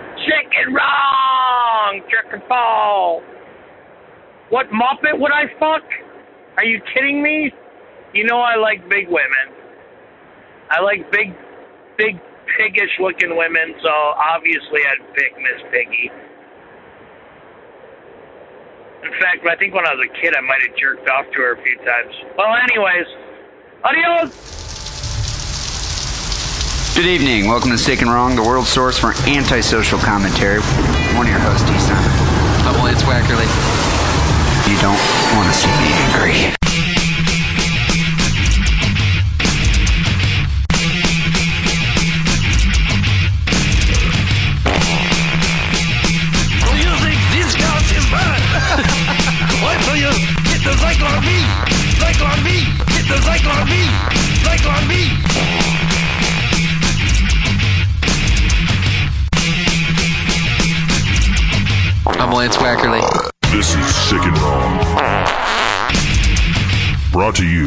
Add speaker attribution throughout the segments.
Speaker 1: sick and wrong, jerk and fall. What Muppet would I fuck? Are you kidding me? You know I like big women. I like big, big, piggish looking women, so obviously I'd pick Miss Piggy. In fact, I think when I was a kid, I might have jerked off to her a few times. Well, anyways, adios!
Speaker 2: Good evening. Welcome to Sick and Wrong, the world source for antisocial commentary. One of your hosts, Easton.
Speaker 3: Oh, well, it's Wackerly.
Speaker 2: You don't want to see me angry.
Speaker 4: Do you think this house is bad? Why do you hit the Zyklon B? Zyklon B! Hit the Zyklon B! Zyklon B!
Speaker 3: I'm Lance Wackerly.
Speaker 5: This is Sick and Wrong. Brought to you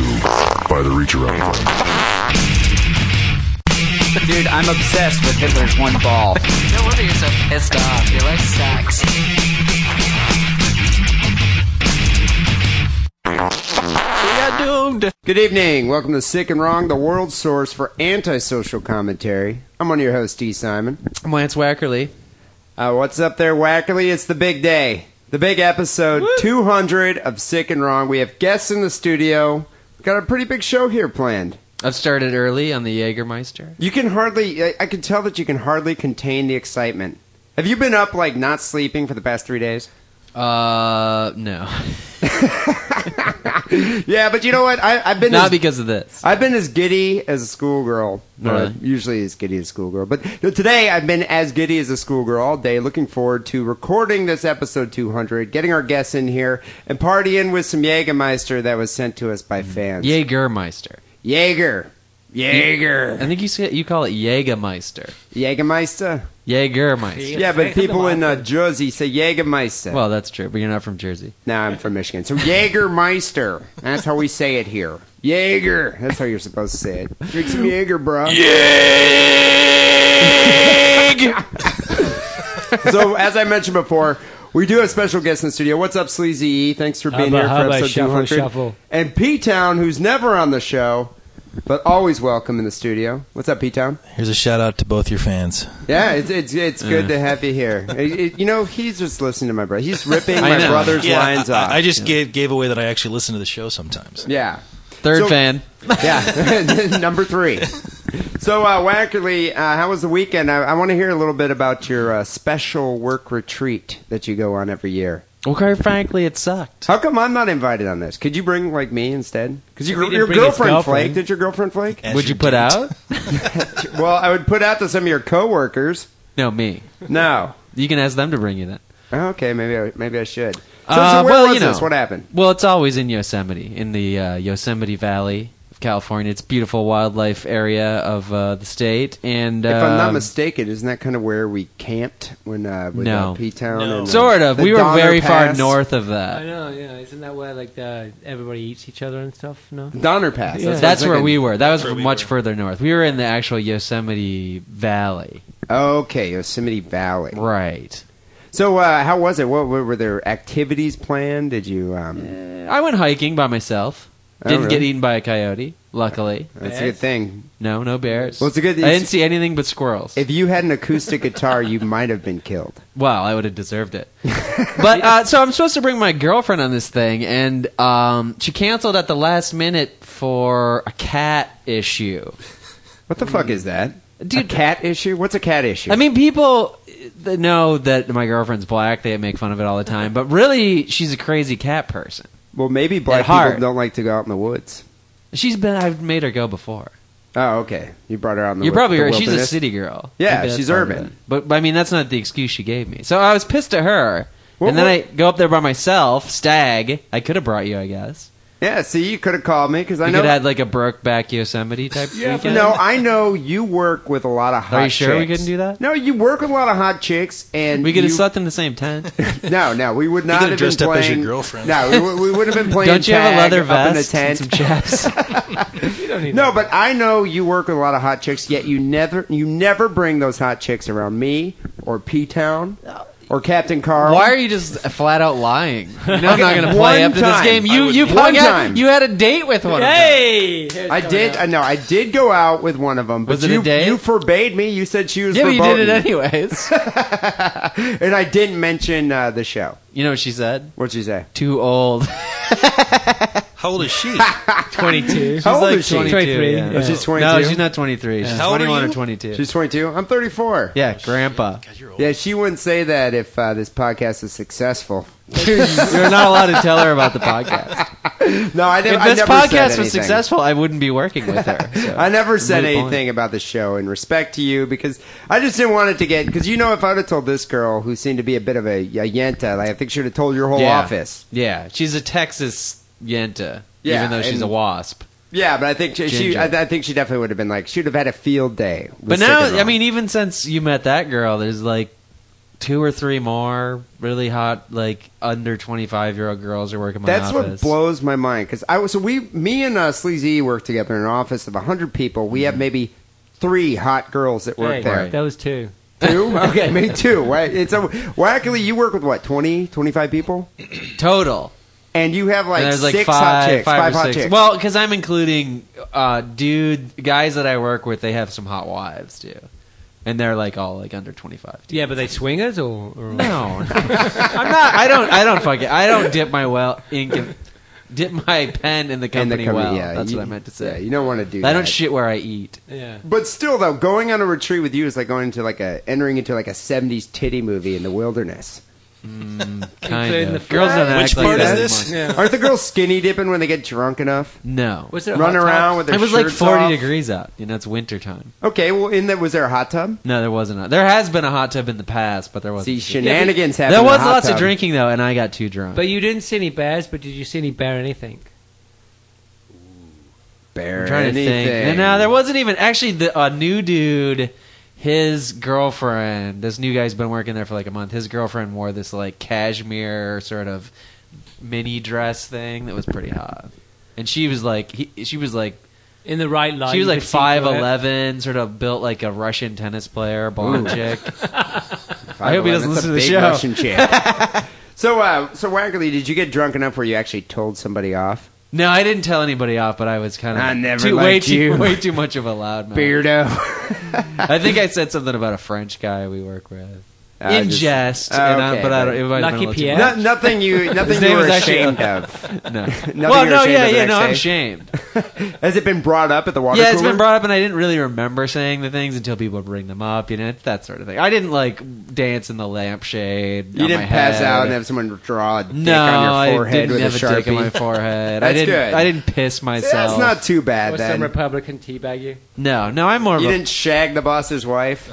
Speaker 5: by the Reach Around Club.
Speaker 2: Dude, I'm obsessed with Hitler's one ball.
Speaker 3: No wonder you're so pissed off. Your life sucks.
Speaker 6: Good evening. Welcome to Sick and Wrong, the world's source for antisocial commentary. I'm one of your hosts, D. Simon.
Speaker 7: I'm Lance Wackerly.
Speaker 6: Uh, what's up there, Wackerly? It's the big day. The big episode 200 of Sick and Wrong. We have guests in the studio. We've got a pretty big show here planned.
Speaker 7: I've started early on the Jägermeister.
Speaker 6: You can hardly, I, I can tell that you can hardly contain the excitement. Have you been up, like, not sleeping for the past three days?
Speaker 7: Uh, no.
Speaker 6: Yeah, but you know what? I, I've been
Speaker 7: Not
Speaker 6: as-
Speaker 7: because of this.
Speaker 6: I've been as giddy as a schoolgirl. Or
Speaker 7: Really?
Speaker 6: usually as giddy as a schoolgirl. But today I've been as giddy as a schoolgirl all day. Looking forward to recording this episode 200, getting our guests in here, and partying with some Jägermeister that was sent to us by
Speaker 7: Mm.
Speaker 6: fans.
Speaker 7: Jägermeister.
Speaker 6: Jaeger.
Speaker 7: I
Speaker 6: Jaeger.
Speaker 7: think you say, you call it Jägermeister.
Speaker 6: Jägermeister?
Speaker 7: Jägermeister.
Speaker 6: Yeah, but people in uh, Jersey say Jägermeister.
Speaker 7: Well, that's true, but you're not from Jersey.
Speaker 6: No, I'm from Michigan. So Jaegermeister. That's how we say it here. Jaeger. That's how you're supposed to say it. Drink some Jaeger, bro. so as I mentioned before, we do have special guests in the studio. What's up, Sleazy E? Thanks for being
Speaker 8: Hubba,
Speaker 6: here for
Speaker 8: hubba,
Speaker 6: episode
Speaker 8: shuffle,
Speaker 6: 200.
Speaker 8: shuffle.
Speaker 6: And P Town, who's never on the show, but always welcome in the studio. What's up, P Town?
Speaker 8: Here's a shout out to both your fans.
Speaker 6: Yeah, it's it's, it's
Speaker 7: Mm.
Speaker 6: good to have you here. It- it- you know, he's just listening to my brother. He's ripping
Speaker 7: I
Speaker 6: my
Speaker 7: know.
Speaker 6: brother's lines
Speaker 8: I,
Speaker 6: off.
Speaker 8: I just gave, gave away that I actually listen to the show sometimes.
Speaker 6: yeah.
Speaker 7: Third
Speaker 6: So-
Speaker 7: fan.
Speaker 6: Yeah, number three. So, uh, Wackerly, uh, how was the weekend? I, I want to hear a little bit about your uh, special work retreat that you go on every year.
Speaker 7: Well, quite frankly, it sucked.
Speaker 6: How come I'm not invited on this? Could you bring like me instead? Because your, your
Speaker 8: bring his
Speaker 6: girlfriend,
Speaker 8: girlfriend.
Speaker 6: flaked. Did your girlfriend flake?
Speaker 8: As
Speaker 7: Would you
Speaker 8: your
Speaker 7: put
Speaker 8: date.
Speaker 7: out?
Speaker 6: well, I would put out to some of your coworkers.
Speaker 7: No, me.
Speaker 6: No.
Speaker 7: You can ask them to bring you that.
Speaker 6: Okay, maybe I, maybe I should. So, so
Speaker 7: Uh,
Speaker 6: where
Speaker 7: well,
Speaker 6: was
Speaker 7: you know.
Speaker 6: this? What happened?
Speaker 7: Well, it's always in Yosemite, in the uh, Yosemite Valley of California. It's a beautiful wildlife area of uh, the state. And
Speaker 6: If I'm not
Speaker 7: um,
Speaker 6: mistaken, isn't that kind of where we camped when uh, with
Speaker 7: No.
Speaker 6: P Town?
Speaker 8: No.
Speaker 6: and uh,
Speaker 7: Sort of.
Speaker 6: the
Speaker 7: We were
Speaker 6: Donner
Speaker 7: very far
Speaker 6: Pass?
Speaker 7: north of that.
Speaker 9: I know, yeah. Isn't that where like the, everybody eats each other and stuff? No.
Speaker 6: Donner Pass.
Speaker 7: That's,
Speaker 6: what I was
Speaker 7: where
Speaker 6: thinking.
Speaker 7: we were. That was
Speaker 8: That's where we
Speaker 7: much
Speaker 8: were.
Speaker 7: further north. We were in the actual Yosemite Valley.
Speaker 6: Okay, Yosemite Valley.
Speaker 7: Right.
Speaker 6: So, uh, how was it? What, what were there activities planned? Did you? Um,
Speaker 7: I went hiking by myself.
Speaker 6: Oh,
Speaker 7: Didn't get
Speaker 6: really?
Speaker 7: eaten by a coyote, luckily.
Speaker 6: that's a good thing.
Speaker 7: No, no bears.
Speaker 6: Well, it's a good-
Speaker 7: I didn't see anything but squirrels.
Speaker 6: If you had an acoustic guitar, you might have been killed.
Speaker 7: Well, I would have deserved it. but uh, so I'm supposed to bring my girlfriend on this thing, and um, she canceled at the last minute for a cat issue.
Speaker 6: What the fuck is that?
Speaker 7: Dude-
Speaker 6: a cat issue? What's a cat issue?
Speaker 7: I mean, people uh, know that my girlfriend's black. They make fun of it all the time, but really, she's a crazy cat person.
Speaker 6: well, maybe black
Speaker 7: At heart.
Speaker 6: people don't like to go out in the woods.
Speaker 7: She's been. I've made her go before.
Speaker 6: Oh, okay. You brought her out in the.
Speaker 7: You're
Speaker 6: wi-
Speaker 7: probably
Speaker 6: the
Speaker 7: right. She's a
Speaker 6: wilderness?
Speaker 7: city girl.
Speaker 6: Yeah,
Speaker 7: Maybe that's
Speaker 6: she's
Speaker 7: part of
Speaker 6: urban.
Speaker 7: it. But, but I mean, that's not the excuse she gave me. So I was pissed at her.
Speaker 6: Well,
Speaker 7: and then
Speaker 6: what-
Speaker 7: I go up there by myself, stag. I could have brought you, I guess.
Speaker 6: Yeah. See, you could have called me because
Speaker 7: You
Speaker 6: I know.
Speaker 7: could have had like a Brokeback Yosemite type weekend.
Speaker 6: no, I know you work with a lot of hot.
Speaker 7: you sure we
Speaker 6: chicks.
Speaker 7: couldn't do that?
Speaker 6: No, you work with a lot of hot chicks, and
Speaker 7: we could have
Speaker 6: you-
Speaker 7: slept in the same tent.
Speaker 6: No, no, we would not
Speaker 8: could've
Speaker 6: have
Speaker 8: dressed
Speaker 6: been
Speaker 8: up
Speaker 6: playing.
Speaker 8: as your girlfriend.
Speaker 6: No, we, would- we would have been playing.
Speaker 7: Don't you have a
Speaker 6: tag
Speaker 7: leather
Speaker 6: up in a
Speaker 7: vest and
Speaker 6: tent.
Speaker 7: some chaps?
Speaker 6: No, but I know you work with a lot of hot chicks. Yet you never, you never bring those hot chicks around me or P Town or Captain Carl.
Speaker 7: Why are you just flat out lying? You know I'm not
Speaker 6: Okay,
Speaker 7: going to play
Speaker 6: one
Speaker 7: up to this
Speaker 6: time.
Speaker 7: game. You
Speaker 6: I was-
Speaker 7: you
Speaker 6: one
Speaker 7: hung out-
Speaker 6: time.
Speaker 7: You had a date with one. of them.
Speaker 9: Hey, here's
Speaker 6: I
Speaker 9: coming
Speaker 6: did.
Speaker 9: up.
Speaker 6: I know. I did go out with one of them, but
Speaker 7: Was it a
Speaker 6: you,
Speaker 7: date?
Speaker 6: you forbade me. You said she was.
Speaker 7: Yeah, but you did it
Speaker 6: verboten.
Speaker 7: anyways.
Speaker 6: and I didn't mention uh, the show.
Speaker 7: you know what she said?
Speaker 6: What'd you say?
Speaker 7: Too old.
Speaker 8: How old is she?
Speaker 9: 22.
Speaker 6: How old
Speaker 7: like
Speaker 6: is she?
Speaker 7: 22,
Speaker 9: 23,
Speaker 7: yeah.
Speaker 9: yeah.
Speaker 6: She's 22.
Speaker 7: No, she's not 23. She's
Speaker 8: How old are
Speaker 7: 21 or
Speaker 8: you?
Speaker 7: 22.
Speaker 6: She's 22. I'm 34.
Speaker 7: yeah, grandpa.
Speaker 6: Yeah, she wouldn't say that if uh, this podcast is successful.
Speaker 7: You're not allowed to tell her about the podcast.
Speaker 6: No, I, didn't.
Speaker 7: If
Speaker 6: I never
Speaker 7: this
Speaker 6: said
Speaker 7: podcast
Speaker 6: anything.
Speaker 7: was successful, I wouldn't be working with her. so.
Speaker 6: I never said
Speaker 7: Move on.
Speaker 6: anything about the show in respect to you because I just didn't want it to get because you know if I would have told this girl who seemed to be a bit of a, a yenta, like, I think she would have told your whole
Speaker 7: yeah.
Speaker 6: office.
Speaker 7: Yeah, she's a Texas yenta,
Speaker 6: Yeah,
Speaker 7: even though she's
Speaker 6: and-
Speaker 7: a wasp.
Speaker 6: Yeah, but I think she, she
Speaker 7: Ginger.
Speaker 6: I, I think she definitely would have been like she would have had a field day. with
Speaker 7: But now,
Speaker 6: Sick
Speaker 7: I
Speaker 6: and
Speaker 7: mean, even since you met that girl, there's like two or three more really hot, like under 25 year old girls who work in my
Speaker 6: That's what
Speaker 7: office.
Speaker 6: blows my mind because I was so we me and uh, Sleazy work together in an office of hundred people. We
Speaker 7: Mm-hmm.
Speaker 6: have maybe three hot girls that work
Speaker 9: Hey,
Speaker 6: there.
Speaker 9: That was two.
Speaker 6: Two? Okay, maybe two. Why- It's a, Wackily, you work with what 20, 25 people,
Speaker 7: Total.
Speaker 6: and you have
Speaker 7: And
Speaker 6: like
Speaker 7: there's like
Speaker 6: six
Speaker 7: five,
Speaker 6: hot chicks,
Speaker 7: five,
Speaker 6: five,
Speaker 7: or
Speaker 6: hot
Speaker 7: six.
Speaker 6: chicks.
Speaker 7: Well, because I'm including uh, dude guys that I work with. They have some hot wives too, and they're like all like under 25.
Speaker 9: Yeah, but they swingers or, or
Speaker 7: No, I'm not. I don't. I don't fuck it. I don't dip my well ink, in, dip my pen in
Speaker 6: And
Speaker 7: the
Speaker 6: the
Speaker 7: company
Speaker 6: company-
Speaker 7: well.
Speaker 6: yeah,
Speaker 7: That's
Speaker 6: you-
Speaker 7: what I meant to
Speaker 6: yeah,
Speaker 7: say.
Speaker 6: you don't want to do.
Speaker 7: I
Speaker 6: that.
Speaker 7: don't shit where I eat.
Speaker 9: Yeah.
Speaker 6: But still, though, going on a retreat with you is like going into like a entering into like a '70s titty movie in the wilderness.
Speaker 7: Kind
Speaker 9: Including
Speaker 7: of.
Speaker 9: the
Speaker 7: Girls don't
Speaker 9: fries.
Speaker 7: act
Speaker 8: Which
Speaker 7: like
Speaker 8: part is
Speaker 7: that
Speaker 8: this?
Speaker 7: anymore.
Speaker 9: Yeah.
Speaker 6: Aren't the girls skinny dipping when they get drunk enough?
Speaker 7: No.
Speaker 9: Was it a
Speaker 6: Run
Speaker 9: hot
Speaker 6: around
Speaker 9: tub?
Speaker 6: with their
Speaker 7: It was like
Speaker 6: shirts
Speaker 7: 40
Speaker 6: off?
Speaker 7: degrees out. You know, it's winter time.
Speaker 6: Okay, well, in that was there a hot tub?
Speaker 7: No, there wasn't. A, there has been a hot tub in the past, but there wasn't.
Speaker 6: See, shenanigans happen.
Speaker 7: there
Speaker 6: in
Speaker 7: was
Speaker 6: the hot
Speaker 7: lots
Speaker 6: tub.
Speaker 7: of drinking though, and I got too drunk.
Speaker 9: But you didn't see any bears, but did you see any bear anything?
Speaker 6: Bear
Speaker 7: I'm trying to
Speaker 6: anything.
Speaker 7: think. And now there wasn't even actually the a new dude. His girlfriend, this new guy's been working there for like a month. His girlfriend wore this like cashmere sort of mini dress thing that was pretty hot, and she was like, he, she was like,
Speaker 9: In the right light.
Speaker 7: she was
Speaker 9: you
Speaker 7: like
Speaker 9: could see through it.
Speaker 7: five eleven, sort of built like a Russian tennis player, blonde chick. I hope he doesn't
Speaker 6: That's a
Speaker 7: listen to the
Speaker 6: big
Speaker 7: show.
Speaker 6: Russian chick. so, uh, so Wackerly, did you get drunk enough where you actually told somebody off?
Speaker 7: No, I didn't tell anybody off, but I was kind of
Speaker 6: I never
Speaker 7: too, way
Speaker 6: liked
Speaker 7: too
Speaker 6: you.
Speaker 7: way too much of a loudmouth.
Speaker 6: Beardo.
Speaker 7: I think I said something about a French guy we work with.
Speaker 6: Uh,
Speaker 7: in
Speaker 6: just-
Speaker 7: jest,
Speaker 6: Oh,
Speaker 7: and
Speaker 6: okay,
Speaker 7: I, but I don't,
Speaker 6: right.
Speaker 7: it might have
Speaker 9: Lucky
Speaker 7: been a little
Speaker 9: Pierre?
Speaker 6: No, nothing you, nothing you
Speaker 7: name
Speaker 6: were
Speaker 7: was actually-
Speaker 6: ashamed of.
Speaker 7: too much. No.
Speaker 6: you're
Speaker 7: well, no,
Speaker 6: ashamed
Speaker 7: yeah,
Speaker 6: of the
Speaker 7: yeah,
Speaker 6: next
Speaker 7: no, I'm
Speaker 6: day?
Speaker 7: ashamed.
Speaker 6: Has it been brought up at the water
Speaker 7: yeah, it's
Speaker 6: cooler?
Speaker 7: been brought up, and I didn't really remember saying the things until people bring them up. You know, it's that sort of thing. I didn't like dance in the lampshade.
Speaker 6: You
Speaker 7: on
Speaker 6: didn't
Speaker 7: my
Speaker 6: pass
Speaker 7: head.
Speaker 6: out and have someone draw a dick
Speaker 7: no,
Speaker 6: on your
Speaker 7: I
Speaker 6: forehead
Speaker 7: didn't
Speaker 6: with
Speaker 7: have
Speaker 6: a sharpie.
Speaker 7: dick on my forehead. I
Speaker 6: That's
Speaker 7: didn't.
Speaker 6: good.
Speaker 7: I didn't piss myself.
Speaker 6: That's not too bad
Speaker 9: Or some
Speaker 6: then.
Speaker 9: Republican teabag you.
Speaker 7: No, no, I'm more.
Speaker 6: You
Speaker 7: of a,
Speaker 6: didn't shag the boss's wife.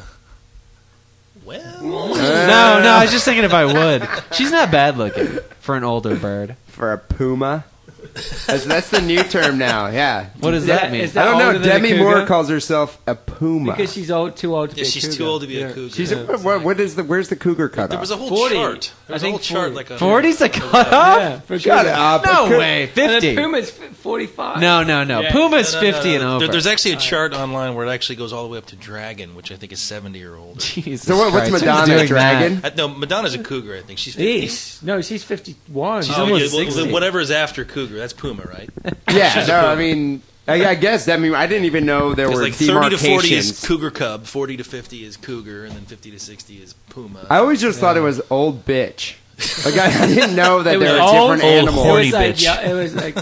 Speaker 8: Well,
Speaker 7: no,
Speaker 6: Uh,
Speaker 7: no, I was just thinking if I would. She's not bad looking for an older bird.
Speaker 6: for a puma. That's, that's the new term now. Yeah.
Speaker 7: What does
Speaker 9: Is
Speaker 7: that,
Speaker 9: that-
Speaker 7: mean?
Speaker 9: is
Speaker 6: I
Speaker 9: that
Speaker 6: don't
Speaker 9: older
Speaker 6: know.
Speaker 9: than a
Speaker 6: Demi Moore
Speaker 9: cougar?
Speaker 6: calls herself a puma.
Speaker 9: Because she's old, too old to
Speaker 8: yeah,
Speaker 9: be a
Speaker 8: she's
Speaker 9: cougar.
Speaker 8: too old to be
Speaker 9: Yeah.
Speaker 8: a cougar.
Speaker 6: She's a, what, what is the where's the cougar cut
Speaker 8: there was a whole
Speaker 9: 40.
Speaker 8: chart. There was
Speaker 9: I
Speaker 8: a whole
Speaker 9: think
Speaker 8: chart
Speaker 9: 40.
Speaker 8: like a
Speaker 7: 40's the cutoff?
Speaker 9: Yeah, for
Speaker 6: Shut
Speaker 9: cougar.
Speaker 6: up.
Speaker 7: No
Speaker 6: A cou-
Speaker 7: way,
Speaker 9: And a
Speaker 7: fifty.
Speaker 9: puma's f- 45.
Speaker 7: No, no, no.
Speaker 9: Yeah.
Speaker 7: Puma's
Speaker 8: No, no, no,
Speaker 7: fifty
Speaker 8: no.
Speaker 7: and over.
Speaker 8: There- there's actually a chart online where it actually goes all the way up to dragon, which I think is 70 or older.
Speaker 7: Jesus
Speaker 6: So what, what's
Speaker 7: Christ, who's
Speaker 6: Madonna
Speaker 7: doing
Speaker 6: dragon?
Speaker 8: I, Uh, no, Madonna's a cougar, I think. She's 50.
Speaker 9: Jeez. No, she's 51.
Speaker 8: Oh, yeah, well, whatever is after cougar, that's puma, right?
Speaker 6: Yeah. No, I mean, I, I guess. I mean, I didn't even know there
Speaker 8: It's
Speaker 6: were
Speaker 8: like 30 to 40 is
Speaker 6: demarcations.
Speaker 8: cougar cub, 40 to 50 is cougar, and then 50 to 60 is puma.
Speaker 6: I always just thought it was old bitch. Like I, I didn't know that
Speaker 9: It
Speaker 6: there
Speaker 9: was
Speaker 6: were
Speaker 9: old,
Speaker 8: old
Speaker 6: different animals.
Speaker 8: horny
Speaker 9: it was like,
Speaker 8: bitch.
Speaker 9: Yeah, it was like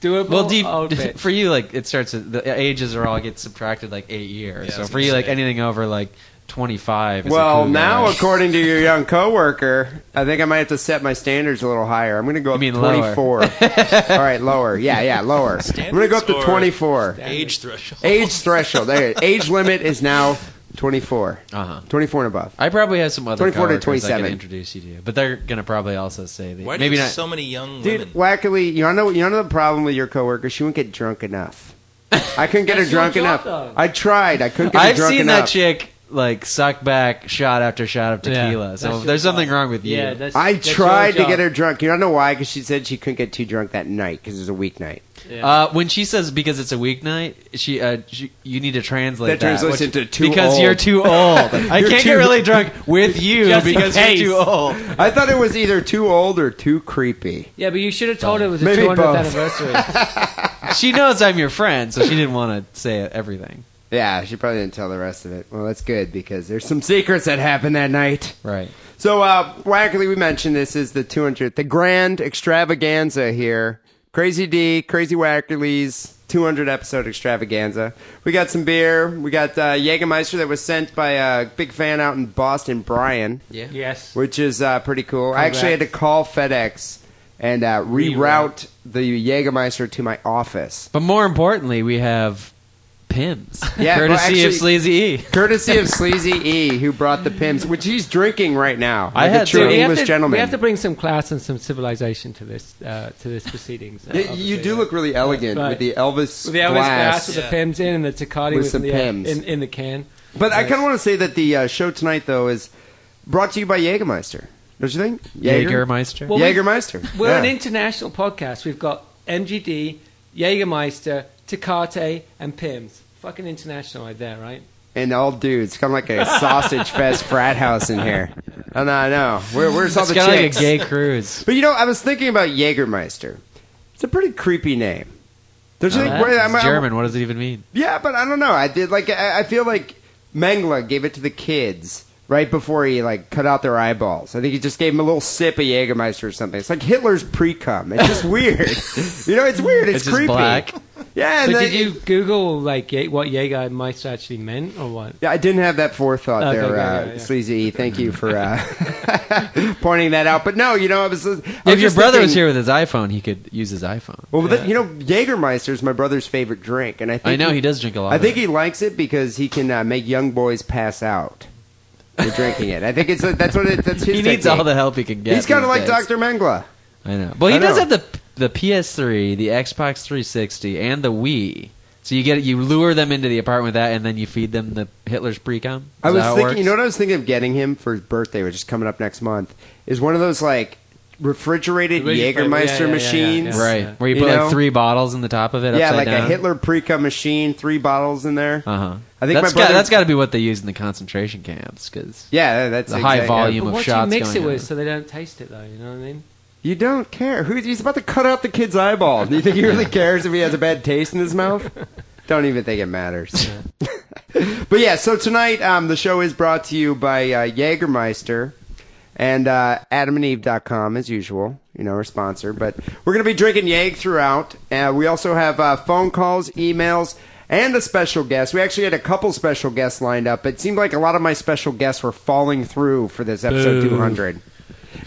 Speaker 9: doable Oh,
Speaker 7: Well, do you-
Speaker 9: old bitch.
Speaker 7: for you, like it starts. At, the ages are all get subtracted like eight years.
Speaker 8: Yeah, I
Speaker 7: so
Speaker 8: was
Speaker 7: for you,
Speaker 8: gonna
Speaker 7: like
Speaker 8: say.
Speaker 7: anything over like twenty five.
Speaker 6: Well, now according to your young coworker, I think I might have to set my standards a little higher. I'm going to go up
Speaker 7: mean
Speaker 6: to
Speaker 7: lower.
Speaker 6: 24. All right, lower. Yeah, yeah, lower. I'm going to go up to
Speaker 8: Standards or-
Speaker 6: 24.
Speaker 8: Age threshold.
Speaker 6: Age threshold. There, it is. age limit is now 24.
Speaker 7: Uh-huh.
Speaker 6: 24 and above.
Speaker 7: I probably have some other
Speaker 6: 24 to
Speaker 7: coworkers I
Speaker 6: 27.
Speaker 7: can introduce you to, but they're gonna probably also say that
Speaker 8: Why do
Speaker 7: maybe
Speaker 8: you
Speaker 7: not.
Speaker 8: have so many young
Speaker 6: Dude,
Speaker 8: women?
Speaker 6: Wackily, you know, you know the problem with your coworker? She wouldn't get drunk enough. I couldn't get her
Speaker 9: That's your
Speaker 6: drunk
Speaker 9: job,
Speaker 6: enough.
Speaker 9: though.
Speaker 6: I tried. I couldn't get her
Speaker 7: I've
Speaker 6: drunk
Speaker 7: seen that
Speaker 6: enough.
Speaker 7: chick like suck back shot after shot of
Speaker 9: Yeah,
Speaker 7: tequila. so
Speaker 9: that's
Speaker 7: there's
Speaker 9: your
Speaker 7: something
Speaker 9: job.
Speaker 7: wrong with you.
Speaker 9: Yeah, that's,
Speaker 6: I
Speaker 9: that's your
Speaker 6: tried to
Speaker 9: job.
Speaker 6: get her drunk. You don't know why? Because she said she couldn't get too drunk that night because it was a weeknight.
Speaker 9: Yeah.
Speaker 7: Uh, when she says because it's a weeknight, she, uh, she you need to translate
Speaker 6: That
Speaker 7: that.
Speaker 6: translates
Speaker 7: which-
Speaker 6: into too
Speaker 7: because
Speaker 6: old.
Speaker 7: you're too old. I
Speaker 6: You're
Speaker 7: can't
Speaker 6: too-
Speaker 7: get really drunk with you
Speaker 9: Just in
Speaker 7: because
Speaker 9: case.
Speaker 7: you're too old.
Speaker 6: I thought it was either too old or too creepy.
Speaker 9: yeah, but you should have told her it was the
Speaker 6: Maybe
Speaker 9: 200th
Speaker 6: both.
Speaker 9: anniversary.
Speaker 7: She knows I'm your friend, so she didn't want to say everything.
Speaker 6: Yeah, she probably didn't tell the rest of it. Well, that's good because there's some secrets that happened that night.
Speaker 7: Right.
Speaker 6: So, uh, Wackerly, we mentioned this is the 200th, the grand extravaganza here. Crazy D, Crazy Wackerly's 200 episode extravaganza. We got some beer. We got uh, Jägermeister that was sent by a big fan out in Boston, Brian,
Speaker 7: Yeah.
Speaker 9: yes.
Speaker 6: which is uh, pretty cool. I actually had to
Speaker 9: Congrats.
Speaker 6: call FedEx and uh, reroute the Jägermeister to my office.
Speaker 7: But more importantly, we have Pims.
Speaker 6: Yeah, well,
Speaker 7: courtesy
Speaker 6: actually-
Speaker 7: of Sleazy E.
Speaker 6: Courtesy of Sleazy E, who brought the Pims, which he's drinking right now.
Speaker 7: I
Speaker 6: Like a
Speaker 7: had
Speaker 6: true
Speaker 7: to-
Speaker 9: We have
Speaker 6: English
Speaker 9: to-
Speaker 6: gentleman.
Speaker 9: We have to bring some class and some civilization to this uh, to this proceedings. uh,
Speaker 6: Y- you
Speaker 9: obviously,
Speaker 6: do
Speaker 9: yeah.
Speaker 6: look really elegant
Speaker 9: Right.
Speaker 6: with the Elvis,
Speaker 9: With the Elvis
Speaker 6: glass.
Speaker 9: glass, with the pims in and the Tecate
Speaker 6: With
Speaker 9: with,
Speaker 6: some
Speaker 9: the, uh,
Speaker 6: Pimm's.
Speaker 9: in, in the can.
Speaker 6: But I kind of want to say that the uh, show tonight, though, is brought to you by Jägermeister. Don't you think? Jaeger?
Speaker 7: Jägermeister.
Speaker 9: Well, we-
Speaker 6: Jägermeister.
Speaker 9: We're
Speaker 6: yeah.
Speaker 9: an international podcast. We've got MGD, Jägermeister, Tecate, and Pims. Fucking international right there, right?
Speaker 6: and all dudes. Kind of like a sausage fest frat house in here. I know, I know. Where, where's all
Speaker 7: it's
Speaker 6: the
Speaker 7: kind of like a
Speaker 6: chicks?
Speaker 7: gay cruise.
Speaker 6: but you know, I was thinking about Jägermeister. It's a pretty creepy name. Don't you think? Wait, I'm-
Speaker 7: it's
Speaker 6: I'm-
Speaker 7: Oh, Uh, German. What does it even mean?
Speaker 6: Yeah, but I don't know. I did like I, I feel like Mengele gave it to the kids right before he like cut out their eyeballs. I think he just gave them a little sip of Jägermeister or something. It's like Hitler's pre cum. It's just weird. you know, it's weird. It's,
Speaker 7: It's just
Speaker 6: creepy.
Speaker 7: black.
Speaker 6: Yeah,
Speaker 9: So
Speaker 6: and then-
Speaker 9: did you Google like Ye- what Jägermeister actually meant or what?
Speaker 6: Yeah, I didn't have that forethought
Speaker 9: Okay,
Speaker 6: there,
Speaker 9: yeah,
Speaker 6: uh,
Speaker 9: yeah, yeah.
Speaker 6: Sleazy. Thank you for uh, pointing that out. But no, you know, I was. I was
Speaker 7: If your
Speaker 6: just
Speaker 7: brother was
Speaker 6: thinking-
Speaker 7: here with his iPhone, he could use his iPhone.
Speaker 6: well, but you know, Jägermeister is my brother's favorite drink, and I think
Speaker 7: I know he does drink a lot.
Speaker 6: I
Speaker 7: of
Speaker 6: think
Speaker 7: it.
Speaker 6: he likes it because he can uh, make young boys pass out. They're drinking it. I think it's that's what it, that's his.
Speaker 7: he needs
Speaker 6: technique.
Speaker 7: all the help he can get.
Speaker 6: He's kind of
Speaker 7: these
Speaker 6: like
Speaker 7: days.
Speaker 6: Dr. Mengele.
Speaker 7: I know. Well, he
Speaker 6: I
Speaker 7: does
Speaker 6: know.
Speaker 7: have the the PS3, the Xbox 360, and the Wii. So you get you lure them into the apartment with that, and then you feed them the Hitler's precom. Is
Speaker 6: I
Speaker 7: that
Speaker 6: was
Speaker 7: how it
Speaker 6: thinking,
Speaker 7: works?
Speaker 6: you know what I was thinking of getting him for his birthday, which is coming up next month, is one of those like refrigerated
Speaker 9: Refrigerator-
Speaker 6: Jägermeister
Speaker 9: yeah, yeah, yeah, yeah,
Speaker 6: machines.
Speaker 9: yeah.
Speaker 7: right?
Speaker 9: Yeah.
Speaker 7: Where you
Speaker 6: You
Speaker 7: put
Speaker 6: know?
Speaker 7: like three bottles in the top of it.
Speaker 6: Yeah,
Speaker 7: upside
Speaker 6: like
Speaker 7: down.
Speaker 6: a Hitler Preca machine, three bottles in there.
Speaker 7: Uh huh.
Speaker 6: I think
Speaker 7: that's
Speaker 6: my brother-
Speaker 7: got, that's got to be what they use in the concentration camps because
Speaker 6: Yeah, that's
Speaker 7: The high
Speaker 6: exact-
Speaker 7: volume. Team
Speaker 9: But
Speaker 7: of
Speaker 9: what do you
Speaker 7: shots
Speaker 9: mix it
Speaker 7: going
Speaker 9: with
Speaker 7: on.
Speaker 9: so they don't taste it though? You know what I mean?
Speaker 6: You don't care. Who, he's about to cut out the kid's eyeball. Do you think he really cares if he has a bad taste in his mouth? Don't even think it matters. but yeah, so tonight um, the show is brought to you by uh, Jägermeister and uh, adamandeve.com as usual. You know, our sponsor. But we're going to be drinking Yag throughout. Uh, we also have uh, phone calls, emails, and a special guest. We actually had a couple special guests lined up. It seemed like a lot of my special guests were falling through for this episode 200.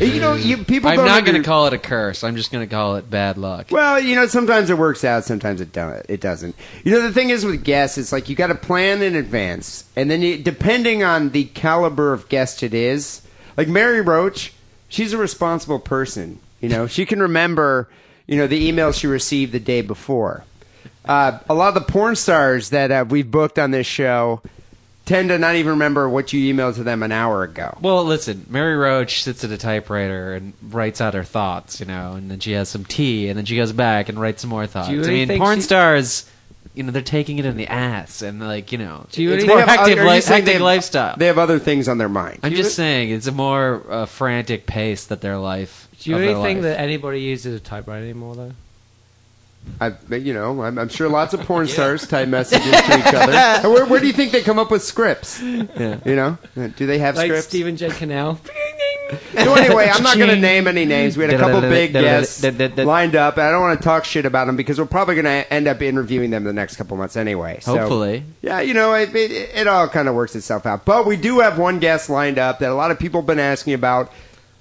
Speaker 6: You know, you, people
Speaker 7: I'm
Speaker 6: don't
Speaker 7: not going
Speaker 6: under-
Speaker 7: to call it a curse. I'm just going to call it bad luck.
Speaker 6: well, you know, sometimes it works out, sometimes it don't. It doesn't. You know, the thing is with guests, it's like you got to plan in advance, and then you, depending on the caliber of guest it is, like Mary Roach, she's a responsible person. You know, she can remember, you know, the email she received the day before. Uh, a lot of the porn stars that uh, we've booked on this show tend to not even remember what you emailed to them an hour ago.
Speaker 7: Well, listen, Mary Roach sits at a typewriter and writes out her thoughts, you know, and then she has some tea, and then she goes back and writes some more thoughts.
Speaker 9: really
Speaker 7: I mean,
Speaker 9: think
Speaker 7: porn
Speaker 9: she-
Speaker 7: stars, you know, they're taking it in the ass, and like, you know,
Speaker 9: Do you
Speaker 7: it's
Speaker 9: really-
Speaker 7: more
Speaker 6: They have
Speaker 7: active,
Speaker 6: other- are you
Speaker 7: li-
Speaker 6: saying
Speaker 7: hectic
Speaker 6: they-
Speaker 7: lifestyle.
Speaker 6: They have other things on their mind.
Speaker 7: I'm just saying, it's a more uh, frantic pace that their life.
Speaker 9: Do you
Speaker 7: of
Speaker 9: really
Speaker 7: their
Speaker 9: think
Speaker 7: life.
Speaker 9: that anybody uses a typewriter anymore though?
Speaker 6: I, you know, I'm, I'm sure lots of porn stars type messages to each other. And Where, where do you think they come up with scripts? You know, do they have
Speaker 9: Like
Speaker 6: scripts?
Speaker 9: Stephen J. Canal.
Speaker 6: So anyway, I'm not going to name any names. We had a couple big guests lined up, and I don't want to talk shit about them because we're probably going to end up interviewing them the next couple months anyway. So,
Speaker 7: Hopefully.
Speaker 6: yeah, you know, it, it, it all kind of works itself out. But we do have one guest lined up that a lot of people have been asking about.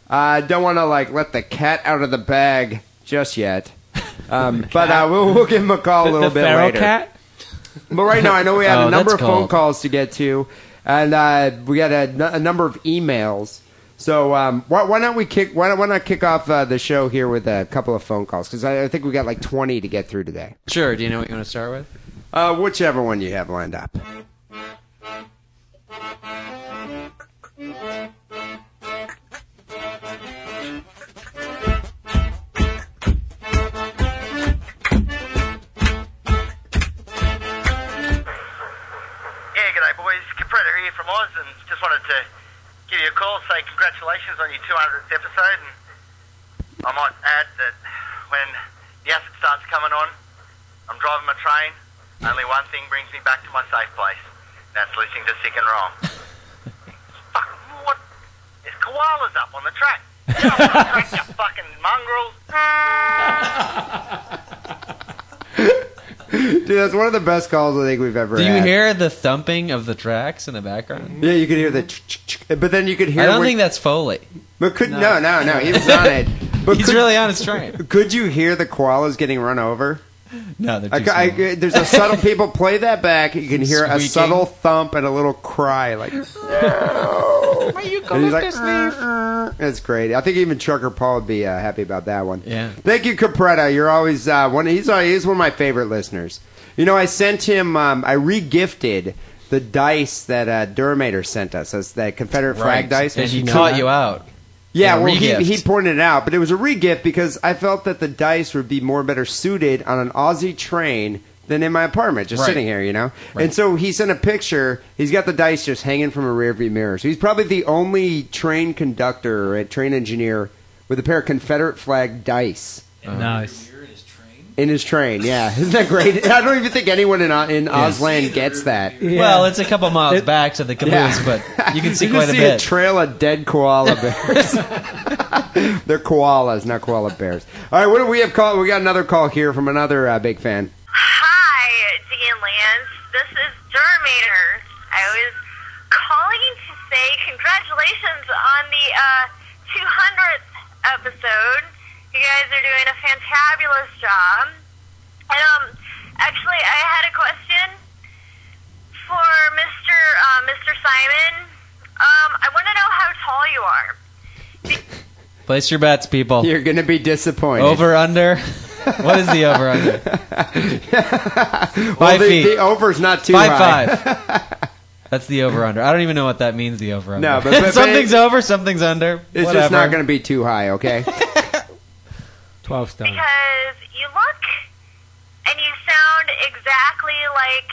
Speaker 6: I don't want to like let the cat out of the bag just yet. Um, but uh, we'll, we'll give him a call a little
Speaker 9: the
Speaker 6: bit
Speaker 9: feral
Speaker 6: later.
Speaker 9: cat.
Speaker 6: But right now, I know we have
Speaker 7: Oh,
Speaker 6: a number
Speaker 7: that's
Speaker 6: of phone
Speaker 7: cold.
Speaker 6: calls to get to, and uh, we got a, n- a number of emails. So um, why, why not we kick? Why not, why not kick off uh, the show here with a couple of phone calls? Because I, I think we got like twenty to get through today.
Speaker 7: Sure. Do you know what you want to start with?
Speaker 6: Uh, whichever one you have lined up.
Speaker 10: congratulations on your 200th episode. And I might add that when the acid starts coming on, I'm driving my train. Only one thing brings me back to my safe place. and That's listening to Sick and Wrong. Fuck, what? There's koalas up on the track. Get off the track, you fucking mongrels.
Speaker 6: Dude, that's one of the best calls I think we've ever
Speaker 7: Do you
Speaker 6: had.
Speaker 7: hear the thumping of the tracks in the background?
Speaker 6: Yeah, you could hear the. ch-ch-ch, But then you could hear.
Speaker 7: I don't
Speaker 6: where-
Speaker 7: think that's Foley.
Speaker 6: But could no, no, no. He was on it. But
Speaker 7: He's
Speaker 6: could,
Speaker 7: really on his train.
Speaker 6: Could you hear the koalas getting run over?
Speaker 7: No, they're
Speaker 6: I,
Speaker 7: too
Speaker 6: I-
Speaker 7: small.
Speaker 6: there's a subtle. People play that back. You can hear a
Speaker 7: Squeaking.
Speaker 6: subtle thump and a little cry, like. "No." And he's like, "Uh, uh." That's great. I think even Trucker Paul would be uh, happy about that one.
Speaker 7: Yeah.
Speaker 6: Thank you, Capretta. You're always uh, one. He's uh, he's one of my favorite listeners. You know, I sent him. Um, I regifted the dice that uh, Duramater sent us. That's that Confederate flag dice.
Speaker 7: And he
Speaker 6: Did you know
Speaker 7: caught
Speaker 6: that?
Speaker 7: you out.
Speaker 6: Yeah,
Speaker 7: Yeah,
Speaker 6: well, he,
Speaker 7: regift.
Speaker 6: he pointed it out, but it was a regift because I felt that the dice would be more better suited on an Aussie train than in my apartment, just
Speaker 7: Right.
Speaker 6: sitting here, you know. And so he sent a picture. He's got the dice just hanging from a rearview mirror. So he's probably the only train conductor or a train engineer with a pair of Confederate flag dice
Speaker 9: Nice.
Speaker 6: in his train. Yeah, isn't that great? I don't even think anyone in O- in Auslan gets that.
Speaker 7: Well, it's a couple miles
Speaker 9: It-
Speaker 7: back to the caboose, but you can see
Speaker 6: just
Speaker 7: quite a
Speaker 6: see
Speaker 7: bit.
Speaker 6: trail of dead koala bears. They're koalas, not koala bears. All right, what do we have? Call we got another call here from another uh, big fan.
Speaker 11: Hi, Dean Lance. This is Dermator. I was calling to say congratulations on the uh, 200th episode. You guys are doing a fantabulous job. And um, actually, I had a question for Mr. Uh, Mr. Simon. Um, I want to know how tall you are.
Speaker 7: Place your bets, people.
Speaker 6: You're going to be disappointed.
Speaker 7: Over under. What is the over under?
Speaker 6: well,
Speaker 7: Five
Speaker 6: the,
Speaker 7: feet.
Speaker 6: the over's not too
Speaker 7: five
Speaker 6: high.
Speaker 7: five. That's the over under. I don't even know what that means. The over under.
Speaker 6: No, but- but-
Speaker 7: something's over, something's under.
Speaker 6: It's
Speaker 7: Whatever.
Speaker 6: just not going to be too high. Okay.
Speaker 9: 12 stone.
Speaker 11: because you look and you sound exactly like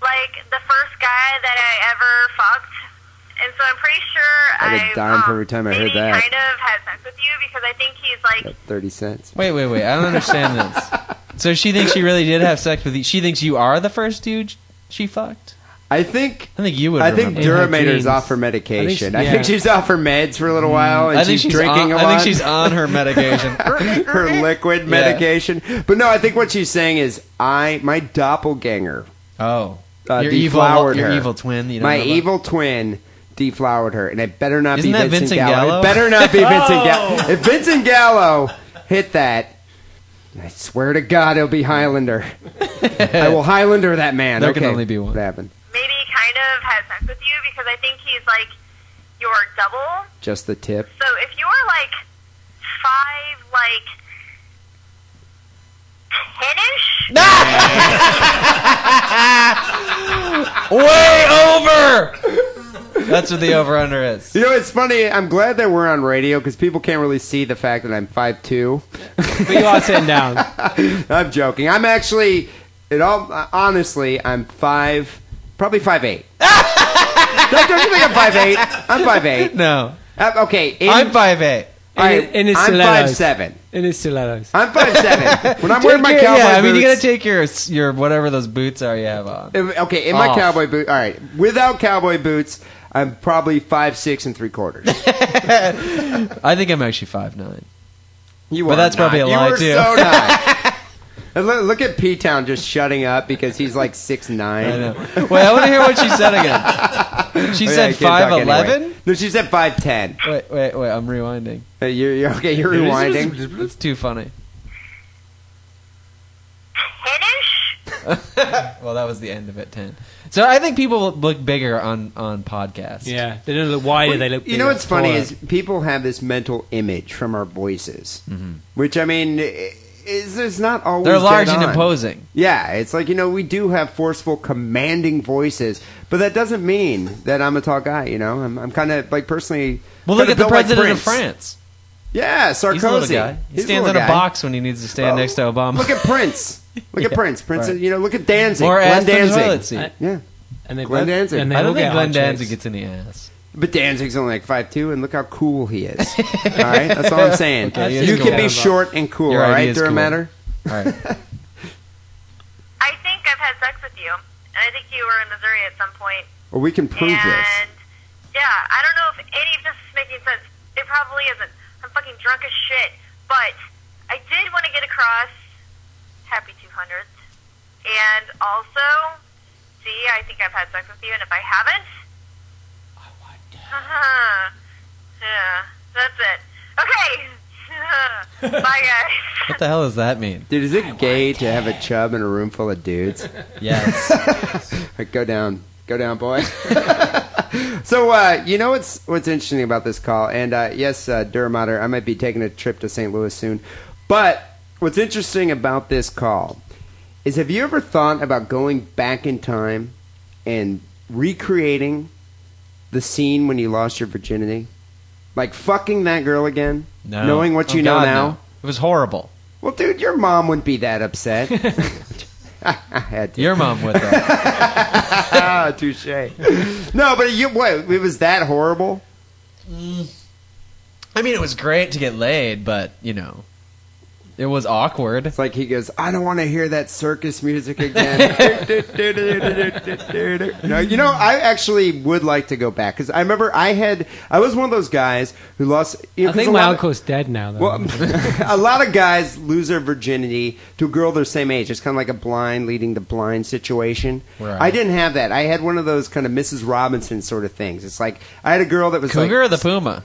Speaker 11: like the first guy that I ever fucked, and so I'm pretty sure
Speaker 6: I'd have
Speaker 11: I
Speaker 6: dimed
Speaker 11: um,
Speaker 6: for every time I heard
Speaker 11: maybe
Speaker 6: that.
Speaker 11: kind of had sex with you because I think he's like
Speaker 6: Thirty cents.
Speaker 7: Wait, wait, wait. I don't understand this. So she thinks she really did have sex with you. She thinks you are the first dude she fucked.
Speaker 6: I think.
Speaker 7: I think you would.
Speaker 6: I think
Speaker 7: remember.
Speaker 9: Dur- her
Speaker 6: Duramater's
Speaker 9: jeans.
Speaker 6: off her medication.
Speaker 9: I
Speaker 6: I
Speaker 9: think
Speaker 6: think,
Speaker 9: she- yeah.
Speaker 6: she's off her meds for a little while, and
Speaker 7: I think
Speaker 6: she's, drinking
Speaker 7: on,
Speaker 6: a lot.
Speaker 7: I think she's on her medication.
Speaker 6: her liquid medication. But no, I think what she's saying is, I my doppelganger
Speaker 7: Oh,
Speaker 6: uh,
Speaker 7: your evil,
Speaker 6: deflowered
Speaker 7: your
Speaker 6: her.
Speaker 7: evil twin. You don't
Speaker 6: My
Speaker 7: know about-
Speaker 6: evil twin deflowered her, and it better not
Speaker 7: Isn't
Speaker 6: be
Speaker 7: that
Speaker 6: Vincent,
Speaker 7: Vincent
Speaker 6: Gallo.
Speaker 7: Gallo?
Speaker 6: It better not be Vincent
Speaker 7: Oh.
Speaker 6: Gallo. If Vincent Gallo hit that, I swear to God, it'll be Highlander. I will Highlander that man.
Speaker 7: There
Speaker 6: okay.
Speaker 7: can only be one.
Speaker 6: What happened?
Speaker 11: maybe kind of had sex with you because I think he's like your double.
Speaker 6: Just the tip.
Speaker 11: So if you were like five, like tenish,
Speaker 7: Way over. That's what the over under is.
Speaker 6: You know, it's funny. I'm glad that we're on radio because people can't really see the fact that I'm 5'2".
Speaker 9: But you are sitting down.
Speaker 6: I'm joking. I'm actually, it all honestly, I'm five, probably five eight. don't, don't you think I'm five eight? I'm five eight. Uh,
Speaker 7: No,
Speaker 6: okay, in,
Speaker 7: I'm five eight.
Speaker 6: all right,
Speaker 9: in- in his
Speaker 6: I'm
Speaker 9: stilettos.
Speaker 6: five seven.
Speaker 9: In his stilettos.
Speaker 6: I'm five seven. When I'm wearing my
Speaker 7: Take your-
Speaker 6: cowboy
Speaker 7: yeah, I mean, you gotta
Speaker 6: boots,
Speaker 7: take your your whatever those boots are you have on.
Speaker 6: if- okay, in
Speaker 9: Oh.
Speaker 6: my
Speaker 7: off.
Speaker 6: cowboy boot. All right, without cowboy boots, I'm probably five six and three quarters.
Speaker 7: I think I'm actually five nine.
Speaker 6: You
Speaker 7: But
Speaker 6: are
Speaker 7: that's probably
Speaker 6: not.
Speaker 7: a
Speaker 6: you
Speaker 7: lie,
Speaker 6: are
Speaker 7: too.
Speaker 6: So not. And look, look at P Town just shutting up because he's like six nine.
Speaker 7: I know. Wait, I want to hear what she said again. She
Speaker 6: Oh,
Speaker 7: said five eleven.
Speaker 6: No, she said five ten.
Speaker 7: Wait, wait, wait! I'm rewinding.
Speaker 6: Uh, you're, you're okay. You're rewinding.
Speaker 7: It's too funny.
Speaker 11: tenish.
Speaker 7: Well, that was the end of it. Ten. So I think people look bigger on on podcasts.
Speaker 9: Yeah. They don't look wider. they look
Speaker 6: You know what's funny
Speaker 9: taller.
Speaker 6: is people have this mental image from our voices,
Speaker 7: Mm-hmm.
Speaker 6: which I mean, i- is is not always
Speaker 7: they're large
Speaker 6: dead
Speaker 7: and
Speaker 6: on.
Speaker 7: imposing.
Speaker 6: Yeah, it's like you know we do have forceful, commanding voices, but that doesn't mean that I'm a tall guy. You know, I'm, I'm kind of like personally.
Speaker 7: Well, look
Speaker 6: kinda
Speaker 7: at the
Speaker 6: built like
Speaker 7: president of
Speaker 6: Prince.
Speaker 7: France.
Speaker 6: Yeah, Sarkozy.
Speaker 7: He's a little guy. He
Speaker 6: He's
Speaker 7: stands on
Speaker 6: little guy.
Speaker 7: a box when he needs to stand
Speaker 6: Well,
Speaker 7: next to Obama.
Speaker 6: Look at Prince. Look at
Speaker 7: Yeah,
Speaker 6: Prince. Prince.
Speaker 7: right.
Speaker 6: You know, look at Danzig.
Speaker 7: More
Speaker 6: Glenn
Speaker 7: ass than a
Speaker 6: Danzig.
Speaker 7: toilet seat.
Speaker 9: I-
Speaker 6: Yeah.
Speaker 9: And they
Speaker 6: Glenn
Speaker 9: both-
Speaker 6: Danzig.
Speaker 9: and they
Speaker 7: I
Speaker 9: all
Speaker 7: don't
Speaker 9: get
Speaker 7: think Glenn
Speaker 9: handshakes.
Speaker 7: Danzig gets any ass.
Speaker 6: But Danzig's only like five two, and look how cool he is. all right, that's all I'm saying.
Speaker 7: Okay, he is
Speaker 6: you
Speaker 7: cool.
Speaker 6: can be short and cool.
Speaker 7: You're right,
Speaker 6: all
Speaker 7: he
Speaker 6: right,
Speaker 7: is
Speaker 6: Durham
Speaker 7: cool.
Speaker 6: matter.
Speaker 7: All right.
Speaker 12: I think I've had sex with you, and I think you were in Missouri at some point.
Speaker 6: Well, we can prove this.
Speaker 12: and yeah, I don't know if any of this is making sense. It probably isn't. I'm fucking drunk as shit. But I did want to get across happy 200th, and also, see, I think I've had sex with you, and if I haven't, I want to. yeah, that's it. Okay, bye guys.
Speaker 7: What the hell does that mean?
Speaker 6: Dude, is it gay to have a chub in a room full of dudes?
Speaker 7: Yes.
Speaker 6: Like, go down, go down, boy. so, uh, you know what's what's interesting about this call? And uh, yes, uh, Duramater, I might be taking a trip to St. Louis soon. But what's interesting about this call is: Have you ever thought about going back in time and recreating the scene when you lost your virginity, like fucking that girl again,
Speaker 7: No.
Speaker 6: knowing what
Speaker 7: Oh,
Speaker 6: you know
Speaker 7: God,
Speaker 6: now?
Speaker 7: no. It was horrible.
Speaker 6: Well, dude, your mom wouldn't be that upset. I had to.
Speaker 7: Your mom would though.
Speaker 6: Ah, touche. No, but you what? It was that horrible.
Speaker 7: Mm. I mean, it was great to get laid, but you know, it was awkward. It's
Speaker 6: like he goes, I don't want to hear that circus music again. No, you know, I actually would like to go back because I remember I had I was one of those guys who lost. You know,
Speaker 9: I
Speaker 6: 'cause
Speaker 9: think
Speaker 6: a
Speaker 9: my
Speaker 6: lot of-
Speaker 9: uncle's dead now, though.
Speaker 6: Well, a lot of guys lose their virginity to a girl their same age. It's kind of like a blind leading to blind situation.
Speaker 7: Right.
Speaker 6: I didn't have that. I had one of those kind of Mrs. Robinson sort of things. It's like I had a girl that was like
Speaker 7: Cougar or the puma?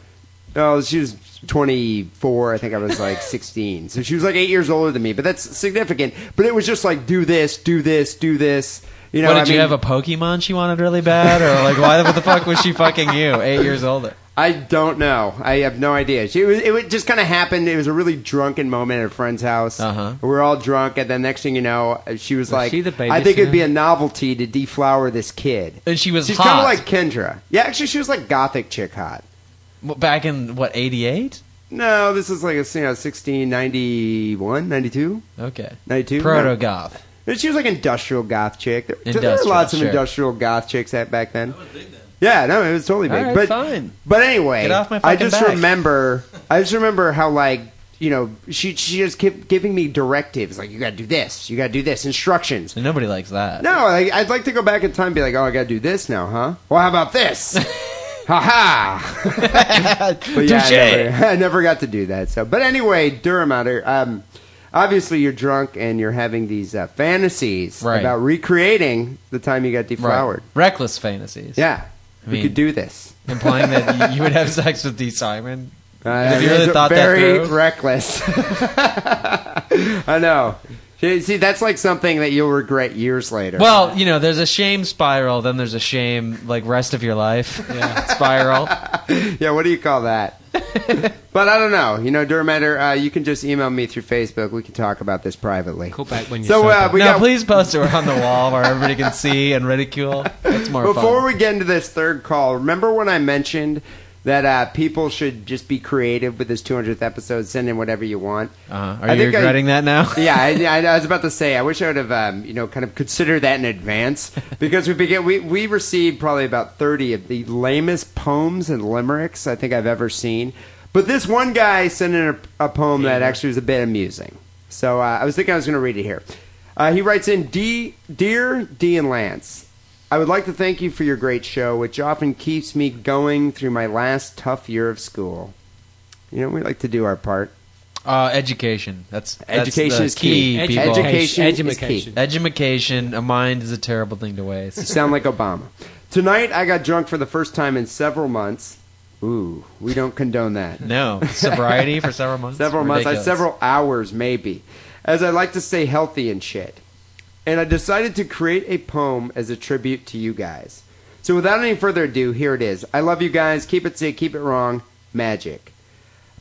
Speaker 6: Oh, she was 24. I think I was like 16. So she was like eight years older than me, but that's significant. But it was just like, do this, do this, do this. You know,
Speaker 7: what
Speaker 6: I
Speaker 7: did you
Speaker 6: mean,
Speaker 7: have a Pokemon she wanted really bad, or like why the, what the fuck was she fucking you? Eight years older.
Speaker 6: I don't know. I have no idea. She, it, was, it just kind of happened. It was a really drunken moment at a friend's house. Uh-huh. We were all drunk, and then next thing you know, she was,
Speaker 7: Was
Speaker 6: like,
Speaker 7: she the
Speaker 6: I think it'd be
Speaker 7: babysitter?
Speaker 6: a novelty to deflower this kid.
Speaker 7: And she was
Speaker 6: She's kind
Speaker 7: hot.
Speaker 6: of like Kendra. Yeah, actually, she was like gothic chick hot.
Speaker 7: What, back in what eighty eight?
Speaker 6: No, this is like a you know, 16, 91, 92.
Speaker 7: Okay,
Speaker 6: 92?
Speaker 7: proto goth.
Speaker 6: And She was like industrial goth chick. There, there were
Speaker 7: Industrial,
Speaker 6: lots of
Speaker 7: sure.
Speaker 6: industrial goth chicks at back then. Yeah, no, it was totally
Speaker 7: All
Speaker 6: big.
Speaker 7: right,
Speaker 6: but
Speaker 7: fine.
Speaker 6: but anyway,
Speaker 7: Get off my
Speaker 6: I
Speaker 7: fucking
Speaker 6: just
Speaker 7: back.
Speaker 6: remember I just remember how like you know she she just kept giving me directives like you got to do this, you got to do this, instructions.
Speaker 7: And nobody likes that.
Speaker 6: No, like, I'd like to go back in time and be like, oh, I got to do this now, huh? Well, how about this? ha ha. But yeah, I
Speaker 7: Touche.
Speaker 6: never, I never got to do that. So, but anyway, Durham outer. Um, obviously, you're drunk and you're having these uh, fantasies
Speaker 7: Right.
Speaker 6: about recreating the time you got deflowered.
Speaker 7: Right. Reckless fantasies.
Speaker 6: Yeah,
Speaker 7: I
Speaker 6: we
Speaker 7: mean-
Speaker 6: could do this.
Speaker 7: Implying that y- you would have sex with D. Simon.
Speaker 6: I
Speaker 7: have you
Speaker 6: mean,
Speaker 7: really
Speaker 6: Uh, it's
Speaker 7: thought
Speaker 6: very
Speaker 7: that through?
Speaker 6: reckless. I know. See, see, that's like something that you'll regret years later.
Speaker 7: Well, you know, there's a shame spiral, then there's a shame like rest of your life spiral.
Speaker 6: uh, yeah, what do you call that? but I don't know. You know, Duramatter, uh, you can just email me through Facebook. We can talk about this privately.
Speaker 9: Call back when you're
Speaker 6: So uh,
Speaker 9: sober.
Speaker 6: we
Speaker 7: now,
Speaker 6: got
Speaker 7: please post it on the wall where everybody can see and ridicule. That's more
Speaker 6: Before
Speaker 7: fun.
Speaker 6: we get into this third call, remember when I mentioned that uh, people should just be creative with this 200th episode? Send in whatever you want.
Speaker 7: Uh, are
Speaker 6: I
Speaker 7: you
Speaker 6: think I-
Speaker 7: regretting that now?
Speaker 6: yeah, I, I was about to say. I wish I would have, um, you know, kind of considered that in advance because we begin. We we received probably about thirty of the lamest poems and limericks I think I've ever seen. But this one guy sent in a, a poem that actually was a bit amusing. So uh, I was thinking I was going to read it here. Uh, he writes in, D, "Dear D and Lance, I would like to thank you for your great show, which often keeps me going through my last tough year of school. You know, we like to do our part."
Speaker 7: Uh, education. That's, that's
Speaker 6: Education
Speaker 7: the
Speaker 6: is key. Edu-
Speaker 7: people.
Speaker 6: Education is key.
Speaker 7: Edumacation. A mind is a terrible thing to
Speaker 6: You
Speaker 7: waste.
Speaker 6: sound like Obama. Tonight, I got drunk for the first time in several months. Ooh, we don't condone that.
Speaker 7: No sobriety for several months.
Speaker 6: Several months, I,
Speaker 7: Ridiculous.
Speaker 6: several hours maybe, as I like to stay healthy and shit. And I decided to create a poem as a tribute to you guys. So without any further ado, here it is. I love you guys. Keep it sick. Keep it wrong. Magic.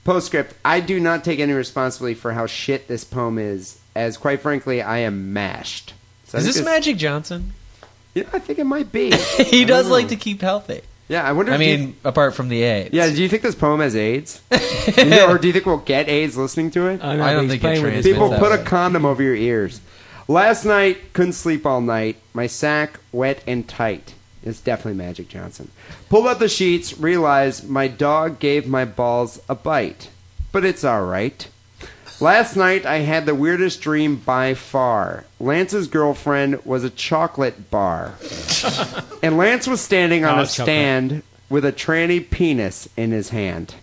Speaker 6: Postscript. I do not take any responsibility for how shit this poem is, as quite frankly, I am mashed. So I
Speaker 7: Is
Speaker 6: think
Speaker 7: this Magic Johnson?
Speaker 6: You know, I think it might be.
Speaker 7: he
Speaker 6: I
Speaker 7: does
Speaker 6: don't know.
Speaker 7: like to keep healthy.
Speaker 6: Yeah, I wonder.
Speaker 7: I
Speaker 6: if you-
Speaker 7: mean, apart from the AIDS.
Speaker 6: Yeah, do you think this poem has AIDS? Do you know- or do you think we'll get AIDS listening to it?
Speaker 9: I don't,
Speaker 7: I don't think
Speaker 9: think
Speaker 7: it
Speaker 9: playing with this
Speaker 7: transmits
Speaker 6: People
Speaker 9: ball.
Speaker 7: that
Speaker 6: put a
Speaker 7: way.
Speaker 6: condom over your ears. Last night, couldn't sleep all night. My sack wet and tight. It's definitely Magic Johnson. Pulled up the sheets, realized my dog gave my balls a bite. But it's alright. Last night I had the weirdest dream by far. Lance's girlfriend was a chocolate bar. and Lance was standing on
Speaker 13: Oh,
Speaker 6: a
Speaker 13: it's chocolate.
Speaker 6: stand with a tranny penis in his hand.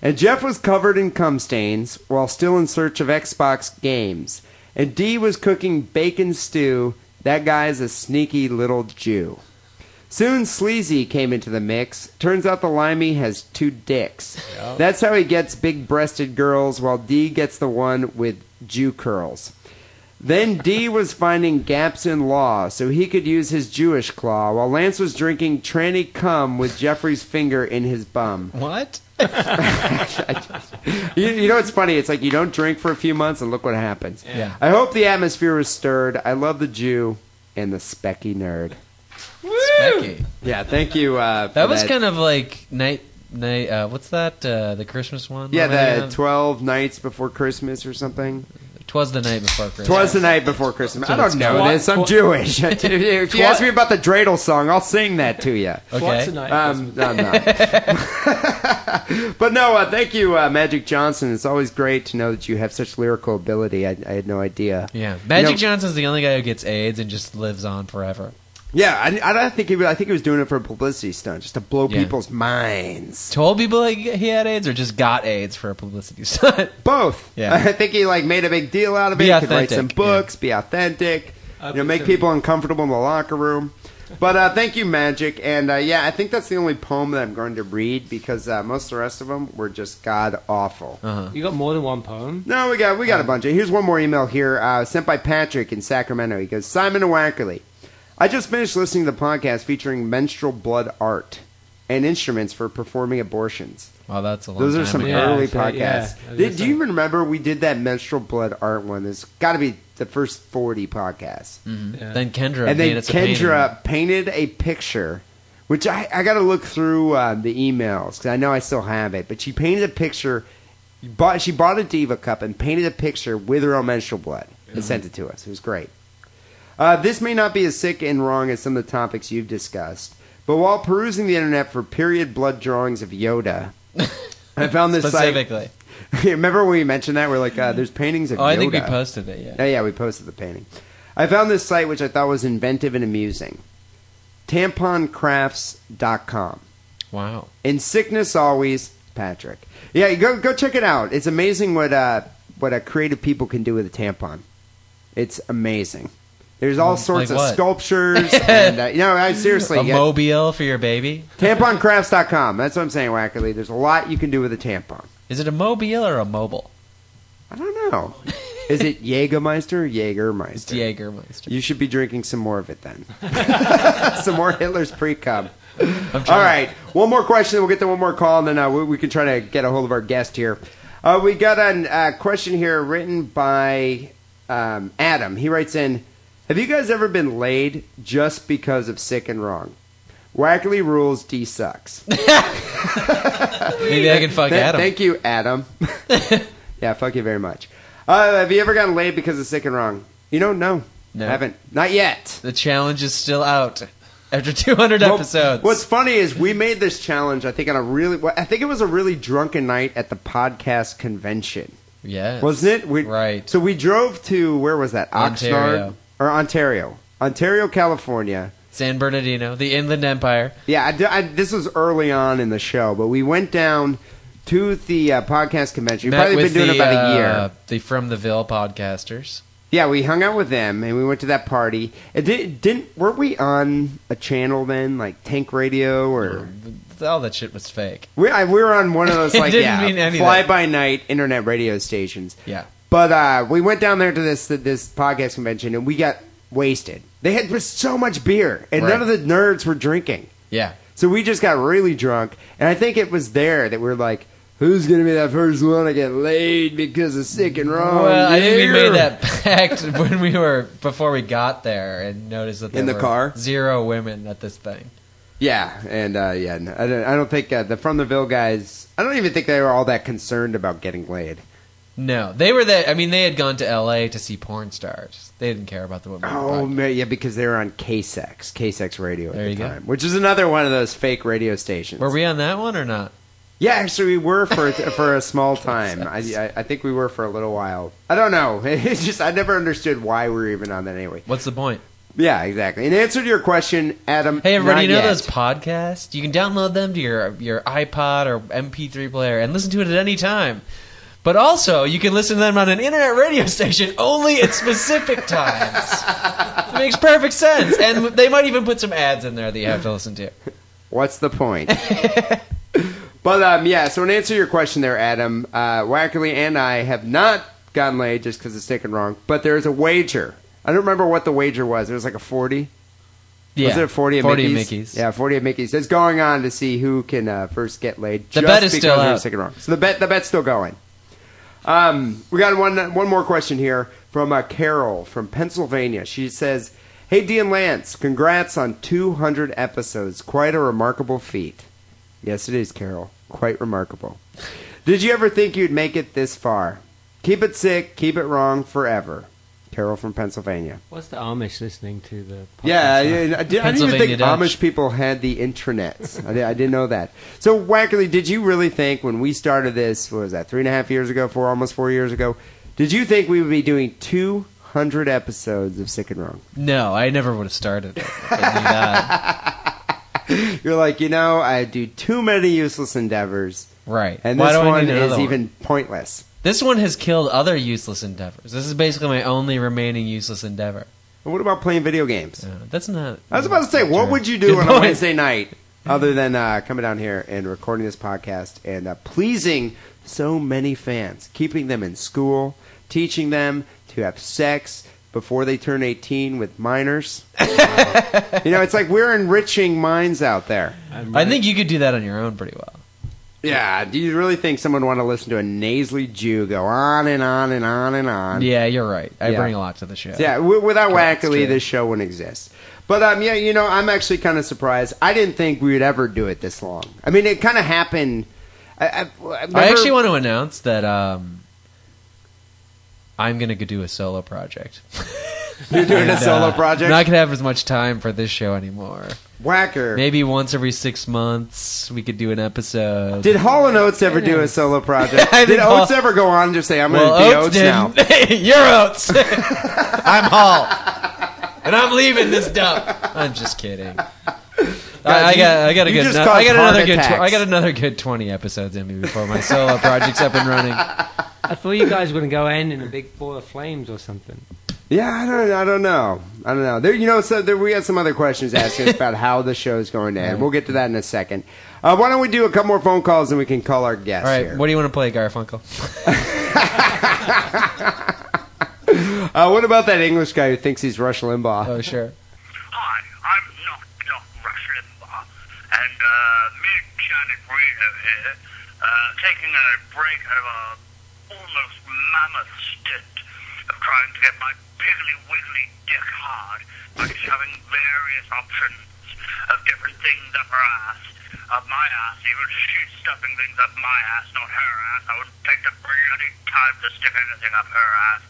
Speaker 6: And Jeff was covered in cum stains while still in search of Xbox games. And D was cooking bacon stew. That guy's a sneaky little Jew. Soon Sleazy came into the mix. Turns out the limey has two dicks.
Speaker 13: Yeah.
Speaker 6: That's how he gets big breasted girls, while D gets the one with Jew curls. Then D was finding gaps in law so he could use his Jewish claw, while Lance was drinking tranny cum with Jeffrey's finger in his bum.
Speaker 7: What?
Speaker 6: you, you know what's funny? It's like you don't drink for a few months and look what happens.
Speaker 7: Yeah.
Speaker 6: I hope the atmosphere was stirred. I love the Jew and the specky nerd.
Speaker 7: Specky.
Speaker 6: Yeah, thank you. Uh, for
Speaker 7: That was kind of like night night. Uh, what's that? Uh, the Christmas one?
Speaker 6: yeah,
Speaker 7: that
Speaker 6: the twelve nights before Christmas or something.
Speaker 7: Twas the night before Christmas.
Speaker 6: Twas the night before Christmas. I don't know
Speaker 7: Twa-
Speaker 6: this. I'm
Speaker 7: twa-
Speaker 6: Jewish. if you
Speaker 7: Twa-
Speaker 6: ask me about the dreidel song, I'll sing that to you.
Speaker 7: Okay. the night
Speaker 6: Um, I'm not. but no, uh, thank you, uh, Magic Johnson. It's always great to know that you have such lyrical ability. I, I had no idea.
Speaker 7: Yeah,
Speaker 6: You
Speaker 7: Magic
Speaker 6: know-
Speaker 7: Johnson's the only guy who gets AIDS and just lives on forever.
Speaker 6: Yeah, I, I don't think he. was- I think he was doing it for a publicity stunt, just to blow
Speaker 7: Yeah.
Speaker 6: people's minds.
Speaker 7: Told people he, he had AIDS or just got AIDS for a publicity stunt.
Speaker 6: Both.
Speaker 7: Yeah.
Speaker 6: I think he like made a big deal out of it.
Speaker 7: Be
Speaker 6: He could write some
Speaker 7: authentic,
Speaker 6: books, be authentic,
Speaker 7: I
Speaker 6: you know,
Speaker 7: put
Speaker 6: make
Speaker 7: some-
Speaker 6: people uncomfortable in the locker room. But uh, thank you, Magic, and uh, yeah, I think that's the only poem that I'm going to read because uh, most of the rest of them were just god awful.
Speaker 7: Oh.
Speaker 9: You got more than one poem?
Speaker 6: No, we got we got a bunch of. Here's one more email here uh, sent by Patrick in Sacramento. He goes, Simon and Wackerly, I just finished listening to the podcast featuring menstrual blood art and instruments for performing abortions.
Speaker 7: Wow, that's a long
Speaker 6: Those are
Speaker 7: time
Speaker 6: some
Speaker 7: ago.
Speaker 6: early
Speaker 7: Yeah, I
Speaker 6: podcasts.
Speaker 7: was gonna
Speaker 6: Did- do you even remember we did that menstrual blood art one? It's got to be the first forty podcasts.
Speaker 7: Yeah. Mm-hmm. Then Kendra
Speaker 6: and then
Speaker 7: made us a
Speaker 6: Kendra painted a picture, which I, I got to look through uh, the emails because I know I still have it. But she painted a picture. Bought, she bought a diva cup and painted a picture with her own menstrual blood and sent it to us. It was great. Uh, this may not be as sick and wrong as some of the topics you've discussed, but while perusing the internet for period blood drawings of Yoda, I found this
Speaker 7: specifically.
Speaker 6: Site, remember when we mentioned that? We're like, uh, there's paintings of
Speaker 7: Oh,
Speaker 6: Yoda.
Speaker 7: I think we posted it. Yeah.
Speaker 6: Oh, yeah, we posted the painting. I found this site which I thought was inventive and amusing. Tamponcrafts.com.
Speaker 7: Wow.
Speaker 6: In sickness always, Patrick. Yeah, go go check it out. It's amazing what uh what uh, creative people can do with a tampon. It's amazing. There's all sorts
Speaker 7: like
Speaker 6: of
Speaker 7: what?
Speaker 6: sculptures and uh, you know, I seriously
Speaker 7: a
Speaker 6: yeah.
Speaker 7: mobile for your baby.
Speaker 6: tamponcrafts.com. That's what I'm saying, Wackerly. There's a lot you can do with a tampon.
Speaker 7: Is it a mobile or a mobile?
Speaker 6: I don't know. Is it Jägermeister? Jägermeister. It's
Speaker 7: Jägermeister.
Speaker 6: You should be drinking some more of it then. some more Hitler's pre cum. All
Speaker 7: trying.
Speaker 6: right. One more question, then we'll get to one more call, and then uh, we, we can try to get a hold of our guest here. Uh, we got a uh, question here written by um, Adam. He writes in Have you guys ever been laid just because of sick and wrong? Wackily rules D sucks.
Speaker 7: Maybe I can fuck
Speaker 6: Th-
Speaker 7: Adam.
Speaker 6: Thank you, Adam. yeah, fuck you very much. Uh, have you ever gotten laid because of sick and wrong? You know, no.
Speaker 7: No.
Speaker 6: Haven't. Not yet.
Speaker 7: The challenge is still out after 200
Speaker 6: Well,
Speaker 7: episodes.
Speaker 6: What's funny is we made this challenge. I think on a really, well, I think it was a really drunken night at the podcast convention,
Speaker 7: Yes.
Speaker 6: wasn't it? We,
Speaker 7: Right.
Speaker 6: So we drove to where was that? Oxnard
Speaker 7: Ontario.
Speaker 6: or uh, Ontario, Ontario, California.
Speaker 7: San Bernardino, the Inland Empire.
Speaker 6: Yeah, I d I this was early on in the show, but we went down to the uh, podcast convention. We've
Speaker 7: Met
Speaker 6: probably been
Speaker 7: with
Speaker 6: doing
Speaker 7: the,
Speaker 6: it about a year.
Speaker 7: uh, the From the Ville podcasters.
Speaker 6: Yeah, we hung out with them and we went to that party. It did, didn't weren't we on a channel then, like Tank Radio or
Speaker 7: All that shit was fake.
Speaker 6: we, I, we were on one of those
Speaker 7: It
Speaker 6: like
Speaker 7: didn't mean
Speaker 6: yeah,
Speaker 7: any of
Speaker 6: fly
Speaker 7: that.
Speaker 6: by night internet radio stations.
Speaker 7: Yeah.
Speaker 6: But uh, we went down there to this this podcast convention and we got wasted. They had just so much beer and
Speaker 7: Right.
Speaker 6: none of the nerds were drinking.
Speaker 7: Yeah.
Speaker 6: So we just got really drunk, and I think it was there that we are like, "Who's gonna be that first one to get laid because of sick and wrong?"
Speaker 7: well, I think we
Speaker 6: Yeah.
Speaker 7: made that pact when we were before we got there and noticed that there
Speaker 6: In the
Speaker 7: were
Speaker 6: car?
Speaker 7: zero women at this thing.
Speaker 6: Yeah, and uh, yeah, no, I don't, I don't think uh, the From the Ville guys. I don't even think they were all that concerned about getting laid.
Speaker 7: No, they were there. I mean, they had gone to L.A. to see porn stars. They didn't care about the women.
Speaker 6: Oh, man, yeah, because they were on KSEX, KSEX Radio at
Speaker 7: There
Speaker 6: the
Speaker 7: you go.
Speaker 6: time, which is another one of those fake radio stations.
Speaker 7: Were we on that one or not?
Speaker 6: Yeah, actually, we were for for a small time. I, I, I think we were for a little while. I don't know. It's just I never understood why we were even on that anyway.
Speaker 7: What's the point?
Speaker 6: Yeah, exactly. In answer to your question, Adam.
Speaker 7: Hey, everybody,
Speaker 6: not
Speaker 7: you know
Speaker 6: yet.
Speaker 7: those podcasts? You can download them to your your iPod or MP3 player and listen to it at any time. But also, you can listen to them on an internet radio station only at specific times. it makes perfect sense, and they might even put some ads in there that you have to listen to.
Speaker 6: What's the point? but um, yeah, so in answer to your question there, Adam, uh, Wackerly and I have not gotten laid just because it's taken wrong. But there is a wager. I don't remember what the wager was. It was like a forty.
Speaker 7: Yeah,
Speaker 6: was it a forty at
Speaker 7: 40 at
Speaker 6: Mickey's?
Speaker 7: Mickey's.
Speaker 6: Yeah, forty at Mickey's. It's going on to see who can uh, first get laid.
Speaker 7: The
Speaker 6: just
Speaker 7: bet is
Speaker 6: because
Speaker 7: still
Speaker 6: we were
Speaker 7: out.
Speaker 6: taken wrong. So the bet the bet's still going. Um, we got one one more question here from uh, Carol from Pennsylvania. She says, "Hey, Dean Lance, congrats on 200 episodes. Quite a remarkable feat. Yes, it is, Carol. Quite remarkable. Did you ever think you'd make it this far? Keep it sick, keep it wrong forever." Carol from Pennsylvania.
Speaker 9: What's the Amish listening to the? Podcast
Speaker 6: Yeah, I, I, did, I didn't even
Speaker 7: Pennsylvania
Speaker 6: think
Speaker 7: Dutch.
Speaker 6: Amish people had the intranets. I, did, I didn't know that. So, Wackerly, did you really think when we started this, what was that, three and a half years ago, four, almost four years ago, did you think we would be doing 200 episodes of Sick and Wrong?
Speaker 7: No, I never would have started it. if I knew that.
Speaker 6: You're like, you know, Oh, I do too many useless endeavors,
Speaker 7: Right.
Speaker 6: and
Speaker 7: Why
Speaker 6: this
Speaker 7: do I need
Speaker 6: one is
Speaker 7: another one?
Speaker 6: even pointless.
Speaker 7: This one has killed other useless endeavors. This is basically my only remaining useless endeavor.
Speaker 6: And what about playing video games?
Speaker 7: Uh, that's not.
Speaker 6: I was about to say, what would you do
Speaker 7: Good
Speaker 6: on a
Speaker 7: point.
Speaker 6: Wednesday night other than uh, coming down here and recording this podcast and uh, pleasing so many fans, keeping them in school, teaching them to have sex before they turn 18 with minors? you know, it's like we're enriching minds out there.
Speaker 7: I think you could do that on your own pretty well.
Speaker 6: Yeah, do you really think someone want to listen to a nasally Jew go on and on and on and on?
Speaker 7: Yeah, you're right. I
Speaker 6: Yeah.
Speaker 7: bring a lot to the show.
Speaker 6: Yeah, w- without
Speaker 7: Correct,
Speaker 6: Wackerly,
Speaker 7: true.
Speaker 6: this show wouldn't exist. But um, yeah, you know, I'm actually kind of surprised. I didn't think we would ever do it this long. I mean, it kind of happened. I, I,
Speaker 7: I actually want to announce that um, I'm going to do a solo project.
Speaker 6: You're doing a
Speaker 7: And,
Speaker 6: solo
Speaker 7: uh,
Speaker 6: project?
Speaker 7: I'm not going to have as much time for this show anymore.
Speaker 6: Whacker.
Speaker 7: Maybe once every six months we could do an episode.
Speaker 6: Did Hall and Oates ever do a solo project?
Speaker 7: I think
Speaker 6: Did Oates
Speaker 7: Hall-
Speaker 6: ever go on and just say, "I'm
Speaker 7: well,
Speaker 6: going to be
Speaker 7: Oates
Speaker 6: Oates now"?
Speaker 7: didn't. You're Oates. I'm Hall, and I'm leaving this dump. I'm just kidding. I, I
Speaker 6: you-
Speaker 7: got, I got a
Speaker 6: you
Speaker 7: good,
Speaker 6: just
Speaker 7: no-
Speaker 6: caused
Speaker 7: I got another
Speaker 6: heart
Speaker 7: good, tw-
Speaker 6: attacks.
Speaker 7: I got another good twenty episodes in me before my solo project's up and running.
Speaker 9: I thought you guys were going to go in in a big ball of flames or something.
Speaker 6: Yeah, I don't, I don't know. I don't know. There, you know, so there, we had some other questions asking us about how the show is going to end. We'll get to that in a second. Uh, why don't we do a couple more phone calls and we can call our guest?
Speaker 7: All right,
Speaker 6: here.
Speaker 7: what do you want to play, Garfunkel?
Speaker 6: Uh, what about that English guy who thinks he's Rush Limbaugh?
Speaker 7: Oh, sure.
Speaker 13: Hi, I'm not not Rush Limbaugh, and uh, me and Janet Reed are here, uh, taking a break out of our almost mammoth stint of trying to get my piggly wiggly dick hard by shoving various options of different things up her ass, up my ass, even if she's stuffing things up my ass, not her ass. I wouldn't take the bloody time to stick anything up her ass.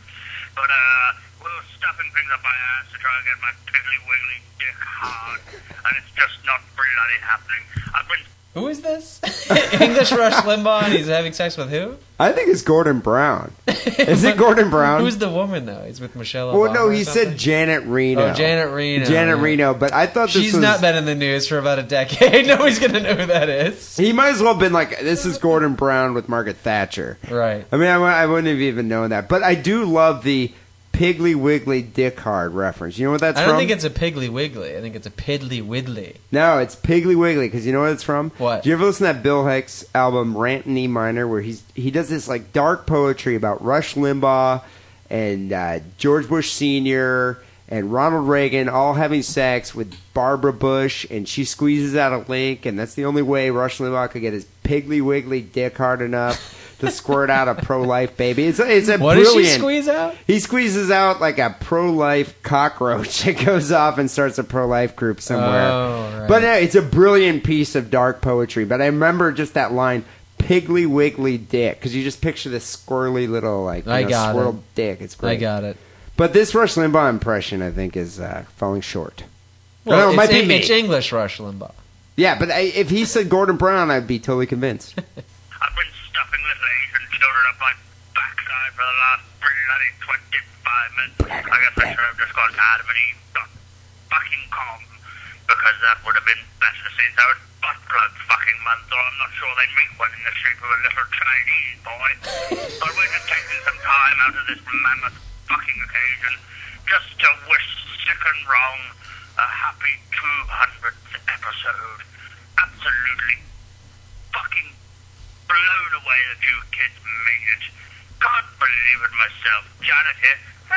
Speaker 13: But uh, we were stuffing things up my ass to try and get my piggly wiggly dick hard, and it's just not bloody happening. I've been
Speaker 7: Who is this? English Rush Limbaugh, and he's having sex with who?
Speaker 6: I think it's Gordon Brown. Is it Gordon Brown?
Speaker 7: Who's the woman though? He's with Michelle.
Speaker 6: well,
Speaker 7: Obama
Speaker 6: no,
Speaker 7: or
Speaker 6: he
Speaker 7: something?
Speaker 6: said Janet Reno.
Speaker 7: Oh, Janet Reno.
Speaker 6: Janet
Speaker 7: yeah.
Speaker 6: Reno, but I thought this
Speaker 7: She's
Speaker 6: was.
Speaker 7: not been in the news for about a decade. Nobody's gonna know who that is.
Speaker 6: he might as well have been like, this is Gordon Brown with Margaret Thatcher.
Speaker 7: Right.
Speaker 6: I mean, I, wou- I wouldn't have even known that. But I do love the Piggly Wiggly Dick Hard reference. You know what that's
Speaker 7: I don't
Speaker 6: from?
Speaker 7: think it's a Piggly Wiggly. I think it's a Piddly Widdly.
Speaker 6: no, it's Piggly Wiggly, because you know what it's from?
Speaker 7: What?
Speaker 6: Do you ever listen to that Bill Hicks album, Rant in E Minor, where he's he does this like dark poetry about Rush Limbaugh and uh, George Bush Sr. and Ronald Reagan all having sex with Barbara Bush, and she squeezes out a link, and that's the only way Rush Limbaugh could get his piggly wiggly dick hard enough to squirt out a pro life baby. It's a, it's a
Speaker 7: What does
Speaker 6: brilliant.
Speaker 7: she squeeze out?
Speaker 6: He squeezes out like a pro life cockroach that goes off and starts a pro life group somewhere.
Speaker 7: Oh, right.
Speaker 6: But uh, it's a brilliant piece of dark poetry. But I remember just that line piggly wiggly dick because you just picture this squirrely little like you
Speaker 7: I
Speaker 6: know,
Speaker 7: got
Speaker 6: swirl
Speaker 7: it.
Speaker 6: dick. It's great.
Speaker 7: I got it.
Speaker 6: But this Rush Limbaugh impression, I think, is uh, falling short.
Speaker 7: Well,
Speaker 6: no, it
Speaker 7: it's,
Speaker 6: might be
Speaker 7: Eng-
Speaker 6: me.
Speaker 7: it's English Rush Limbaugh.
Speaker 6: Yeah, but I, if he said Gordon Brown, I'd be totally convinced.
Speaker 13: I've been stuffing little Asian children up my backside for the last bloody 25 minutes. I guess I should have just gone to Adam and Eve. dot Fucking com. Because that would have been better since I was butt plug fucking month, or I'm not sure they'd make one in the shape of a little Chinese boy. but we're just taking some time out of this mammoth fucking occasion just to wish sick and wrong a happy 200th episode. Absolutely fucking blown away that you kids made it. Can't believe it myself. Janet here. Ah.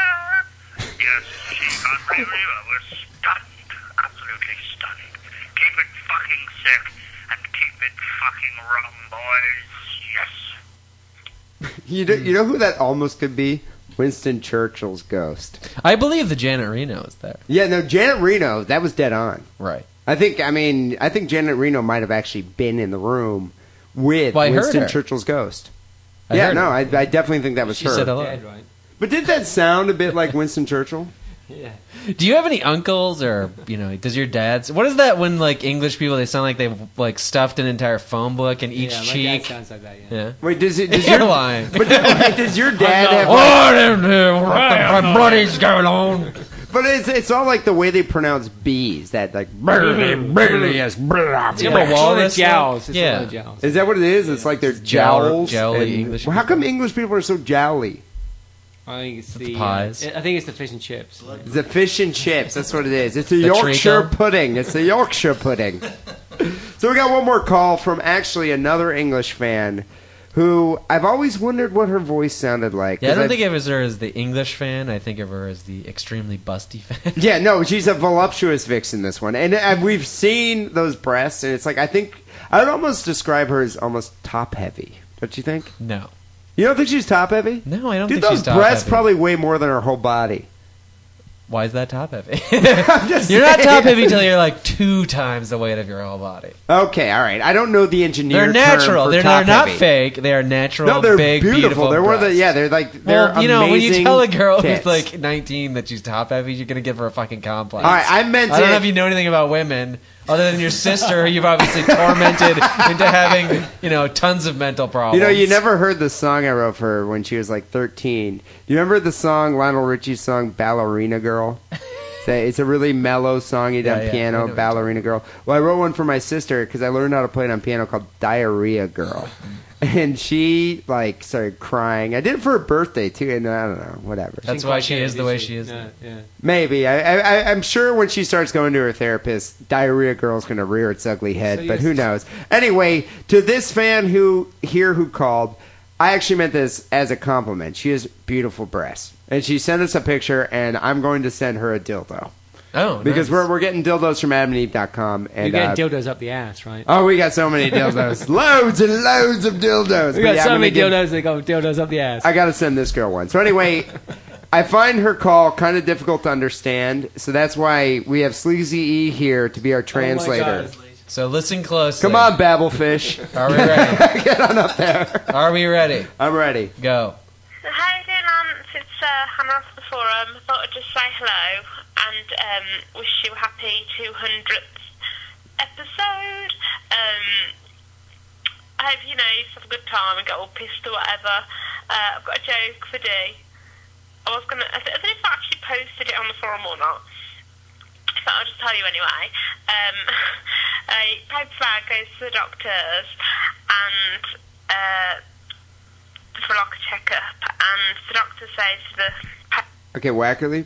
Speaker 13: Yes, she can't believe it. either. We're stunned. Absolutely stunned. Keep it fucking sick and keep it fucking wrong, boys. Yes.
Speaker 6: you know, you know who that almost could be? Winston Churchill's ghost.
Speaker 7: I believe the Janet Reno is there.
Speaker 6: Yeah, no, Janet Reno. That was dead on.
Speaker 7: Right.
Speaker 6: I think. I mean, I think Janet Reno might have actually been in the room with
Speaker 7: Well, I heard
Speaker 6: Winston
Speaker 7: her.
Speaker 6: Churchill's ghost.
Speaker 7: I
Speaker 6: yeah,
Speaker 7: heard
Speaker 6: no,
Speaker 7: her.
Speaker 6: I, I definitely think that was
Speaker 7: She
Speaker 6: her.
Speaker 7: said hello.
Speaker 9: Dead, right?
Speaker 6: But did that sound a bit like Winston Churchill?
Speaker 9: Yeah.
Speaker 7: Do you have any uncles or you know? Does your dad's? What is that when like English people they sound like they've like stuffed an entire phone book in each
Speaker 9: yeah, my
Speaker 7: cheek?
Speaker 9: dad sounds like that. Yeah.
Speaker 7: yeah.
Speaker 6: Wait, does it? Does
Speaker 7: You're
Speaker 6: your,
Speaker 7: lying.
Speaker 6: But wait, does your dad have? like-
Speaker 7: What the bloody going on?
Speaker 6: but it's it's all like the way they pronounce B's. That like yes.
Speaker 7: You ever
Speaker 9: It's one of the
Speaker 7: walrus?
Speaker 9: jowls. Oh, It's
Speaker 7: Yeah.
Speaker 9: one of the jowls.
Speaker 6: Is that what it is? It's like their
Speaker 7: Jowl-
Speaker 6: jowls.
Speaker 7: jowly
Speaker 6: and-
Speaker 7: English
Speaker 6: Well, how come English people are so jowly?
Speaker 9: I think it's the,
Speaker 7: the pies.
Speaker 9: uh, I think it's the fish and chips. Blood.
Speaker 6: It's a fish and chips. That's what it is. It's a
Speaker 7: The
Speaker 6: Yorkshire
Speaker 7: treacle.
Speaker 6: pudding. It's a Yorkshire pudding. so we got one more call from actually another English fan who I've always wondered what her voice sounded like.
Speaker 7: Yeah, I
Speaker 6: 'cause
Speaker 7: don't
Speaker 6: I've-
Speaker 7: think of her as the English fan. I think of her as the extremely busty fan.
Speaker 6: Yeah, no, she's a voluptuous vixen. This one, and, and we've seen those breasts, and it's like I think I would almost describe her as almost top heavy. Don't you think?
Speaker 7: No,
Speaker 6: You don't think she's top heavy?
Speaker 7: no, I don't
Speaker 6: Dude,
Speaker 7: think
Speaker 6: those
Speaker 7: she's top
Speaker 6: breasts
Speaker 7: heavy.
Speaker 6: probably weigh more than her whole body.
Speaker 7: Why is that top heavy?
Speaker 6: I'm just
Speaker 7: you're not
Speaker 6: saying.
Speaker 7: top heavy till you're like two times the weight of your whole body.
Speaker 6: Okay, all right. I don't know the engineer.
Speaker 7: They're
Speaker 6: term
Speaker 7: natural.
Speaker 6: for
Speaker 7: They're,
Speaker 6: top
Speaker 7: they're not
Speaker 6: heavy.
Speaker 7: fake. They are natural.
Speaker 6: No, they're
Speaker 7: big,
Speaker 6: beautiful.
Speaker 7: beautiful.
Speaker 6: They're one of the
Speaker 7: breasts.
Speaker 6: yeah. They're like they're
Speaker 7: Well, you know, when you
Speaker 6: amazing
Speaker 7: tell a girl
Speaker 6: tits.
Speaker 7: who's like 19 that she's top heavy, you're gonna give her a fucking complex.
Speaker 6: all right, I meant
Speaker 7: I don't know
Speaker 6: it.
Speaker 7: if you know anything about women other than your sister, who you've obviously tormented into having, you know, tons of mental problems.
Speaker 6: You know, you never heard the song I wrote for her when she was like 13. You remember the song, Lionel Richie's song, Ballerina Girl? It's a, it's a really mellow song. He done
Speaker 7: Yeah, yeah, I know
Speaker 6: piano,
Speaker 7: what
Speaker 6: Ballerina Girl. Well, I wrote one for my sister because I learned how to play it on piano called Diarrhea Girl.
Speaker 7: Mm-hmm.
Speaker 6: And she, like, started crying. I did it for her birthday, too, and I don't know, whatever.
Speaker 7: That's why she is the way she is.
Speaker 9: Yeah, yeah.
Speaker 6: Maybe. I, I, I- I'm sure when she starts going to her therapist, Diarrhea Girl's going to rear its ugly head,
Speaker 9: So
Speaker 6: but
Speaker 9: yes.
Speaker 6: who knows? Anyway, to this fan who here who called, I actually meant this as a compliment. She has beautiful breasts. And she sent us a picture, and I'm going to send her a dildo.
Speaker 7: Oh,
Speaker 6: Because
Speaker 7: nice.
Speaker 6: we're, we're getting dildos from adamandeve.com. And,
Speaker 9: You're getting
Speaker 6: uh,
Speaker 9: dildos up the ass, right?
Speaker 6: Oh, we got so many dildos. loads and loads of dildos. But
Speaker 9: we got
Speaker 6: yeah, I'm
Speaker 9: so
Speaker 6: gonna
Speaker 9: many
Speaker 6: give-
Speaker 9: dildos. They go dildos up the ass.
Speaker 6: I got to send this girl one. So anyway, I find her call kind of difficult to understand, so that's why we have Sleazy E here to be
Speaker 9: Oh
Speaker 6: our translator.
Speaker 7: So listen close.
Speaker 6: Oh Come on, Babelfish.
Speaker 7: Are we ready?
Speaker 6: Get on up there.
Speaker 7: Are we ready?
Speaker 6: I'm ready.
Speaker 7: Go.
Speaker 12: So hi again, Ants. It's uh, Hannah off the forum. I thought I'd just say hello and um, wish you a happy 200th episode. Um, I hope you know you have a good time and get all pissed or whatever. Uh, I've got a joke for D. I was gonna. I, th- I don't know if I actually posted it on the forum or not. So I'll just tell you anyway. Um, a paper bag goes to the doctors and. Uh, for like a checkup, and the doctor says to the
Speaker 6: Okay, Wackerly.